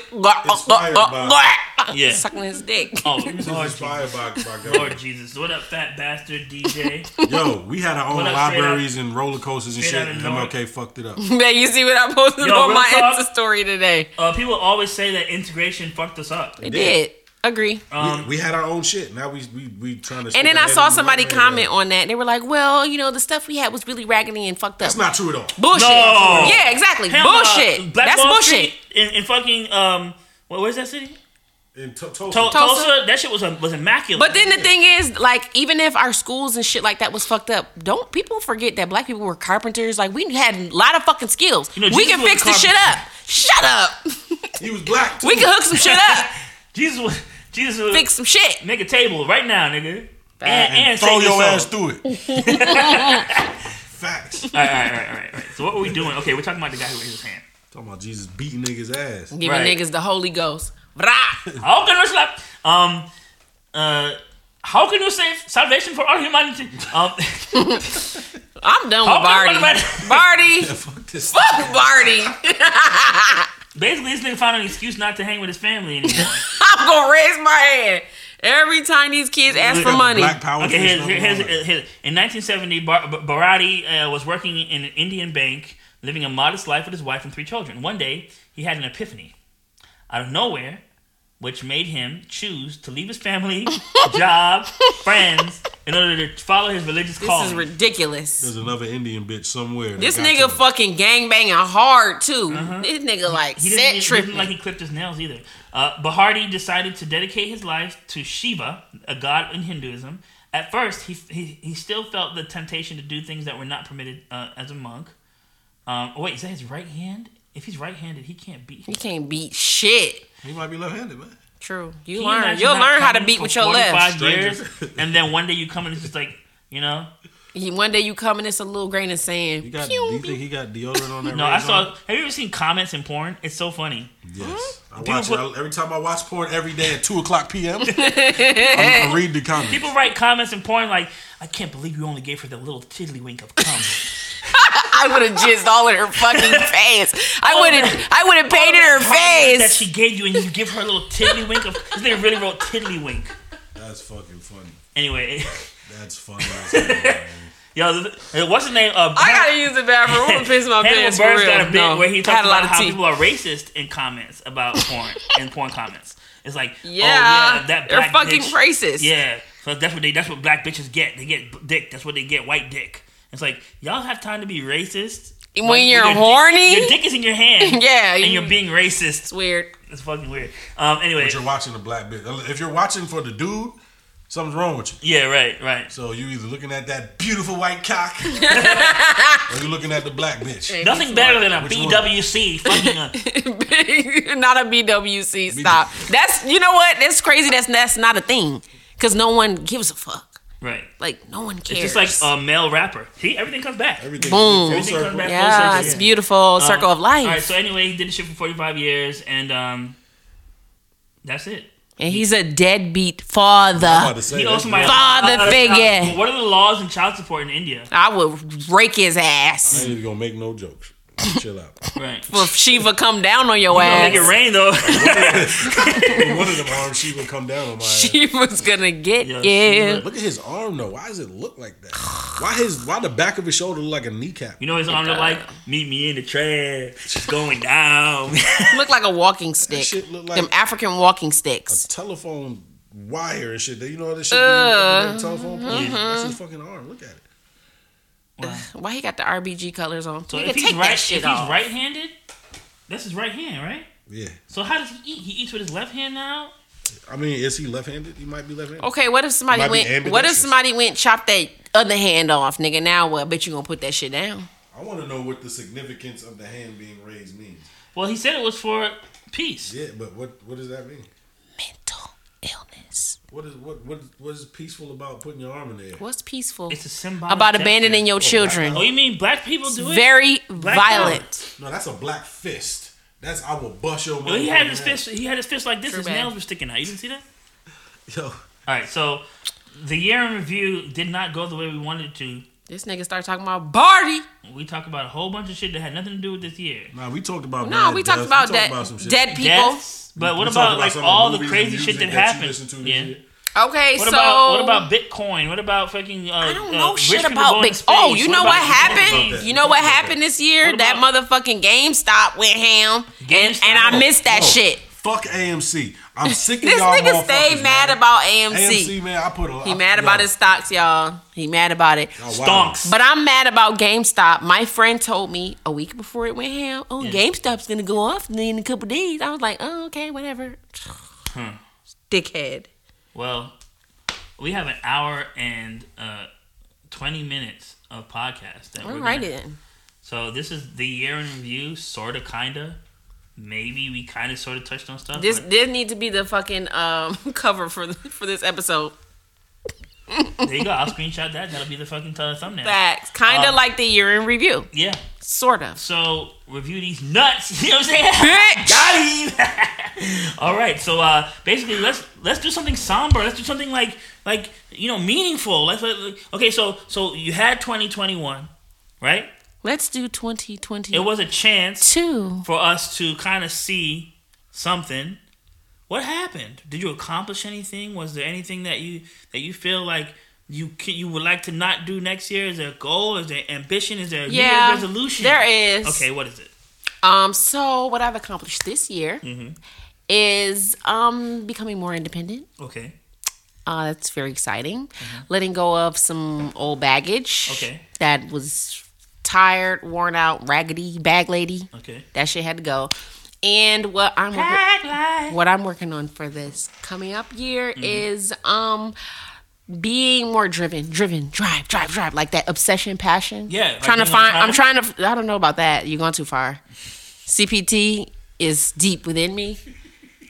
Speaker 3: Inspired by-
Speaker 1: Yeah.
Speaker 2: sucking his dick.
Speaker 1: About, oh, it was
Speaker 3: He was
Speaker 1: hard.
Speaker 3: inspired by, by God.
Speaker 1: Lord Jesus, what up, fat bastard DJ?
Speaker 3: Yo, we had our own
Speaker 1: What up, straight
Speaker 3: libraries and roller coasters and
Speaker 1: straight
Speaker 3: shit,
Speaker 1: out
Speaker 3: and
Speaker 1: of North.
Speaker 3: MLK fucked it up.
Speaker 2: Man, you see what I posted
Speaker 1: Yo,
Speaker 2: on
Speaker 1: real
Speaker 2: my
Speaker 1: talk.
Speaker 2: Insta story today?
Speaker 1: Uh, people always say that integration fucked us up.
Speaker 2: It
Speaker 3: did.
Speaker 2: did. Agree.
Speaker 1: Um,
Speaker 3: we, we had our own shit. Now we we, we trying to. stick
Speaker 2: And then
Speaker 3: our
Speaker 2: I
Speaker 3: head
Speaker 2: saw
Speaker 3: in the
Speaker 2: somebody
Speaker 3: white man's
Speaker 2: comment
Speaker 3: ass.
Speaker 2: on that. They were like, well, you know, the stuff we had was really raggedy and fucked up.
Speaker 3: That's not true at all.
Speaker 2: bullshit.
Speaker 1: No.
Speaker 2: Yeah, exactly.
Speaker 1: Hell, uh,
Speaker 2: bullshit.
Speaker 1: Black
Speaker 2: That's
Speaker 1: Wall
Speaker 2: bullshit.
Speaker 1: Street In, in fucking um, what, where's that city?
Speaker 3: In to- Tulsa,
Speaker 1: Tulsa.
Speaker 2: Tulsa.
Speaker 1: Tulsa. That shit was a, was immaculate.
Speaker 2: But then the thing is, like, even if our schools and shit like that was fucked up, don't people forget that black people were carpenters? Like, we had a lot of fucking skills.
Speaker 1: You know,
Speaker 2: we
Speaker 1: Jesus
Speaker 2: can
Speaker 1: was a
Speaker 2: fix this shit up. Shut up.
Speaker 3: he was black. Too.
Speaker 2: we can hook some shit up.
Speaker 1: Jesus was Jesus was
Speaker 2: Fix some shit.
Speaker 1: make a table right now, nigga. And,
Speaker 3: and,
Speaker 1: and
Speaker 3: throw
Speaker 1: save
Speaker 3: your
Speaker 1: soul.
Speaker 3: ass through it. Facts.
Speaker 1: All right, all right, all right, all right, all right. So what were we doing? Okay, we're talking about the guy who raised his hand.
Speaker 3: Talking about Jesus beating niggas' ass.
Speaker 2: Giving
Speaker 1: Right.
Speaker 2: niggas the Holy Ghost. Brah.
Speaker 1: How can we slap? Um, uh, how can you save salvation for all humanity? Um,
Speaker 2: I'm done
Speaker 1: How
Speaker 2: with
Speaker 1: can
Speaker 2: Barty.
Speaker 1: one-
Speaker 2: Barty.
Speaker 3: Yeah, fuck this.
Speaker 2: Fuck Barty.
Speaker 1: basically, this nigga found an excuse not to hang with his family anymore.
Speaker 2: I'm gonna raise my hand every time these kids ask for money.
Speaker 3: Black power.
Speaker 1: Okay,
Speaker 3: fist
Speaker 1: here's,
Speaker 3: number
Speaker 1: here's,
Speaker 3: one.
Speaker 1: here's, in 1970, Bar- Bar- Barati uh, was working in an Indian bank, living a modest life with his wife and three children. One day, he had an epiphany out of nowhere, which made him choose to leave his family, job, friends, in order to follow his religious
Speaker 2: This
Speaker 1: calling.
Speaker 2: is ridiculous.
Speaker 3: There's another Indian bitch somewhere. that
Speaker 2: This
Speaker 3: got
Speaker 2: nigga
Speaker 3: to him.
Speaker 2: fucking gang banging hard too. This nigga like
Speaker 1: Uh-huh. he
Speaker 2: set
Speaker 1: didn't, he
Speaker 2: tripping.
Speaker 1: didn't like he clipped his nails either. Uh, Bahardi decided to dedicate his life to Shiva, a god in Hinduism. At first, he, he, he still felt the temptation to do things that were not permitted uh, as a monk. Um, oh, wait, is that his right hand? If he's right handed, he can't beat.
Speaker 2: you can't beat shit.
Speaker 3: He might be left-handed, man.
Speaker 2: True. You
Speaker 1: Can you
Speaker 2: learn.
Speaker 1: imagine
Speaker 2: You'll
Speaker 1: not
Speaker 2: learn how to
Speaker 1: coming
Speaker 2: beat
Speaker 1: for
Speaker 2: with your left.
Speaker 1: 45
Speaker 3: Strangers.
Speaker 1: years, and then one day you come and it's just like, you know?
Speaker 2: He, one day you come and it's a little grain of sand.
Speaker 3: He got.
Speaker 2: Pew,
Speaker 3: do you
Speaker 2: pew.
Speaker 3: think he got deodorant on that?
Speaker 1: No, I
Speaker 3: razor?
Speaker 1: saw. Have you ever seen comments in porn? It's so funny.
Speaker 3: Yes, I
Speaker 1: Dude,
Speaker 3: watch it
Speaker 1: what-
Speaker 3: I- every time I watch porn every day at two o'clock p.m. I, I read the comments.
Speaker 1: People write comments in porn like, I can't believe you only gave her the little tiddlywink of cum.
Speaker 2: I would have jizzed all in her fucking face. I would have. I would have painted her
Speaker 1: compliment that
Speaker 2: face.
Speaker 1: she gave you, and you give her a little tiddlywink. Of, this nigga really wrote tiddlywink.
Speaker 3: That's fucking funny.
Speaker 1: Anyway,
Speaker 3: That's funny. as hell, man.
Speaker 1: yo, th- what's the name? Uh,
Speaker 2: I gotta use the bathroom. I'm gonna piss my
Speaker 1: Hannibal
Speaker 2: pants for
Speaker 1: Buress
Speaker 2: real.
Speaker 1: got a bit
Speaker 2: no,
Speaker 1: where he
Speaker 2: I had
Speaker 1: talks
Speaker 2: a lot
Speaker 1: about
Speaker 2: of
Speaker 1: how
Speaker 2: teeth.
Speaker 1: people are racist in comments about porn in porn comments. It's like,
Speaker 2: Yeah,
Speaker 1: oh, yeah that
Speaker 2: they're
Speaker 1: black
Speaker 2: fucking
Speaker 1: bitch-
Speaker 2: racist.
Speaker 1: Yeah, so that's what they that's what black bitches get. They get b- dick. That's what they get. White dick. It's like y'all have time to be racist
Speaker 2: When
Speaker 1: Like,
Speaker 2: you're
Speaker 1: your dick-
Speaker 2: horny?
Speaker 1: your dick is in your hand.
Speaker 2: Yeah,
Speaker 1: and
Speaker 2: you-
Speaker 1: you're being racist.
Speaker 2: It's weird.
Speaker 1: It's fucking weird. Um, anyway,
Speaker 3: But you're watching a black bitch. If you're watching for the dude, something's wrong with you.
Speaker 1: yeah, right, right.
Speaker 3: So you either looking at that beautiful white cock, or you looking at the black bitch.
Speaker 1: Nothing better than a
Speaker 3: Which one?
Speaker 1: BWC fucking. Uh,
Speaker 2: not a BWC. Stop. That's you know what? That's crazy. That's that's not a thing because no one gives a fuck.
Speaker 1: right.
Speaker 2: Like no one
Speaker 1: It's
Speaker 2: cares.
Speaker 1: just like uh, a male rapper. See, everything comes back.
Speaker 3: Everything.
Speaker 2: Boom.
Speaker 3: full
Speaker 1: Everything comes
Speaker 3: circle.
Speaker 1: back full
Speaker 2: yeah,
Speaker 1: circle.
Speaker 2: it's beautiful circle of life.
Speaker 1: Uh, All right. So anyway, he did the shit for 45 years, and um, that's it.
Speaker 2: and he's a deadbeat
Speaker 3: I'm about
Speaker 2: father.
Speaker 3: to say,
Speaker 1: He owes
Speaker 3: that's
Speaker 1: somebody.
Speaker 3: real.
Speaker 2: Father
Speaker 1: Uh, uh,
Speaker 2: figure.
Speaker 1: What are the laws in child support in India?
Speaker 2: I would rake his
Speaker 3: I
Speaker 2: ass.
Speaker 3: ain't even gonna make no jokes. Chill out.
Speaker 1: Right.
Speaker 2: Well, if Shiva come down on your
Speaker 1: Make it
Speaker 2: ass,
Speaker 1: rain though.
Speaker 3: One of them arms, she would come down on my ass.
Speaker 2: Shiva's gonna get
Speaker 1: Yeah,
Speaker 2: you.
Speaker 1: Shiva.
Speaker 3: Look at his arm though. Why does it look like that? Why his? Why the back of his shoulder look like a kneecap?
Speaker 1: you know his arm look like meet me in the trash. It's going down.
Speaker 2: Look like a walking stick.
Speaker 3: shit look like-
Speaker 2: Them African walking sticks.
Speaker 3: telephone wire and shit. You know this shit. be up in that telephone pole?
Speaker 1: mhm.
Speaker 3: That's his fucking arm. Look at it.
Speaker 2: Why he got the RBG colors on?
Speaker 1: So
Speaker 2: he
Speaker 1: if
Speaker 2: can
Speaker 1: he's
Speaker 2: take
Speaker 1: right,
Speaker 2: that
Speaker 1: if
Speaker 2: shit
Speaker 1: he's
Speaker 2: off.
Speaker 1: right-handed, that's his right hand, right?
Speaker 3: Yeah.
Speaker 1: So how does he eat? He eats with his left hand now.
Speaker 3: I mean, is he left-handed? He might be left-handed.
Speaker 2: Okay, what if somebody
Speaker 3: Might be
Speaker 2: went? What if
Speaker 3: ambidextrous.
Speaker 2: somebody went chop that other hand off, nigga? Now what? I bet you gonna put that shit down.
Speaker 3: I want to know what the significance of the hand being raised means.
Speaker 1: Well, he said it was for peace.
Speaker 3: Yeah, but what what does that mean?
Speaker 2: Mental illness.
Speaker 3: What is what what what is peaceful about putting your arm in there?
Speaker 2: What's peaceful
Speaker 1: It's a symbolic
Speaker 2: about
Speaker 1: gesture.
Speaker 2: abandoning your children?
Speaker 1: Oh, you mean black people do it?
Speaker 2: Very
Speaker 1: Black
Speaker 2: violent.
Speaker 3: No, that's a black fist. That's I will bust your.
Speaker 1: Well, Oh, he
Speaker 3: motherfucking
Speaker 1: had his
Speaker 3: head.
Speaker 1: fist. He had his fist like this.
Speaker 2: True
Speaker 1: his
Speaker 2: bad.
Speaker 1: nails were sticking out. You didn't see that?
Speaker 3: Yo,
Speaker 1: All right. So the year in review did not go the way we wanted it to.
Speaker 2: This nigga started talking about Barty.
Speaker 1: We talked about a whole bunch of shit that had nothing to do with this year.
Speaker 3: nah, we talked about
Speaker 2: No,
Speaker 3: bad
Speaker 2: we talked
Speaker 3: deaths.
Speaker 2: about,
Speaker 3: talked
Speaker 2: that
Speaker 3: some shit.
Speaker 2: dead people.
Speaker 1: Yes, but what
Speaker 3: We talked
Speaker 1: about, like
Speaker 3: some of
Speaker 1: all the
Speaker 3: movies and
Speaker 1: crazy
Speaker 3: music
Speaker 1: shit that,
Speaker 3: you
Speaker 1: happened?
Speaker 3: listen to this
Speaker 1: yeah.
Speaker 3: year.
Speaker 2: Okay,
Speaker 1: What
Speaker 2: so
Speaker 1: about what about Bitcoin? What about fucking? Uh,
Speaker 2: I don't know
Speaker 1: uh, rich
Speaker 2: shit
Speaker 1: people
Speaker 2: about
Speaker 1: going to
Speaker 2: Bitcoin.
Speaker 1: space?
Speaker 2: Oh, you know
Speaker 1: about
Speaker 2: what
Speaker 1: the-
Speaker 2: happened?
Speaker 3: that?
Speaker 2: You know
Speaker 3: What
Speaker 2: what
Speaker 3: about
Speaker 2: happened this year?
Speaker 1: What
Speaker 2: That motherfucking GameStop went ham, and and I
Speaker 1: GameStop?
Speaker 2: missed that
Speaker 3: No,
Speaker 2: shit.
Speaker 3: Fuck AMC. I'm sick of
Speaker 2: This
Speaker 3: y'all.
Speaker 2: nigga stayed
Speaker 3: motherfuckers,
Speaker 2: mad
Speaker 3: man.
Speaker 2: about AMC.
Speaker 3: AMC man, I put a.
Speaker 2: He mad about his stocks, y'all. He mad about it.
Speaker 1: Stonks.
Speaker 2: But I'm mad about GameStop. My friend told me a week before it went ham, oh,
Speaker 1: Yeah.
Speaker 2: GameStop's gonna go off in a couple days. I was like, oh, okay, whatever.
Speaker 1: Hmm.
Speaker 2: Dickhead.
Speaker 1: Well, we have an hour and uh, twenty minutes of podcast. That
Speaker 2: All
Speaker 1: we're
Speaker 2: right
Speaker 1: gonna-
Speaker 2: then.
Speaker 1: So this is the year in review, sorta, kinda. Maybe we kind of, sorta touched on stuff.
Speaker 2: This
Speaker 1: but
Speaker 2: this needs to be the fucking um cover for the, for this episode.
Speaker 1: there you go. I'll screenshot that. That'll be the fucking th- thumbnail.
Speaker 2: Facts. Kind of
Speaker 1: Um,
Speaker 2: like the year in review.
Speaker 1: Yeah.
Speaker 2: Sort of.
Speaker 1: So review these nuts. You know what I'm saying?
Speaker 2: Bitch!
Speaker 1: All right. So uh, basically, let's let's do something somber. Let's do something like like you know meaningful. Let's let, let- okay. So so you had 2021, right?
Speaker 2: Let's do
Speaker 1: It
Speaker 2: 2022.
Speaker 1: was a chance for us to kind of see something. What happened? Did you accomplish anything? Was there anything that you that you feel like you ca- you would like to not do next year? Is there a goal? Is there ambition? Is there a New Year's
Speaker 2: Yeah,
Speaker 1: resolution?
Speaker 2: there is.
Speaker 1: Okay, what is it?
Speaker 2: Um so what I've accomplished this year
Speaker 1: Mm-hmm.
Speaker 2: is um becoming more independent.
Speaker 1: Okay,
Speaker 2: Uh, that's very exciting. Letting go of some old baggage.
Speaker 1: Mm-hmm. Okay.
Speaker 2: That was tired, worn out, raggedy bag lady.
Speaker 1: okay.
Speaker 2: That shit had to go. And what I'm working, what I'm working on for this coming up year
Speaker 1: Mm-hmm.
Speaker 2: is um being more driven, driven, drive, drive, drive, like that obsession, passion.
Speaker 1: Yeah, like
Speaker 2: trying to
Speaker 1: being on
Speaker 2: find. I'm
Speaker 1: fire.
Speaker 2: trying to. I don't know about that. You're going too far. CPT is deep within me.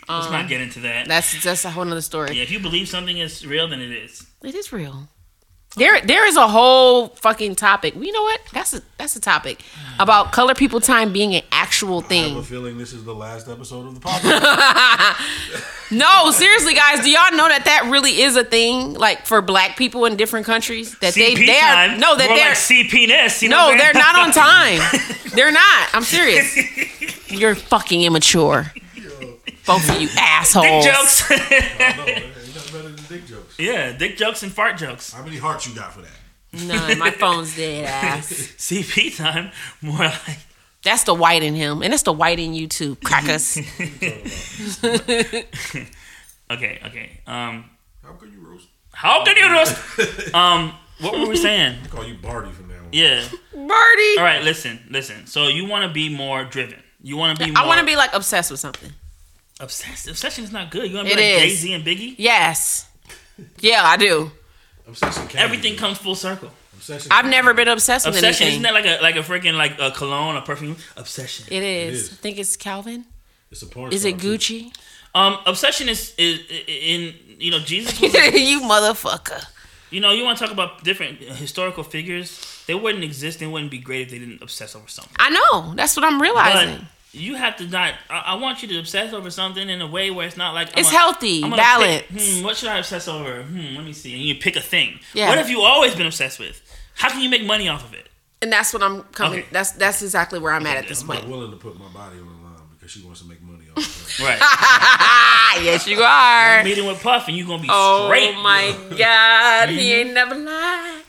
Speaker 2: Um,
Speaker 1: Let's not get into that.
Speaker 2: That's that's a whole nother story.
Speaker 1: Yeah, if you believe something is real, then it is.
Speaker 2: It is real. There, there is a whole fucking topic. You know what? That's a that's a topic about color people time being an actual
Speaker 3: I have a
Speaker 2: thing.
Speaker 3: feeling this is the last episode of the podcast.
Speaker 2: No, seriously, guys, do y'all know that that really is a thing? Like for Black people in different countries, that
Speaker 1: CP
Speaker 2: they they are
Speaker 1: time.
Speaker 2: no that
Speaker 1: More
Speaker 2: they're
Speaker 1: like CPness. You know
Speaker 2: no
Speaker 1: what I'm
Speaker 2: they're
Speaker 1: saying?
Speaker 2: not on time. they're not. I'm serious. You're fucking immature, both of you assholes.
Speaker 1: dick jokes.
Speaker 3: I know, man. Ain't nothing better than dick jokes.
Speaker 1: yeah, dick jokes and fart jokes.
Speaker 3: How many hearts you got for that?
Speaker 2: None. My phone's dead ass.
Speaker 1: CP time. More like
Speaker 2: That's the white in him, and it's the white in you too, crackers.
Speaker 1: okay, okay. Um,
Speaker 3: How could you roast?
Speaker 1: how can you roast? Um, what were we saying?
Speaker 3: I call you Barty from now on.
Speaker 1: Yeah.
Speaker 2: Birdie.
Speaker 1: All right. Listen, listen. So you want to be more driven. You want to be. More
Speaker 2: I want to be like obsessed with something.
Speaker 1: obsessed. Obsession is not good. You want to
Speaker 2: It
Speaker 1: be like Jay
Speaker 2: is.
Speaker 1: Z and Biggie.
Speaker 2: Yes. Yeah, I do.
Speaker 3: Obsession can
Speaker 1: Everything
Speaker 3: be.
Speaker 1: comes full circle.
Speaker 3: Obsession
Speaker 2: I've
Speaker 3: can
Speaker 2: never
Speaker 3: be.
Speaker 2: been obsessed with
Speaker 1: Obsession isn't
Speaker 2: anything.
Speaker 1: that like a like a freaking like a cologne, a perfume? Obsession.
Speaker 2: it, is.
Speaker 3: It is.
Speaker 2: I think it's Calvin.
Speaker 3: It's a porn
Speaker 2: Is it
Speaker 3: star, too.
Speaker 2: Gucci?
Speaker 1: Um, obsession is is in you know Jesus. Was,
Speaker 2: you motherfucker.
Speaker 1: you know you want to talk about different historical figures. They wouldn't exist. They wouldn't be great if they didn't obsess over something.
Speaker 2: I know. That's what I'm
Speaker 1: But
Speaker 2: realizing.
Speaker 1: you have to not. I, I want you to obsess over something in a way where it's not like I'm
Speaker 2: It's
Speaker 1: gonna-
Speaker 2: healthy,
Speaker 1: I'm gonna
Speaker 2: balance.
Speaker 1: pick- hmm, what should I obsess over? Hmm, let me see. And you pick a thing.
Speaker 2: Yeah.
Speaker 1: What have you always been obsessed with? How can you make money off of it?
Speaker 2: and that's what I'm coming.
Speaker 1: Okay.
Speaker 2: That's that's exactly where I'm at at this
Speaker 3: I'm
Speaker 2: point.
Speaker 3: not willing to put my body on the line because she wants to make money off of it.
Speaker 1: Right.
Speaker 2: Ah, yes, you are.
Speaker 1: Meeting with Puff and you're gonna be
Speaker 2: Oh
Speaker 1: straight. Mm-hmm.
Speaker 2: my God, he ain't never lied.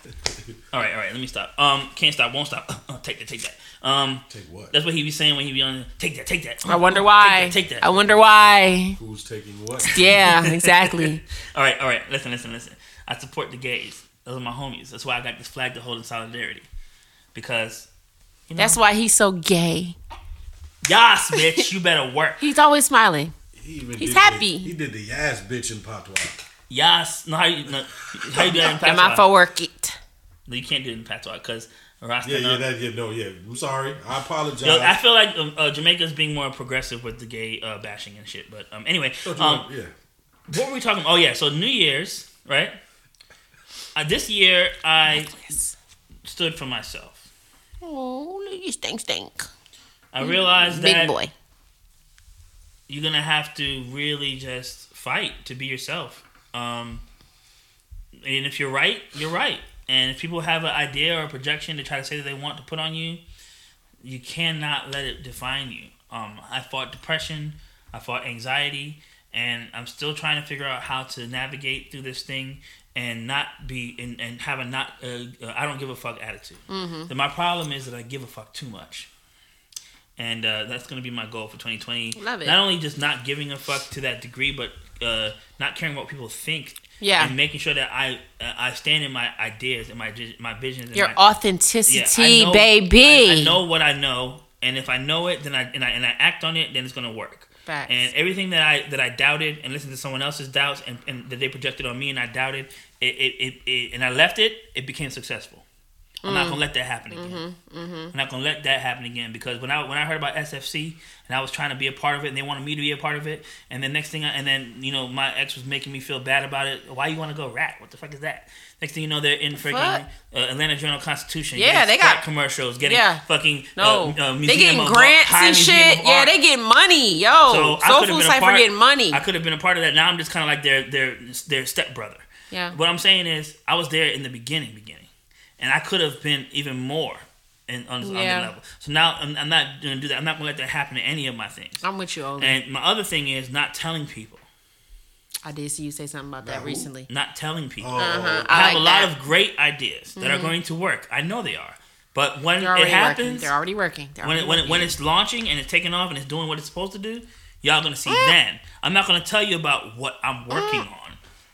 Speaker 1: All right, all right. Let me stop. Um, can't stop, won't stop. uh, take that, take that. Um,
Speaker 3: Take what?
Speaker 1: that's what he be saying when he be on. Take that, take that.
Speaker 2: I wonder
Speaker 1: Take
Speaker 2: why. Oh,
Speaker 1: that, Take that.
Speaker 2: I wonder why.
Speaker 3: Who's taking what?
Speaker 2: Yeah, exactly.
Speaker 1: All right, all right. Listen, listen, listen. I support the gays. Those are my homies. That's why I got this flag to hold in solidarity. Because
Speaker 2: That's why he's so gay.
Speaker 1: Yas, bitch, you better work.
Speaker 2: He's always smiling.
Speaker 3: He even
Speaker 2: He's
Speaker 3: did the-
Speaker 2: happy.
Speaker 3: he did the ass bitch in Patois.
Speaker 1: Yas, no, how you, no, how you do that in
Speaker 2: Am I
Speaker 1: patois?
Speaker 2: for work it?
Speaker 1: No, you can't do it in patois because Rasta
Speaker 3: Yeah, yeah,
Speaker 1: nut.
Speaker 3: that, yeah, no, yeah. I'm sorry. I apologize.
Speaker 1: Yo, I feel like um, uh, Jamaica's being more progressive with the gay uh, bashing and shit. But um, anyway,
Speaker 3: Don't you
Speaker 1: um,
Speaker 3: want- yeah.
Speaker 1: what were we talking? Oh yeah, so New Year's, right? Uh, this year I stood for myself.
Speaker 2: Oh, look, you stink, stink.
Speaker 1: I realized
Speaker 2: Mm-hmm. Big
Speaker 1: that
Speaker 2: boy.
Speaker 1: you're gonna have to really just fight to be yourself. Um, and if you're right, you're right. And if people have an idea or a projection to try to say that they want to put on you, you cannot let it define you. Um, I fought depression, I fought anxiety, and I'm still trying to figure out how to navigate through this thing and not be and, and have a not uh, uh, I don't give a fuck attitude.
Speaker 2: Mm-hmm.
Speaker 1: And my problem is that I give a fuck too much. And uh, that's going to be my goal for 2020.
Speaker 2: Love it.
Speaker 1: Not only just not giving a fuck to that degree, but uh, not caring what people think.
Speaker 2: Yeah.
Speaker 1: And making sure that I uh, I stand in my ideas and my my visions. And
Speaker 2: Your
Speaker 1: my, yeah, I
Speaker 2: authenticity,
Speaker 1: know-
Speaker 2: baby.
Speaker 1: I, I know what I know, and if I know it, then I and I, and I act on it, then it's gonna work.
Speaker 2: Facts.
Speaker 1: And everything that I that I doubted and listened to someone else's doubts and, and that they projected on me and I doubted it, it, it, it and I left it, it became successful. I'm
Speaker 2: Mm.
Speaker 1: not gonna let that happen again.
Speaker 2: Mm-hmm,
Speaker 1: I'm not gonna let that happen again because when I when I heard about SFC and I was trying to be a part of it and they wanted me to be a part of it and the next thing I, and then you know my ex was making me feel bad about it. Why you want to go rat? What the fuck is that? Next thing you know, they're in freaking
Speaker 2: fuck?
Speaker 1: uh, Atlanta Journal Constitution.
Speaker 2: Yeah,
Speaker 1: getting
Speaker 2: they
Speaker 1: crack
Speaker 2: got-
Speaker 1: commercials, getting
Speaker 2: Yeah.
Speaker 1: fucking
Speaker 2: No,
Speaker 1: uh, uh,
Speaker 2: they
Speaker 1: Museum
Speaker 2: getting
Speaker 1: of
Speaker 2: grants
Speaker 1: Art- High
Speaker 2: and
Speaker 1: Museum
Speaker 2: shit.
Speaker 1: of
Speaker 2: Yeah,
Speaker 1: Art.
Speaker 2: they getting money, yo.
Speaker 1: I
Speaker 2: Soul
Speaker 1: could've
Speaker 2: Food
Speaker 1: been a
Speaker 2: Site for
Speaker 1: part-
Speaker 2: getting money.
Speaker 1: I could have been a part of that. Now I'm just kind of like their their their stepbrother.
Speaker 2: Yeah.
Speaker 1: What I'm saying is, I was there in the beginning, beginning, and I could have been even more. And on, on
Speaker 2: Yeah.
Speaker 1: the level, so now I'm, I'm not gonna do that. I'm not gonna let that happen to any of my things.
Speaker 2: I'm with you, Oli.
Speaker 1: And my other thing is not telling people,
Speaker 2: I did see you say something about that
Speaker 3: who?
Speaker 2: recently.
Speaker 1: not telling
Speaker 3: Oh.
Speaker 1: people.
Speaker 2: Uh-huh.
Speaker 1: I,
Speaker 2: I
Speaker 1: have
Speaker 2: like
Speaker 1: a
Speaker 2: that. Mm-hmm.
Speaker 1: lot of great ideas that are going to work. I know they are, but when it
Speaker 2: They're already working.
Speaker 1: happens,
Speaker 2: They're already working. They're
Speaker 1: when
Speaker 2: already
Speaker 1: it, when it, when
Speaker 2: working.
Speaker 1: it's launching and it's taking off and it's doing what it's supposed to do, y'all gonna
Speaker 2: Mm.
Speaker 1: see then. I'm not gonna tell you about what I'm working on.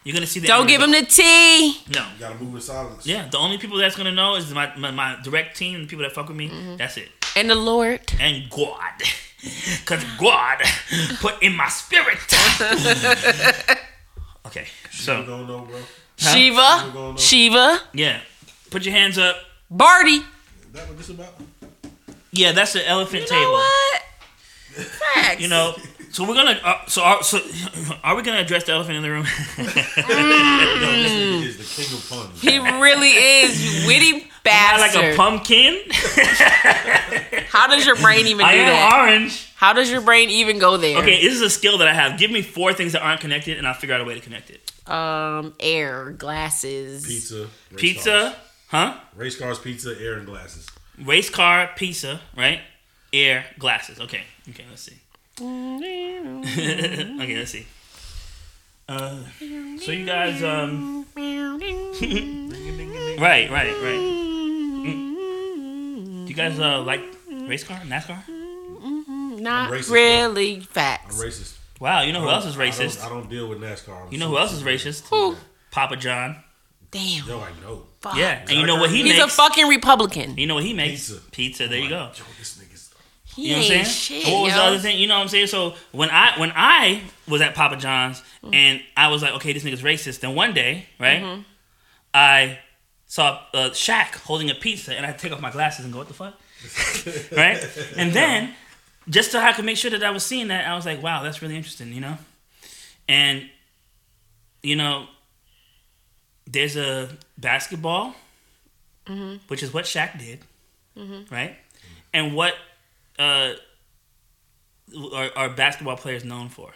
Speaker 1: You're gonna see that.
Speaker 2: don't give them the tea.
Speaker 1: no.
Speaker 3: You oh, gotta move in silence.
Speaker 1: Yeah, the only people that's gonna know is my my, my direct team, the people that fuck with me.
Speaker 2: Mm-hmm.
Speaker 1: That's it.
Speaker 2: And the Lord.
Speaker 1: And God, cause God put in my spirit. okay,
Speaker 3: You
Speaker 1: so
Speaker 3: don't know, bro. We're going
Speaker 2: Shiva.
Speaker 3: on.
Speaker 2: Shiva.
Speaker 1: yeah, put your hands up.
Speaker 2: Barty.
Speaker 3: Is that what this about?
Speaker 1: Yeah, that's the elephant
Speaker 2: You
Speaker 1: table.
Speaker 2: know what? Facts.
Speaker 1: You know, so we're gonna. Uh, so are so are we gonna address the elephant in the room?
Speaker 3: Yo, this
Speaker 1: Mm.
Speaker 3: nigga is the king of puns.
Speaker 2: He really is, you witty
Speaker 1: I like
Speaker 2: bastard.
Speaker 1: a pumpkin.
Speaker 2: How does your brain even do
Speaker 1: I
Speaker 2: that?
Speaker 1: am orange.
Speaker 2: How does your brain even go there?
Speaker 1: Okay, this is a skill that I have. Give me four things that aren't connected, and I'll figure out a way to connect it.
Speaker 2: Um, air, glasses.
Speaker 3: Pizza. race
Speaker 1: Pizza,
Speaker 3: cars.
Speaker 1: huh?
Speaker 3: Race cars, pizza, air, and glasses.
Speaker 1: Race car, pizza, right? Air, glasses. Okay, okay, let's see. okay, let's see. Uh, so you guys, um, right, right, right. Mm. Do you guys uh, like race car, NASCAR?
Speaker 2: Not
Speaker 3: racist,
Speaker 2: really
Speaker 3: I'm
Speaker 2: facts.
Speaker 3: racist.
Speaker 1: Wow, you know who else is
Speaker 3: I
Speaker 1: racist?
Speaker 3: don't, I don't deal with NASCAR. I'm
Speaker 1: You know
Speaker 3: so-
Speaker 1: who else is racist?
Speaker 2: Who?
Speaker 1: Papa John.
Speaker 2: Damn.
Speaker 3: Yo, I know.
Speaker 2: fuck.
Speaker 1: Yeah, and you know what he
Speaker 2: He's a
Speaker 1: makes?
Speaker 2: fucking Republican.
Speaker 1: You know what he makes?
Speaker 3: Pizza.
Speaker 1: There you go.
Speaker 3: Yo, this nigga's.
Speaker 2: He
Speaker 1: You know what I'm saying?
Speaker 2: ain't shit,
Speaker 1: And what was
Speaker 2: yo.
Speaker 1: the other thing? You know what I'm saying? So when I when I was at Papa John's
Speaker 2: Mm.
Speaker 1: and I was like, okay, this nigga's racist. Then one day, right,
Speaker 2: Mm-hmm.
Speaker 1: I saw uh, Shaq holding a pizza, and I take off my glasses and go, what the fuck, right? And then just so I could make sure that I was seeing that, I was like, wow, that's really interesting, you know. And you know, there's a basketball,
Speaker 2: Mm-hmm.
Speaker 1: which is what Shaq did, right? And what uh, are, are basketball players known for?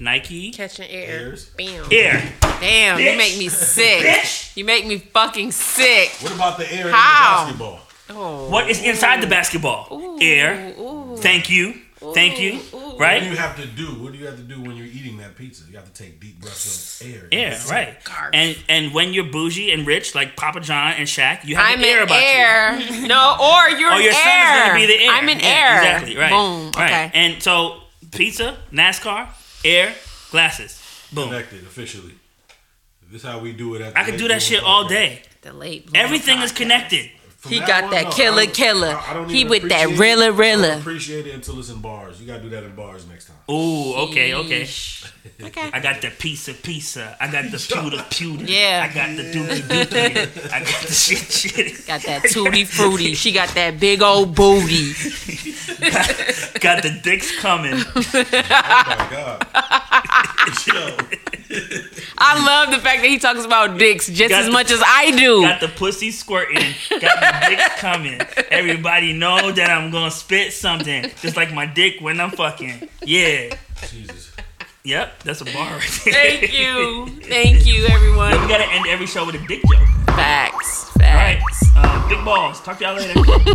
Speaker 1: Nike.
Speaker 2: Catching air.
Speaker 3: Ears.
Speaker 2: Bam.
Speaker 1: Air.
Speaker 2: Damn, you
Speaker 1: Bitch.
Speaker 2: make me sick.
Speaker 1: Bitch.
Speaker 2: you make me fucking sick.
Speaker 3: What about the air in the
Speaker 2: How?
Speaker 3: basketball?
Speaker 2: Oh.
Speaker 1: What is inside the basketball? Air.
Speaker 2: Ooh.
Speaker 1: Thank you. Thank you.
Speaker 2: Ooh.
Speaker 3: What do
Speaker 1: Right?
Speaker 3: you have to do? What do you have to do when you're eating that pizza? You have to take deep breaths of air.
Speaker 1: Air, right.
Speaker 2: Garf.
Speaker 1: And and when you're bougie and rich, like Papa John and Shaq, you have
Speaker 2: I'm
Speaker 1: an air
Speaker 2: an
Speaker 1: about you.
Speaker 2: air. No, or you're
Speaker 1: Oh,
Speaker 2: an
Speaker 1: your son
Speaker 2: air.
Speaker 1: is gonna be the air.
Speaker 2: I'm an
Speaker 1: Yeah,
Speaker 2: air.
Speaker 1: Exactly, right.
Speaker 2: Boom. Okay.
Speaker 1: Right. And so pizza, NASCAR, air, glasses. Boom.
Speaker 3: Connected officially. This is how we do it. At the
Speaker 1: I could
Speaker 3: Lake
Speaker 1: do that
Speaker 3: Room
Speaker 1: shit all
Speaker 3: Podcast.
Speaker 1: day.
Speaker 2: the late. bloomer
Speaker 1: Everything is
Speaker 2: podcast.
Speaker 1: connected.
Speaker 3: from
Speaker 2: He
Speaker 3: now
Speaker 2: got
Speaker 3: on,
Speaker 2: that
Speaker 3: no, I
Speaker 2: killer,
Speaker 3: don't-
Speaker 2: killer.
Speaker 3: I- I don't
Speaker 2: He
Speaker 3: even
Speaker 2: with that
Speaker 3: appreciate it.
Speaker 2: rilla,
Speaker 3: I don't
Speaker 2: rilla.
Speaker 3: Appreciate it until it's in bars. You gotta do that in bars next time.
Speaker 1: Oh, okay, okay.
Speaker 2: Yeesh.
Speaker 1: I
Speaker 2: Okay.
Speaker 1: got the pizza, pizza. I got the pewter, pewter.
Speaker 2: Yeah.
Speaker 1: I got the dookie, dookie. I got the shit, shit.
Speaker 2: Got that tutti frutti. She got that big old booty.
Speaker 1: Got the dicks coming.
Speaker 3: Oh my god. Yo,
Speaker 2: I love the fact that he talks about dicks just
Speaker 1: Got
Speaker 2: as
Speaker 1: the-
Speaker 2: much as I do.
Speaker 1: Got the pussy squirting. Got the dicks coming. Everybody know that I'm gonna spit something, just like my dick when I'm fucking. Yeah.
Speaker 3: Jesus.
Speaker 1: Yep. That's a bar right there.
Speaker 2: Thank you. Thank you, everyone.
Speaker 1: We gotta end every show with a dick joke.
Speaker 2: Facts.
Speaker 1: All right.
Speaker 2: Facts.
Speaker 1: Uh, big balls. Talk to y'all later.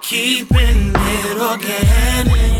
Speaker 6: Keeping it organic.